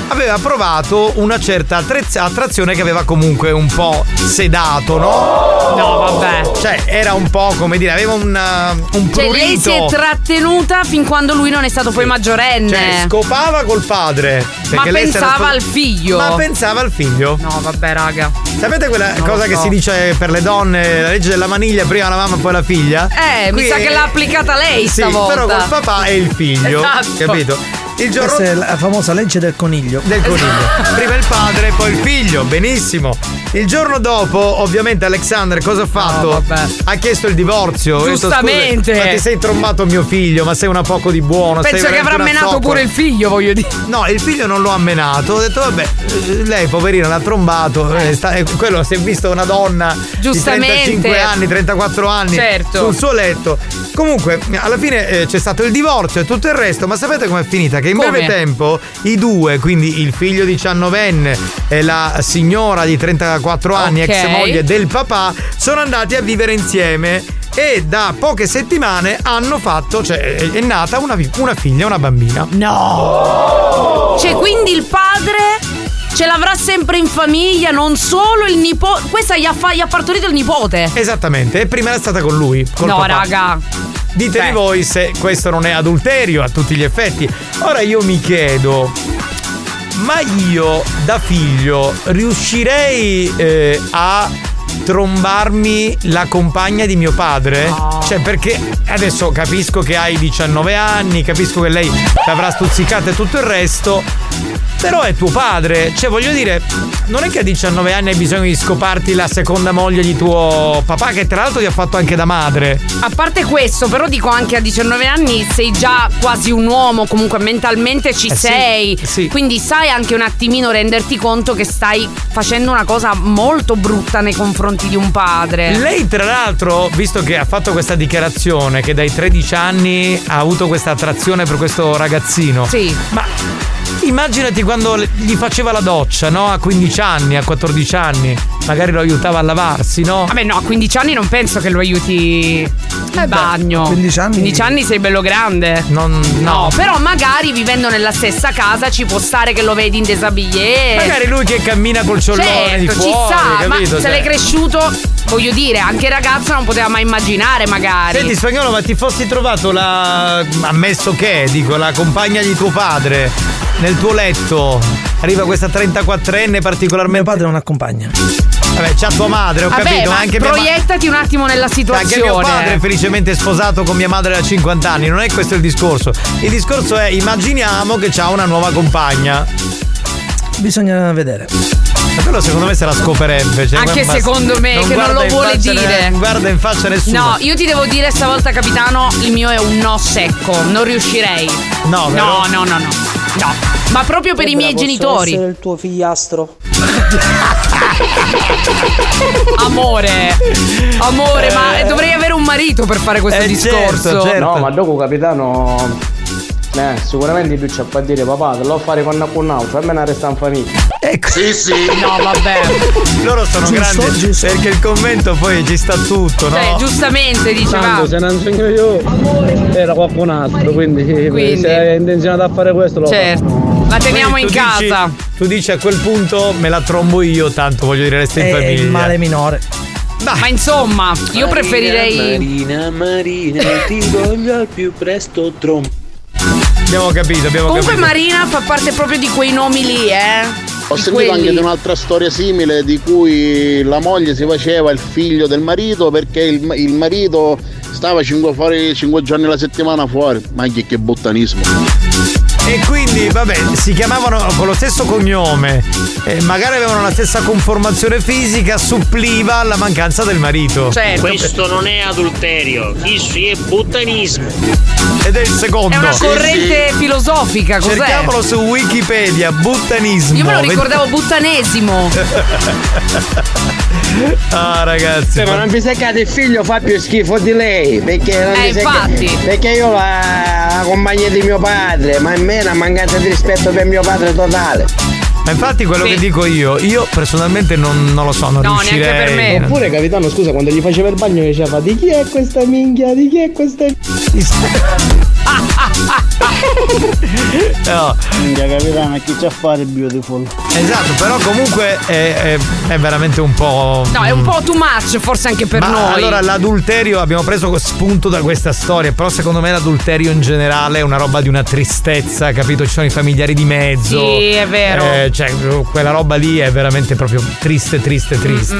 S3: aveva provato una certa attrezz- attrazione che aveva comunque un po' sedato, no?
S11: No, vabbè.
S3: Cioè, era un po' come dire, aveva un, eh, un
S11: Cioè, lei si è
S3: prurito.
S11: trattenuta fin quando lui non è stato poi maggiorenne.
S3: Cioè, scopava col padre.
S11: ma
S3: perché lei si era
S11: pensava
S3: spo-
S11: al figlio.
S3: Ma pensava al figlio.
S11: No, vabbè, raga.
S3: Sapete quella
S11: Non lo
S3: cosa che
S11: so.
S3: si dice per le donne, la legge della maniglia, prima la mamma, poi la figlia?
S11: Eh, mi
S3: Qui
S11: sa
S3: è-
S11: che l'ha applicata lei
S3: Sì,
S11: stavolta.
S3: però col papà e il figlio,
S11: Esatto.
S3: capito? Il giorno
S20: Questa è la famosa legge del coniglio.
S3: del coniglio.
S11: Esatto.
S3: Prima il padre, poi il figlio, benissimo. Il giorno dopo, ovviamente, Alexander cosa ha fatto? ha chiesto il divorzio. Ha detto,
S11: Giustamente.
S3: "Scusa, ma ti sei trombato mio figlio, ma sei una poco di buono. sei
S11: Penso che
S3: veramente
S11: avrà
S3: una
S11: menato
S3: zoccola."
S11: pure il figlio, voglio dire.
S3: No, il figlio non lo ha menato. Ho detto, vabbè, eh, lei poverina l'ha trombato. eh, sta- eh, quello si è visto una donna
S11: Giustamente.
S3: di 35 anni, 34 anni
S11: Certo.
S3: sul suo letto. Comunque, alla fine eh, c'è stato il divorzio e tutto il resto, ma sapete com'è finita? Che in
S11: Come?
S3: breve tempo i due, quindi il figlio 19enne e la signora di 34 anni,
S11: Ok.
S3: ex moglie del papà, sono andati a vivere insieme. E da poche settimane hanno fatto, cioè è è nata una, vi- una figlia, una bambina. No!
S11: Cioè, quindi il padre ce l'avrà sempre in famiglia, non solo il nipote. Questa gli ha, fa- gli ha partorito il nipote.
S3: Esattamente, e prima era stata con lui. col
S11: no,
S3: papà.
S11: raga.
S3: Ditemi
S11: Beh.
S3: voi se questo non è adulterio a tutti gli effetti. Ora io mi chiedo, ma io da figlio riuscirei eh, a trombarmi la compagna di mio padre? Cioè perché adesso capisco che hai 19 anni, capisco che lei l'avrà stuzzicata e tutto il resto. Però è tuo padre, cioè voglio dire, non è che a 19 anni hai bisogno di scoparti la seconda moglie di tuo papà, che tra l'altro ti ha fatto anche da madre.
S11: A parte questo, però dico anche a 19 anni sei già quasi un uomo, comunque mentalmente ci
S3: Eh sì,
S11: sei. Quindi sai anche un attimino renderti conto che stai facendo una cosa molto brutta nei confronti di un padre.
S3: Lei, tra l'altro, visto che ha fatto questa dichiarazione che dai 13 anni ha avuto questa attrazione per questo ragazzino.
S11: Sì.
S3: Ma immaginati quando le- gli faceva la doccia, no? A 15 anni, a 14 anni. magari lo aiutava a lavarsi, no?
S11: Vabbè no, a 15 anni non penso che lo aiuti in bagno. 15 anni? 15 anni sei bello grande. no. però magari vivendo nella stessa casa ci può stare che lo vedi in desabillé.
S3: Eh. Magari lui che cammina col ciollone
S11: certo,
S3: di
S11: ci
S3: fuori,
S11: sta,
S3: capito?
S11: ma se
S3: Cioè.
S11: l'hai cresciuto, voglio dire, anche il ragazzo non poteva mai immaginare magari.
S3: Senti spagnolo, ma ti fossi trovato la. ammesso che, dico, la compagna di tuo padre nel tuo letto. Arriva questa 34enne particolarmente. Mio padre non accompagna. Vabbè, c'ha tua madre, ho
S11: Vabbè,
S3: capito,
S11: ma
S3: ma anche mia ma- Cioè,
S11: proiettati un attimo nella situazione.
S3: Anche mio padre è felicemente sposato con mia madre da 50 anni, non è questo il discorso. Il discorso è immaginiamo che c'ha una nuova compagna.
S42: Bisogna Eh, vedere.
S3: Ma quello secondo me se la scoperebbe. cioè,
S11: Anche
S3: ma-
S11: secondo me, che non
S3: guarda
S11: lo
S3: in
S11: vuole
S3: faccia-
S11: dire.
S3: Non guarda in faccia nessuno.
S11: No, io ti devo dire stavolta, capitano, il mio è un no secco. Non riuscirei.
S3: No,
S11: no, no, no, no. No. Ma proprio per i miei genitori.
S8: il tuo figliastro.
S11: Amore, amore, ma
S8: Eh.
S11: dovrei avere un marito per fare
S3: Eh,
S11: questo
S3: certo,
S11: discorso.
S8: No, ma dopo capitano. Eh, sicuramente più c'è a dire papà, te lo fare con un altro, almeno resta in famiglia.
S3: Ecco.
S8: Sì, sì.
S11: No, vabbè.
S3: Loro sono
S8: Giusto,
S3: grandi perché il commento poi ci sta tutto, no?
S11: Cioè, giustamente diceva.
S8: Tanto se non sogno io era qualcun altro, quindi,
S11: Quindi.
S8: se è intenzionato a fare questo lo fa.
S11: Certo. La teniamo in
S3: Quindi tu dici-
S11: casa.
S3: tu dici a quel punto me la trombo io, tanto voglio dire, resta in
S42: È
S3: famiglia.
S42: Eh, il male minore.
S11: Ma insomma, io preferirei.
S8: Marina, Marina, ti voglio al più presto trom.
S3: Abbiamo capito, abbiamo
S11: Comunque Marina fa parte proprio di quei nomi lì, eh.
S10: Ho
S11: Di
S10: sentito
S11: quelli.
S10: anche di un'altra storia simile di cui la moglie si faceva il figlio del marito perché il, il marito stava 5, giorni alla settimana fuori. Ma che, che bottanismo.
S3: E quindi, vabbè, si chiamavano con lo stesso cognome, eh, magari avevano la stessa conformazione fisica, suppliva alla mancanza del marito.
S11: Certo.
S43: Questo non è adulterio, questo è buttanismo.
S3: Ed è il secondo.
S11: È una corrente filosofica, cos'è?
S3: Cerchiamolo su Wikipedia, buttanismo.
S11: Io me lo ricordavo buttanesimo.
S3: Ah, ragazzi.
S8: ma non vi seccate il figlio fa più schifo di lei, perché non
S11: Eh,
S8: vi seccate-
S11: infatti.
S8: Perché io la, la compagnia di mio padre, ma in me è una mancanza di rispetto per mio padre totale.
S3: Ma infatti quello che dico io, io personalmente non, non lo so, non riuscirei.
S8: Oppure capitano, scusa, quando gli faceva il bagno diceva di chi è questa minchia? Di chi è questa
S3: No.
S8: Minchia capitano, chi c'ha a fare beautiful?
S3: Esatto, però comunque è, è- è veramente un po'.
S11: No, è un po' too much, forse anche per
S3: Ma
S11: noi.
S3: allora l'adulterio abbiamo preso spunto da questa storia, però secondo me l'adulterio in generale è una roba di una tristezza, capito? Ci sono i familiari di mezzo.
S11: Sì, è vero.
S3: Eh, cioè, quella roba lì è veramente proprio triste,
S11: Mm,
S3: triste, triste.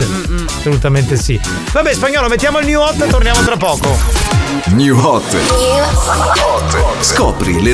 S3: Assolutamente sì. Vabbè, spagnolo, mettiamo il new hot e torniamo tra poco.
S23: New Hot. Scopri le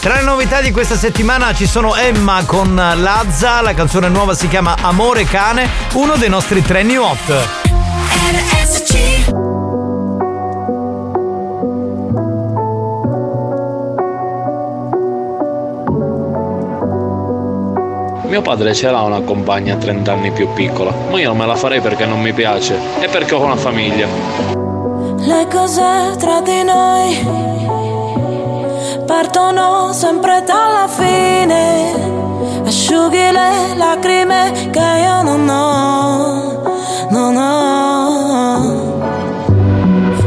S3: Tra le novità di questa settimana ci sono Emma con Lazza, la canzone nuova si chiama Amore Cane, uno dei nostri tre new hot.
S8: Mio padre ce l'ha una compagna 30 anni più piccola, ma io non me la farei perché non mi piace e perché ho una famiglia.
S21: Le cose tra di noi partono sempre dalla fine. Asciughi le lacrime che io non ho, non ho.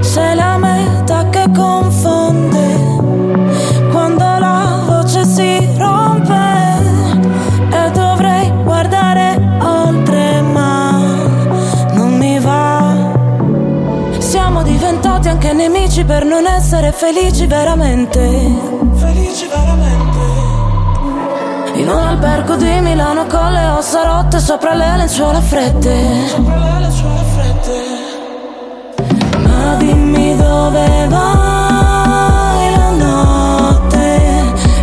S21: Sei la meta che confonde quando la voce si rompe e dovrei guardare oltre, ma non mi va. Siamo diventati anche nemici per non essere felici veramente. Felici veramente. In un albergo di Milano con le ossa rotte sopra le lenzuola fredde. Ma dimmi dove vai la notte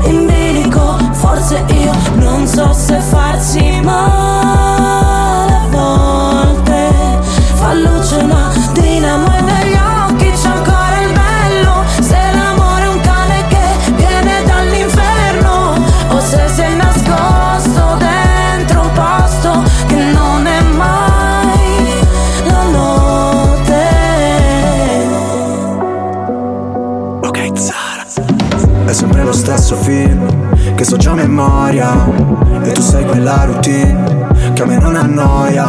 S21: in bilico. Forse io non so se farsi male a volte. Fa luce una dinamo e negli
S6: stesso film Che so già a memoria E tu sei quella routine Che a me non annoia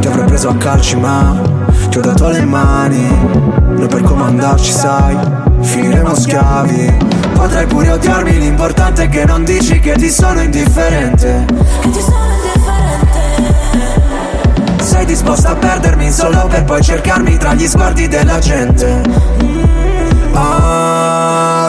S6: Ti avrei preso a calci ma Ti ho dato le mani Noi per comandarci sai Finiremo schiavi Potrai pure odiarmi L'importante è che non dici che ti sono indifferente
S21: Che ti sono indifferente
S6: Sei disposta a perdermi solo per poi cercarmi tra gli sguardi della gente. Mm. Ah,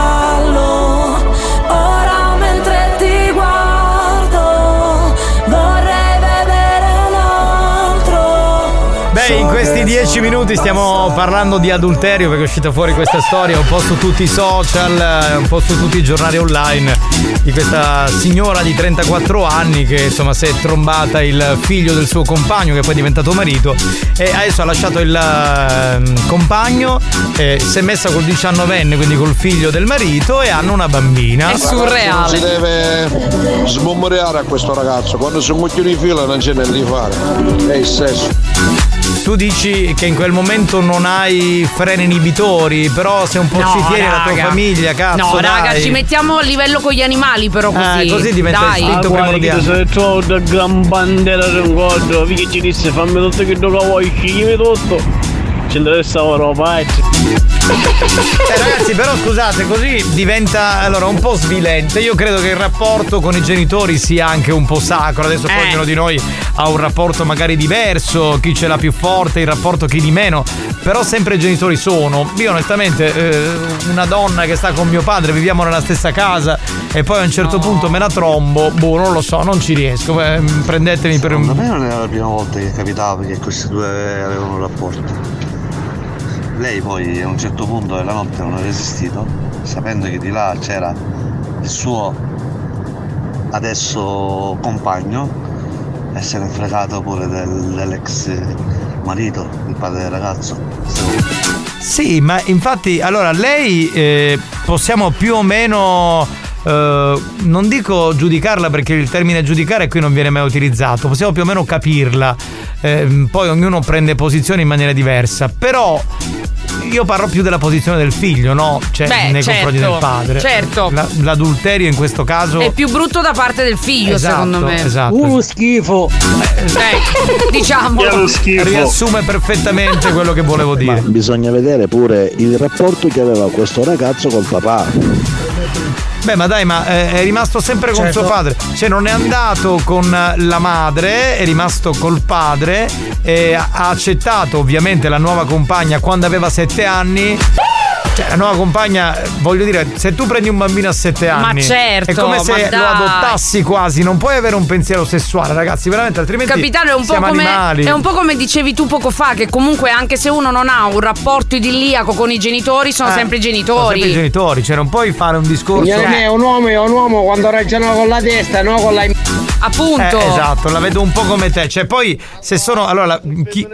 S21: cristallo ora mentre ti guardo vorrei vedere un altro
S3: Beh, in questi dieci minuti stiamo parlando di adulterio perché è uscita fuori questa storia un po' su tutti i social, eh, un po' su tutti i giornali online di questa signora di 34 anni che insomma si è trombata il figlio del suo compagno che poi è diventato marito e adesso ha lasciato il ehm, compagno, eh, si è messa col 19enne, quindi col figlio del marito e hanno una bambina.
S30: Non si deve sbomboriare a questo ragazzo. Quando sono coglioni in fila non c'è niente di fare. È il sesso.
S3: Tu dici che in quel momento non hai freni inibitori, però sei un po'
S11: No,
S3: scitieri la tua
S11: raga.
S3: famiglia, cazzo.
S11: No,
S3: dai.
S11: raga, ci mettiamo a livello con gli animali, però così.
S3: Eh, così diventa
S11: Dai.
S3: istinto primordiale.
S44: Ah, Se trovo da gran bandera ricordo, vi che ci disse fammi tutto che dove vuoi, sceglimi tutto. Ci interessa ora, vai.
S3: Eh, ragazzi, però scusate, così diventa allora un po' svilente. Io credo che il rapporto con i genitori sia anche un po' sacro. Adesso poi ognuno di noi ha un rapporto magari diverso, chi ce l'ha più forte, il rapporto chi di meno. Però sempre i genitori sono. Io onestamente, eh, una donna che sta con mio padre, viviamo nella stessa casa e poi a un certo punto me la trombo, boh, non lo so, non ci riesco. Eh, prendetemi per un.
S20: Secondo me non era la prima volta che capitava che questi due avevano un rapporto. Lei poi a un certo punto della notte non ha resistito, sapendo che di là c'era il suo adesso compagno e si era fregato pure del- dell'ex marito, il padre del ragazzo.
S3: Sì, ma infatti, allora lei eh, possiamo più o meno. eh, non dico giudicarla perché il termine giudicare qui non viene mai utilizzato, possiamo più o meno capirla, Ehm, poi ognuno prende posizione in maniera diversa, però io parlo più della posizione del figlio, no? Cioè
S11: Beh,
S3: nei confronti
S11: certo,
S3: del padre.
S11: certo.
S3: La- l'adulterio in questo caso
S11: È più brutto da parte del figlio,
S3: Esatto,
S11: secondo me.
S3: esatto.
S11: Uh, schifo. Eh, diciamo.
S3: riassume perfettamente quello che volevo dire.
S45: bisogna vedere pure il rapporto che aveva questo ragazzo col papà.
S3: Beh, ma dai, ma eh, è rimasto sempre con
S45: Certo.
S3: suo padre. Cioè, non è andato con eh, la madre, è rimasto col padre. E ha ha accettato ovviamente la nuova compagna quando aveva sette anni. Cioè, la nuova compagna, eh, voglio dire, se tu prendi un bambino a sette
S11: Ma
S3: anni,
S11: certo,
S3: è come se
S11: ma
S3: lo
S11: dai.
S3: adottassi quasi. Non puoi avere un pensiero sessuale, ragazzi, veramente, altrimenti.
S11: Capitano, è un, po
S3: siamo
S11: come,
S3: animali.
S11: è un po' come dicevi tu poco fa, che comunque anche se uno non ha un rapporto idilliaco con i genitori, sono
S3: Eh,
S11: sempre i
S3: Sono
S11: genitori.
S3: sempre i genitori, cioè, non puoi fare un discorso. Cioè,
S8: Signore mio, un uomo è un uomo quando ragiona con la testa, no con la.
S11: Appunto.
S3: Eh, esatto, la vedo un po' come te. Cioè, poi se sono. Allora, la- chi-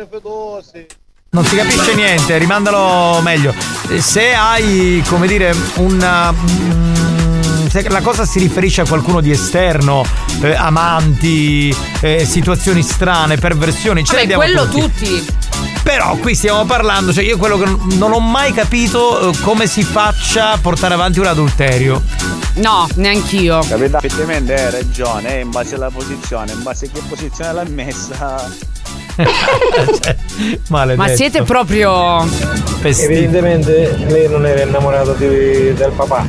S3: Non si capisce niente, rimandalo meglio. Eh, Se hai, come dire, una. mm, se la cosa si riferisce a qualcuno di esterno, eh, amanti, eh, situazioni strane, perversioni, ce le
S11: Vabbè,
S3: abbiamo
S11: quello
S3: tutti.
S11: tutti.
S3: Però qui stiamo parlando, cioè io quello che non- non ho mai capito eh, come si faccia a portare avanti un adulterio.
S11: No, neanch'io.
S45: Effettivamente hai ragione, eh, in base alla posizione, in base a che posizione l'ha messa.
S11: Ma siete proprio.
S3: Evidentemente
S46: lei non era innamorata del papà.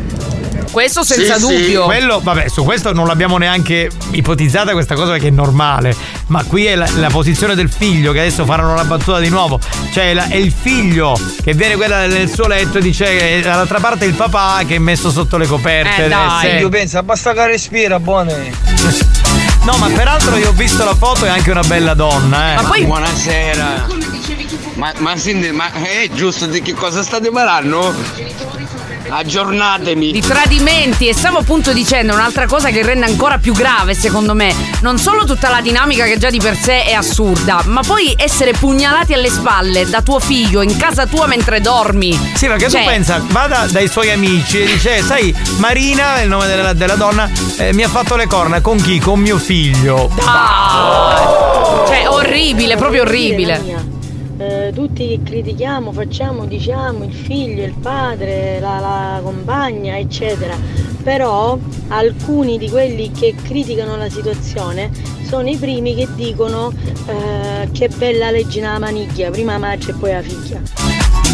S11: Questo senza
S3: Sì, sì.
S11: dubbio.
S3: Quello, vabbè, su questo non l'abbiamo neanche ipotizzata questa cosa perché è normale. Ma qui è la, la posizione del figlio che adesso faranno la battuta di nuovo. Cioè la- è il figlio che viene quella nel suo letto e dice eh, dall'altra parte il papà che è messo sotto le coperte.
S15: Eh, dai,
S3: Sì.
S15: io penso, basta che respira, buone.
S8: Eh,
S3: No, ma peraltro io ho visto la foto è anche una bella donna, eh.
S8: Buonasera. Ma, ma, senti, ma è giusto di che cosa state parlando? Aggiornatemi.
S11: di tradimenti e stavo appunto dicendo un'altra cosa che rende ancora più grave secondo me non solo tutta la dinamica che già di per sé è assurda ma poi essere pugnalati alle spalle da tuo figlio in casa tua mentre dormi
S3: Sì, perché
S11: Cioè,
S3: tu pensa, vada dai suoi amici e dice, sai, Marina, è il nome della, della donna, eh, mi ha fatto le corna con chi? Con mio figlio.
S11: Ah! Cioè, orribile, proprio
S9: La
S11: orribile.
S9: mia. Eh, tutti critichiamo, facciamo, diciamo il figlio, il padre, la, la compagna, eccetera. Però alcuni di quelli che criticano la situazione sono i primi che dicono eh, che bella leggina la maniglia, prima la marcia e poi la figlia.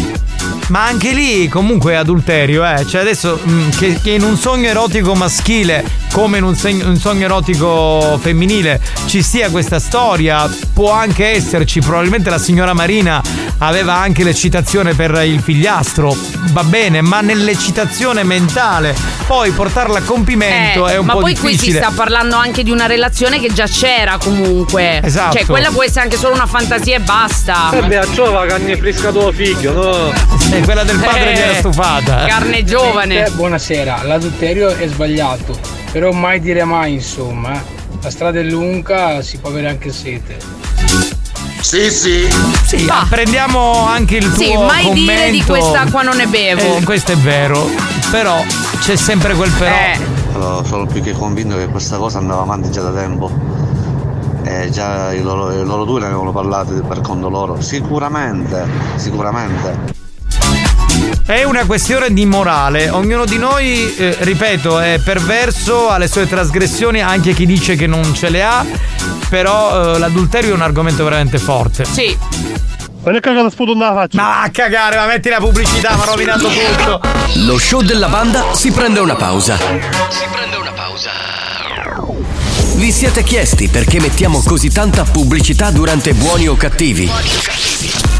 S3: Ma anche lì comunque è adulterio, eh. Cioè adesso mm, che, che in un sogno erotico maschile come in un, seg- un sogno erotico femminile ci sia questa storia, può anche esserci. Probabilmente la signora Marina aveva anche l'eccitazione per il figliastro, va bene, ma nell'eccitazione mentale poi portarla a compimento è un
S11: Eh, ma
S3: po'
S11: poi qui si
S3: difficile.
S11: sta parlando anche di una relazione che già c'era comunque.
S3: Esatto. Eh
S11: Cioè, quella può essere anche solo una fantasia e basta.
S15: a ciova che annefrisca tuo figlio, no?
S3: E quella del
S11: padre Eh, che era stufata. carne giovane.
S15: Eh, buonasera, l'adulterio è sbagliato, però mai dire mai, insomma. eh. La strada è lunga, si può avere anche sete.
S3: Sì, sì. Sì, prendiamo anche il tuo
S11: Sì, mai dire di
S3: commento.
S11: quest'acqua non ne bevo.
S3: Eh, questo è vero, però c'è sempre quel però.
S11: Eh.
S20: Allora, sono più che convinto che questa cosa andava avanti già da tempo. Eh, già i loro, i loro due ne avevano parlato per conto loro. Sicuramente, sicuramente.
S3: È una questione di morale. Ognuno di noi, eh, ripeto, è perverso, ha le sue trasgressioni, anche chi dice che non ce le ha. Però eh, l'adulterio è un argomento veramente forte.
S11: Sì.
S3: Ma ne cagata sputo la faccia. Ma a cagare, ma metti la pubblicità, ma ha rovinato tutto.
S1: Lo show della banda si prende una pausa.
S6: Si prende una pausa.
S1: Vi siete chiesti perché mettiamo così tanta pubblicità durante buoni o cattivi?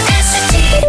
S21: RSC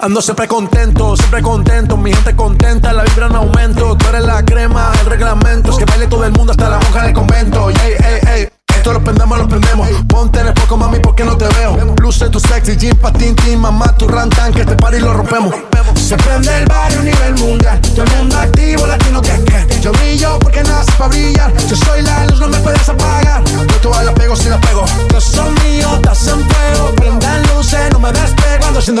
S23: Ando siempre contento, siempre contento, mi gente contenta, la vibra en aumento, tú eres la crema, el reglamento, es que baile todo el mundo hasta la monja del convento, ey, ey, ey. Esto lo prendemos, lo prendemos. Ponte en el poco, mami, porque no te veo. Luce tu sexy, jean, patín, tin, mamá, tu rantan, que este party lo rompemos. Se prende el barrio a nivel mundial. Todo el mundo activo, latino que que. Yo brillo porque nací para brillar. Yo soy la luz, no me puedes apagar. Yo todas la pego si la pego. Yo son míos, estás en fuego. Prendan luces, no me despego. Ando haciendo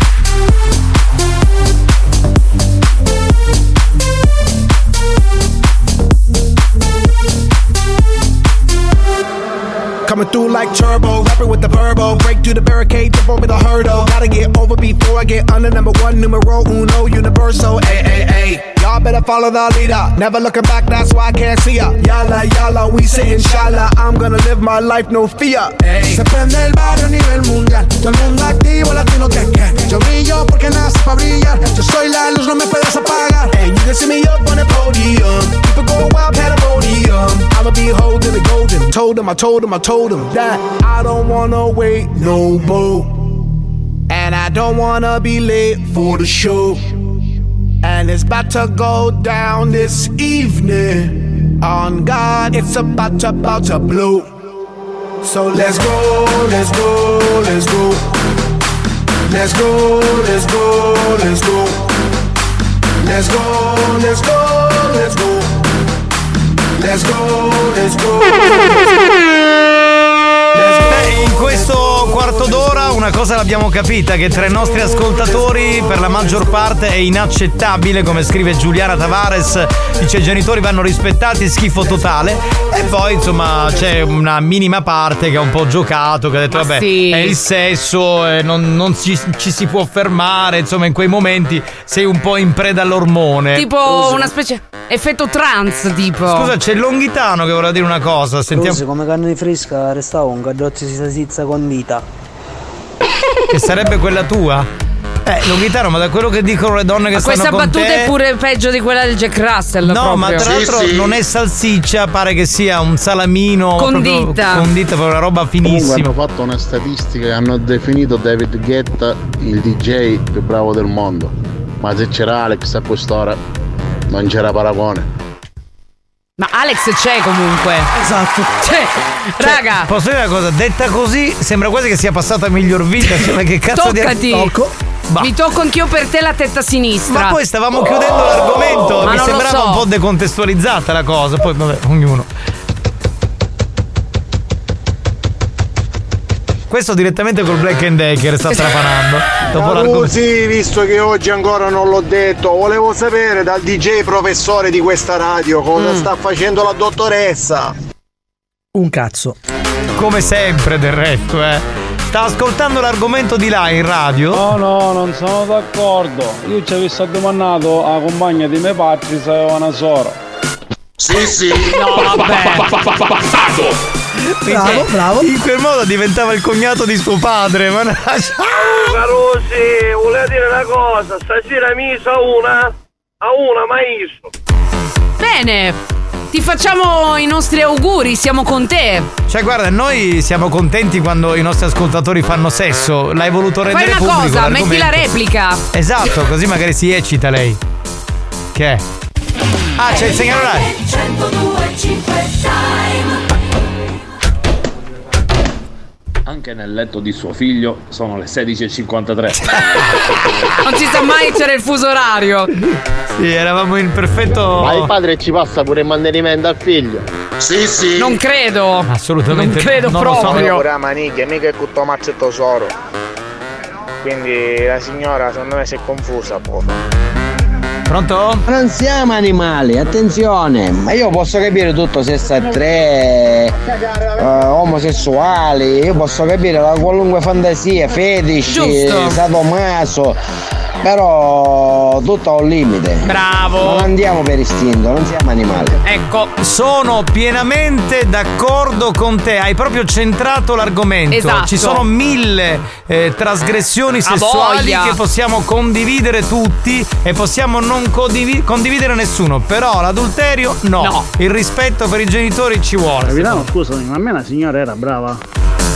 S47: Coming through like turbo, rapping with the verbo. Break through the barricade, jump over the hurdle. Gotta get over before I get under number one, numero uno, universal. Ay, ay, ay. Y'all better follow the leader. Never looking back, that's why I can't see ya. Yalla, yalla, we say inshallah. I'm gonna live my life, no fear.
S6: Se prende el barrio a nivel mundial. Todo el mundo activo, latino que que. Yo brillo porque nace para brillar. Yo soy la luz, no me puedes apagar. And you can see me up on the podium. People go wild, pandemonium. I'ma be holding the golden. Told him, I told him, I told him that I don't wanna wait no more. And I don't wanna be late for the show. And it's about to go down this evening. On God, it's about to, about to blow. So let's go, let's go, let's go. Let's go, let's go, let's go. Let's go, let's go, let's go. Let's go, let's go.
S3: Beh, in questo quarto d'ora una cosa l'abbiamo capita, che tra i nostri ascoltatori per la maggior parte è inaccettabile, come scrive Giuliana Tavares, dice i genitori vanno rispettati, schifo totale, e poi insomma c'è una minima parte che ha un po' giocato, che ha detto vabbè
S11: sì.
S3: è il sesso, eh, non, non ci, ci si può fermare, insomma in quei momenti sei un po' in preda all'ormone.
S11: Tipo una specie effetto trance, tipo.
S3: eh, Scusa, c'è Longhitano che voleva dire una cosa, sentiamo...
S48: Rose, come carne fresca resta un gadozzo si salsiccia condita
S3: Che sarebbe quella tua? Eh, Longhitano, ma da quello che dicono le donne che
S11: Ma
S3: stanno
S11: questa
S3: con
S11: battuta
S3: te...
S11: è pure peggio di quella del Jack Russell.
S3: No,
S11: proprio.
S3: ma tra l'altro non è salsiccia, pare che sia un salamino
S11: Condita.
S3: proprio condita, proprio una roba
S10: Comunque
S3: finissima.
S10: hanno fatto una statistica e hanno definito David Guetta il DJ più bravo del mondo. Ma se c'era Alex a quest'ora non c'era paragone.
S11: Ma Alex c'è comunque.
S48: Esatto.
S11: C'è.
S3: Cioè,
S48: ah.
S11: Raga.
S3: Posso dire una cosa? Detta così sembra quasi che sia passata miglior vita, cioè, ma che cazzo
S11: Toccati.
S3: di tocco? Bah.
S11: Mi tocco anch'io per te la testa sinistra.
S3: Ma poi stavamo chiudendo l'argomento,
S11: Ma non
S3: mi
S11: lo
S3: sembrava
S11: so.
S3: un po' decontestualizzata la cosa, poi vabbè, ognuno. Questo direttamente col Black and Decker sta trapanando. Dopo l'argomento.
S8: Scusi, visto che oggi ancora non l'ho detto, volevo sapere dal DJ professore di questa radio cosa
S20: Mm.
S8: sta facendo la dottoressa.
S20: Un cazzo.
S3: Come sempre del resto, eh. Sta ascoltando l'argomento di là in radio.
S25: No, no, non sono d'accordo. Io ci avessi domandato alla compagna di me padri se aveva una sora.
S10: Sì, sì.
S25: No,
S3: Bravo, bravo. In quel modo diventava il cognato di suo padre, ma
S49: Carosi, volevo dire una cosa, stasera mi sa una, a una maestro.
S11: Bene. Ti facciamo i nostri auguri, siamo con te.
S3: Cioè, guarda, noi siamo contenti quando i nostri ascoltatori fanno sesso. L'hai voluto
S11: Fai
S3: rendere
S11: una
S3: pubblico
S11: cosa, metti la
S3: l'argomento.
S11: replica.
S3: Esatto, così magari si eccita lei. Che è? Ah, c'è il segnale.
S50: 102.5 time.
S51: Anche nel letto di suo figlio sono le 16.53.
S11: Non si sa mai c'era il fuso orario.
S3: Sì, eravamo in perfetto.
S5: Ma il padre ci passa pure il mantenimento al figlio.
S10: Sì, sì.
S11: Non credo.
S3: Assolutamente.
S11: Non credo
S3: non lo so.
S16: Io pure a maniglia, mica è tutto macchetto solo. Quindi la signora secondo me si è confusa poco.
S3: Pronto?
S16: Non siamo animali, attenzione, ma io posso capire tutto se sta tre eh, omosessuali, io posso capire la qualunque fantasia, fetici,
S8: Giusto.
S16: sadomaso, però tutto ha un limite.
S3: Bravo.
S16: Non andiamo per istinto, non siamo animali.
S3: Ecco, sono pienamente d'accordo con te, hai proprio centrato l'argomento.
S16: Esatto.
S3: Ci sono mille eh, trasgressioni
S16: A
S3: sessuali
S16: voglia.
S3: che possiamo condividere tutti e possiamo non condivi- condividere nessuno, però l'adulterio no. Il rispetto per i genitori ci vuole.
S52: Capitano, scusami, ma a me la signora era brava.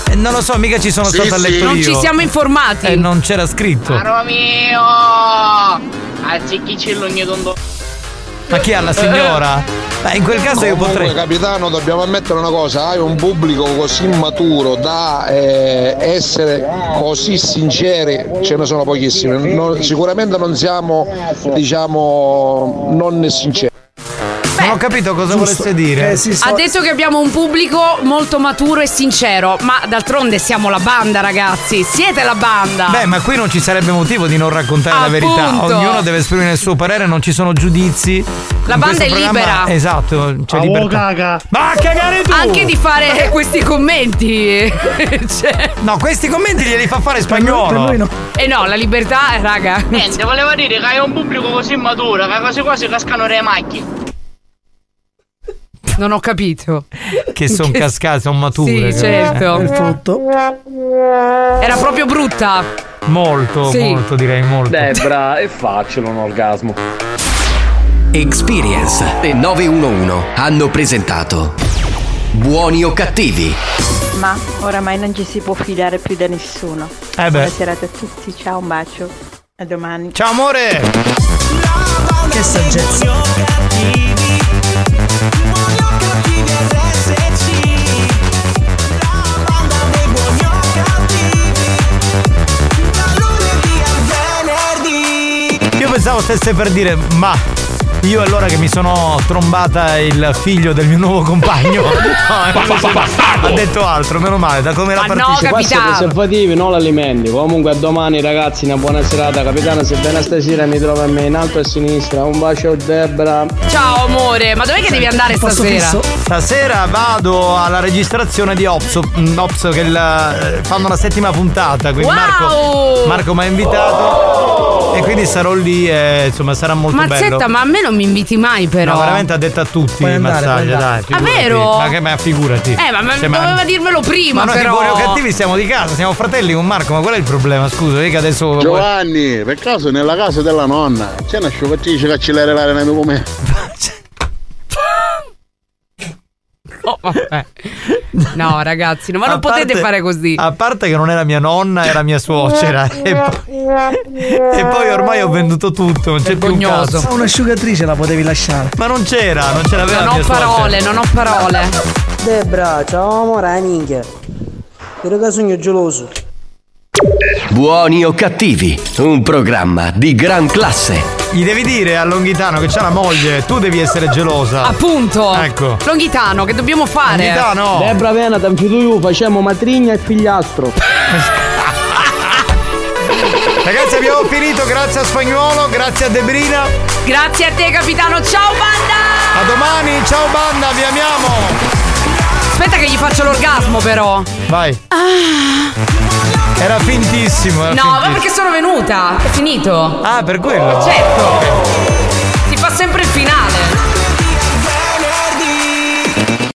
S3: Eh, non lo so, mica ci sono
S52: Sì,
S3: stato a
S52: sì.
S3: letto
S52: Non
S3: io.
S52: ci siamo
S11: informati.
S3: Eh, non c'era scritto.
S53: Caro mio! Azzecchici l'ogni tondo.
S3: Ma chi ha la signora? Beh, in quel caso io
S30: Comunque,
S3: potrei.
S30: capitano, dobbiamo ammettere una cosa: hai un pubblico così maturo da eh, essere così sinceri, ce ne sono pochissimi. Non- sicuramente non siamo, diciamo, non sinceri.
S3: Eh, non ho capito cosa
S20: Giusto.
S3: volesse dire.
S20: Eh, sì,
S11: Ha detto che abbiamo un pubblico molto maturo e sincero, ma d'altronde siamo la banda, ragazzi. Siete la banda.
S3: Beh, ma qui non ci sarebbe motivo di non raccontare la verità.
S11: Appunto.
S3: Ognuno deve esprimere il suo parere, non ci sono giudizi.
S11: La
S3: In
S11: banda
S3: questo
S11: è
S3: programma-
S11: libera.
S3: Esatto, c'è libertà. Ma a cagare tu!
S11: Anche di fare questi commenti. cioè...
S3: No, questi commenti glieli fa fare spagnolo.
S11: Eh no, la libertà, eh, raga.
S12: Niente, volevo dire che hai un pubblico così maturo che quasi quasi cascano le macchie.
S11: Non ho capito.
S3: Che sono
S11: Che-
S3: cascate, sono mature.
S11: Sì,
S3: capito?
S11: certo.
S3: Eh,
S11: Era proprio brutta.
S3: Molto,
S11: Sì.
S3: molto, direi molto.
S22: Debra, è facile un orgasmo.
S1: Experience e 911 hanno presentato Buoni o cattivi?
S9: Ma oramai non ci si può fidare più da nessuno.
S1: beh.
S9: Buona serata a tutti, ciao, un bacio. A domani.
S3: Ciao amore!
S20: Che saggezza.
S3: Io pensavo stesse per dire, ma io allora che mi sono trombata il figlio del mio nuovo compagno. No, invece
S27: Bastardo!
S3: ha detto altro, meno male, da come la partita.
S13: Questi preservativi non l'alimenti. Comunque a domani ragazzi, una buona serata. Capitano, se bene stasera mi trova a me in alto e a sinistra. Un bacio Debra.
S11: Ciao amore, ma dov'è che devi andare stasera?
S3: Stasera vado alla registrazione di Ops, mm, Ops che la- eh, fanno la settima puntata, quindi Marco, Marco mi ha invitato e quindi sarò lì e insomma sarà molto
S11: Mazzetta,
S3: bello.
S11: ma a me non mi inviti mai però.
S3: No, veramente ha detto a tutti
S11: Puoi andare, puoi
S3: Mazzaglia, dai.
S11: andare. Ah,
S3: figurati.
S11: vero?
S3: Ma che ma figurati.
S11: Eh, ma, ma
S3: Cioè,
S11: doveva dirmelo prima,
S3: ma noi
S11: però.
S3: che buoni o oh, cattivi siamo di casa, siamo fratelli con Marco, ma qual è il problema? Scusa, io che adesso.
S8: Giovanni, per caso nella casa della nonna c'è una asciugatrice che accelera l'aria nel mio come?
S11: Oh, vabbè. No, ragazzi, no, ma non
S3: A parte-
S11: potete fare così.
S3: A parte che non era mia nonna, era mia suocera. e, poi- e poi ormai ho venduto tutto, non c'è più un
S20: Ma
S3: cazzo.
S20: Un'asciugatrice la potevi lasciare.
S3: Ma non c'era, non c'era vera mia suocera.
S11: ho parole.
S15: Debra, ciao amore, eh, minchia. Però che sogno geloso.
S1: Buoni o cattivi? Un programma di gran classe.
S3: Gli devi dire a Longhitano che c'ha la moglie, tu devi essere gelosa.
S11: Appunto.
S3: Ecco.
S11: Longhitano, che dobbiamo fare?
S13: Debra Venata, tu facciamo matrigna e figliastro.
S3: Ragazzi, abbiamo finito. Grazie a Spagnuolo, grazie a Debrina.
S11: Grazie a te, capitano. Ciao, banda!
S3: A domani, ciao, banda, vi amiamo.
S11: Aspetta che gli faccio l'orgasmo, però.
S3: Vai. Era fintissimo. era
S11: No, ma
S3: fintissimo.
S11: perché sono venuta? È finito.
S3: Ah, per quello?
S11: Certo.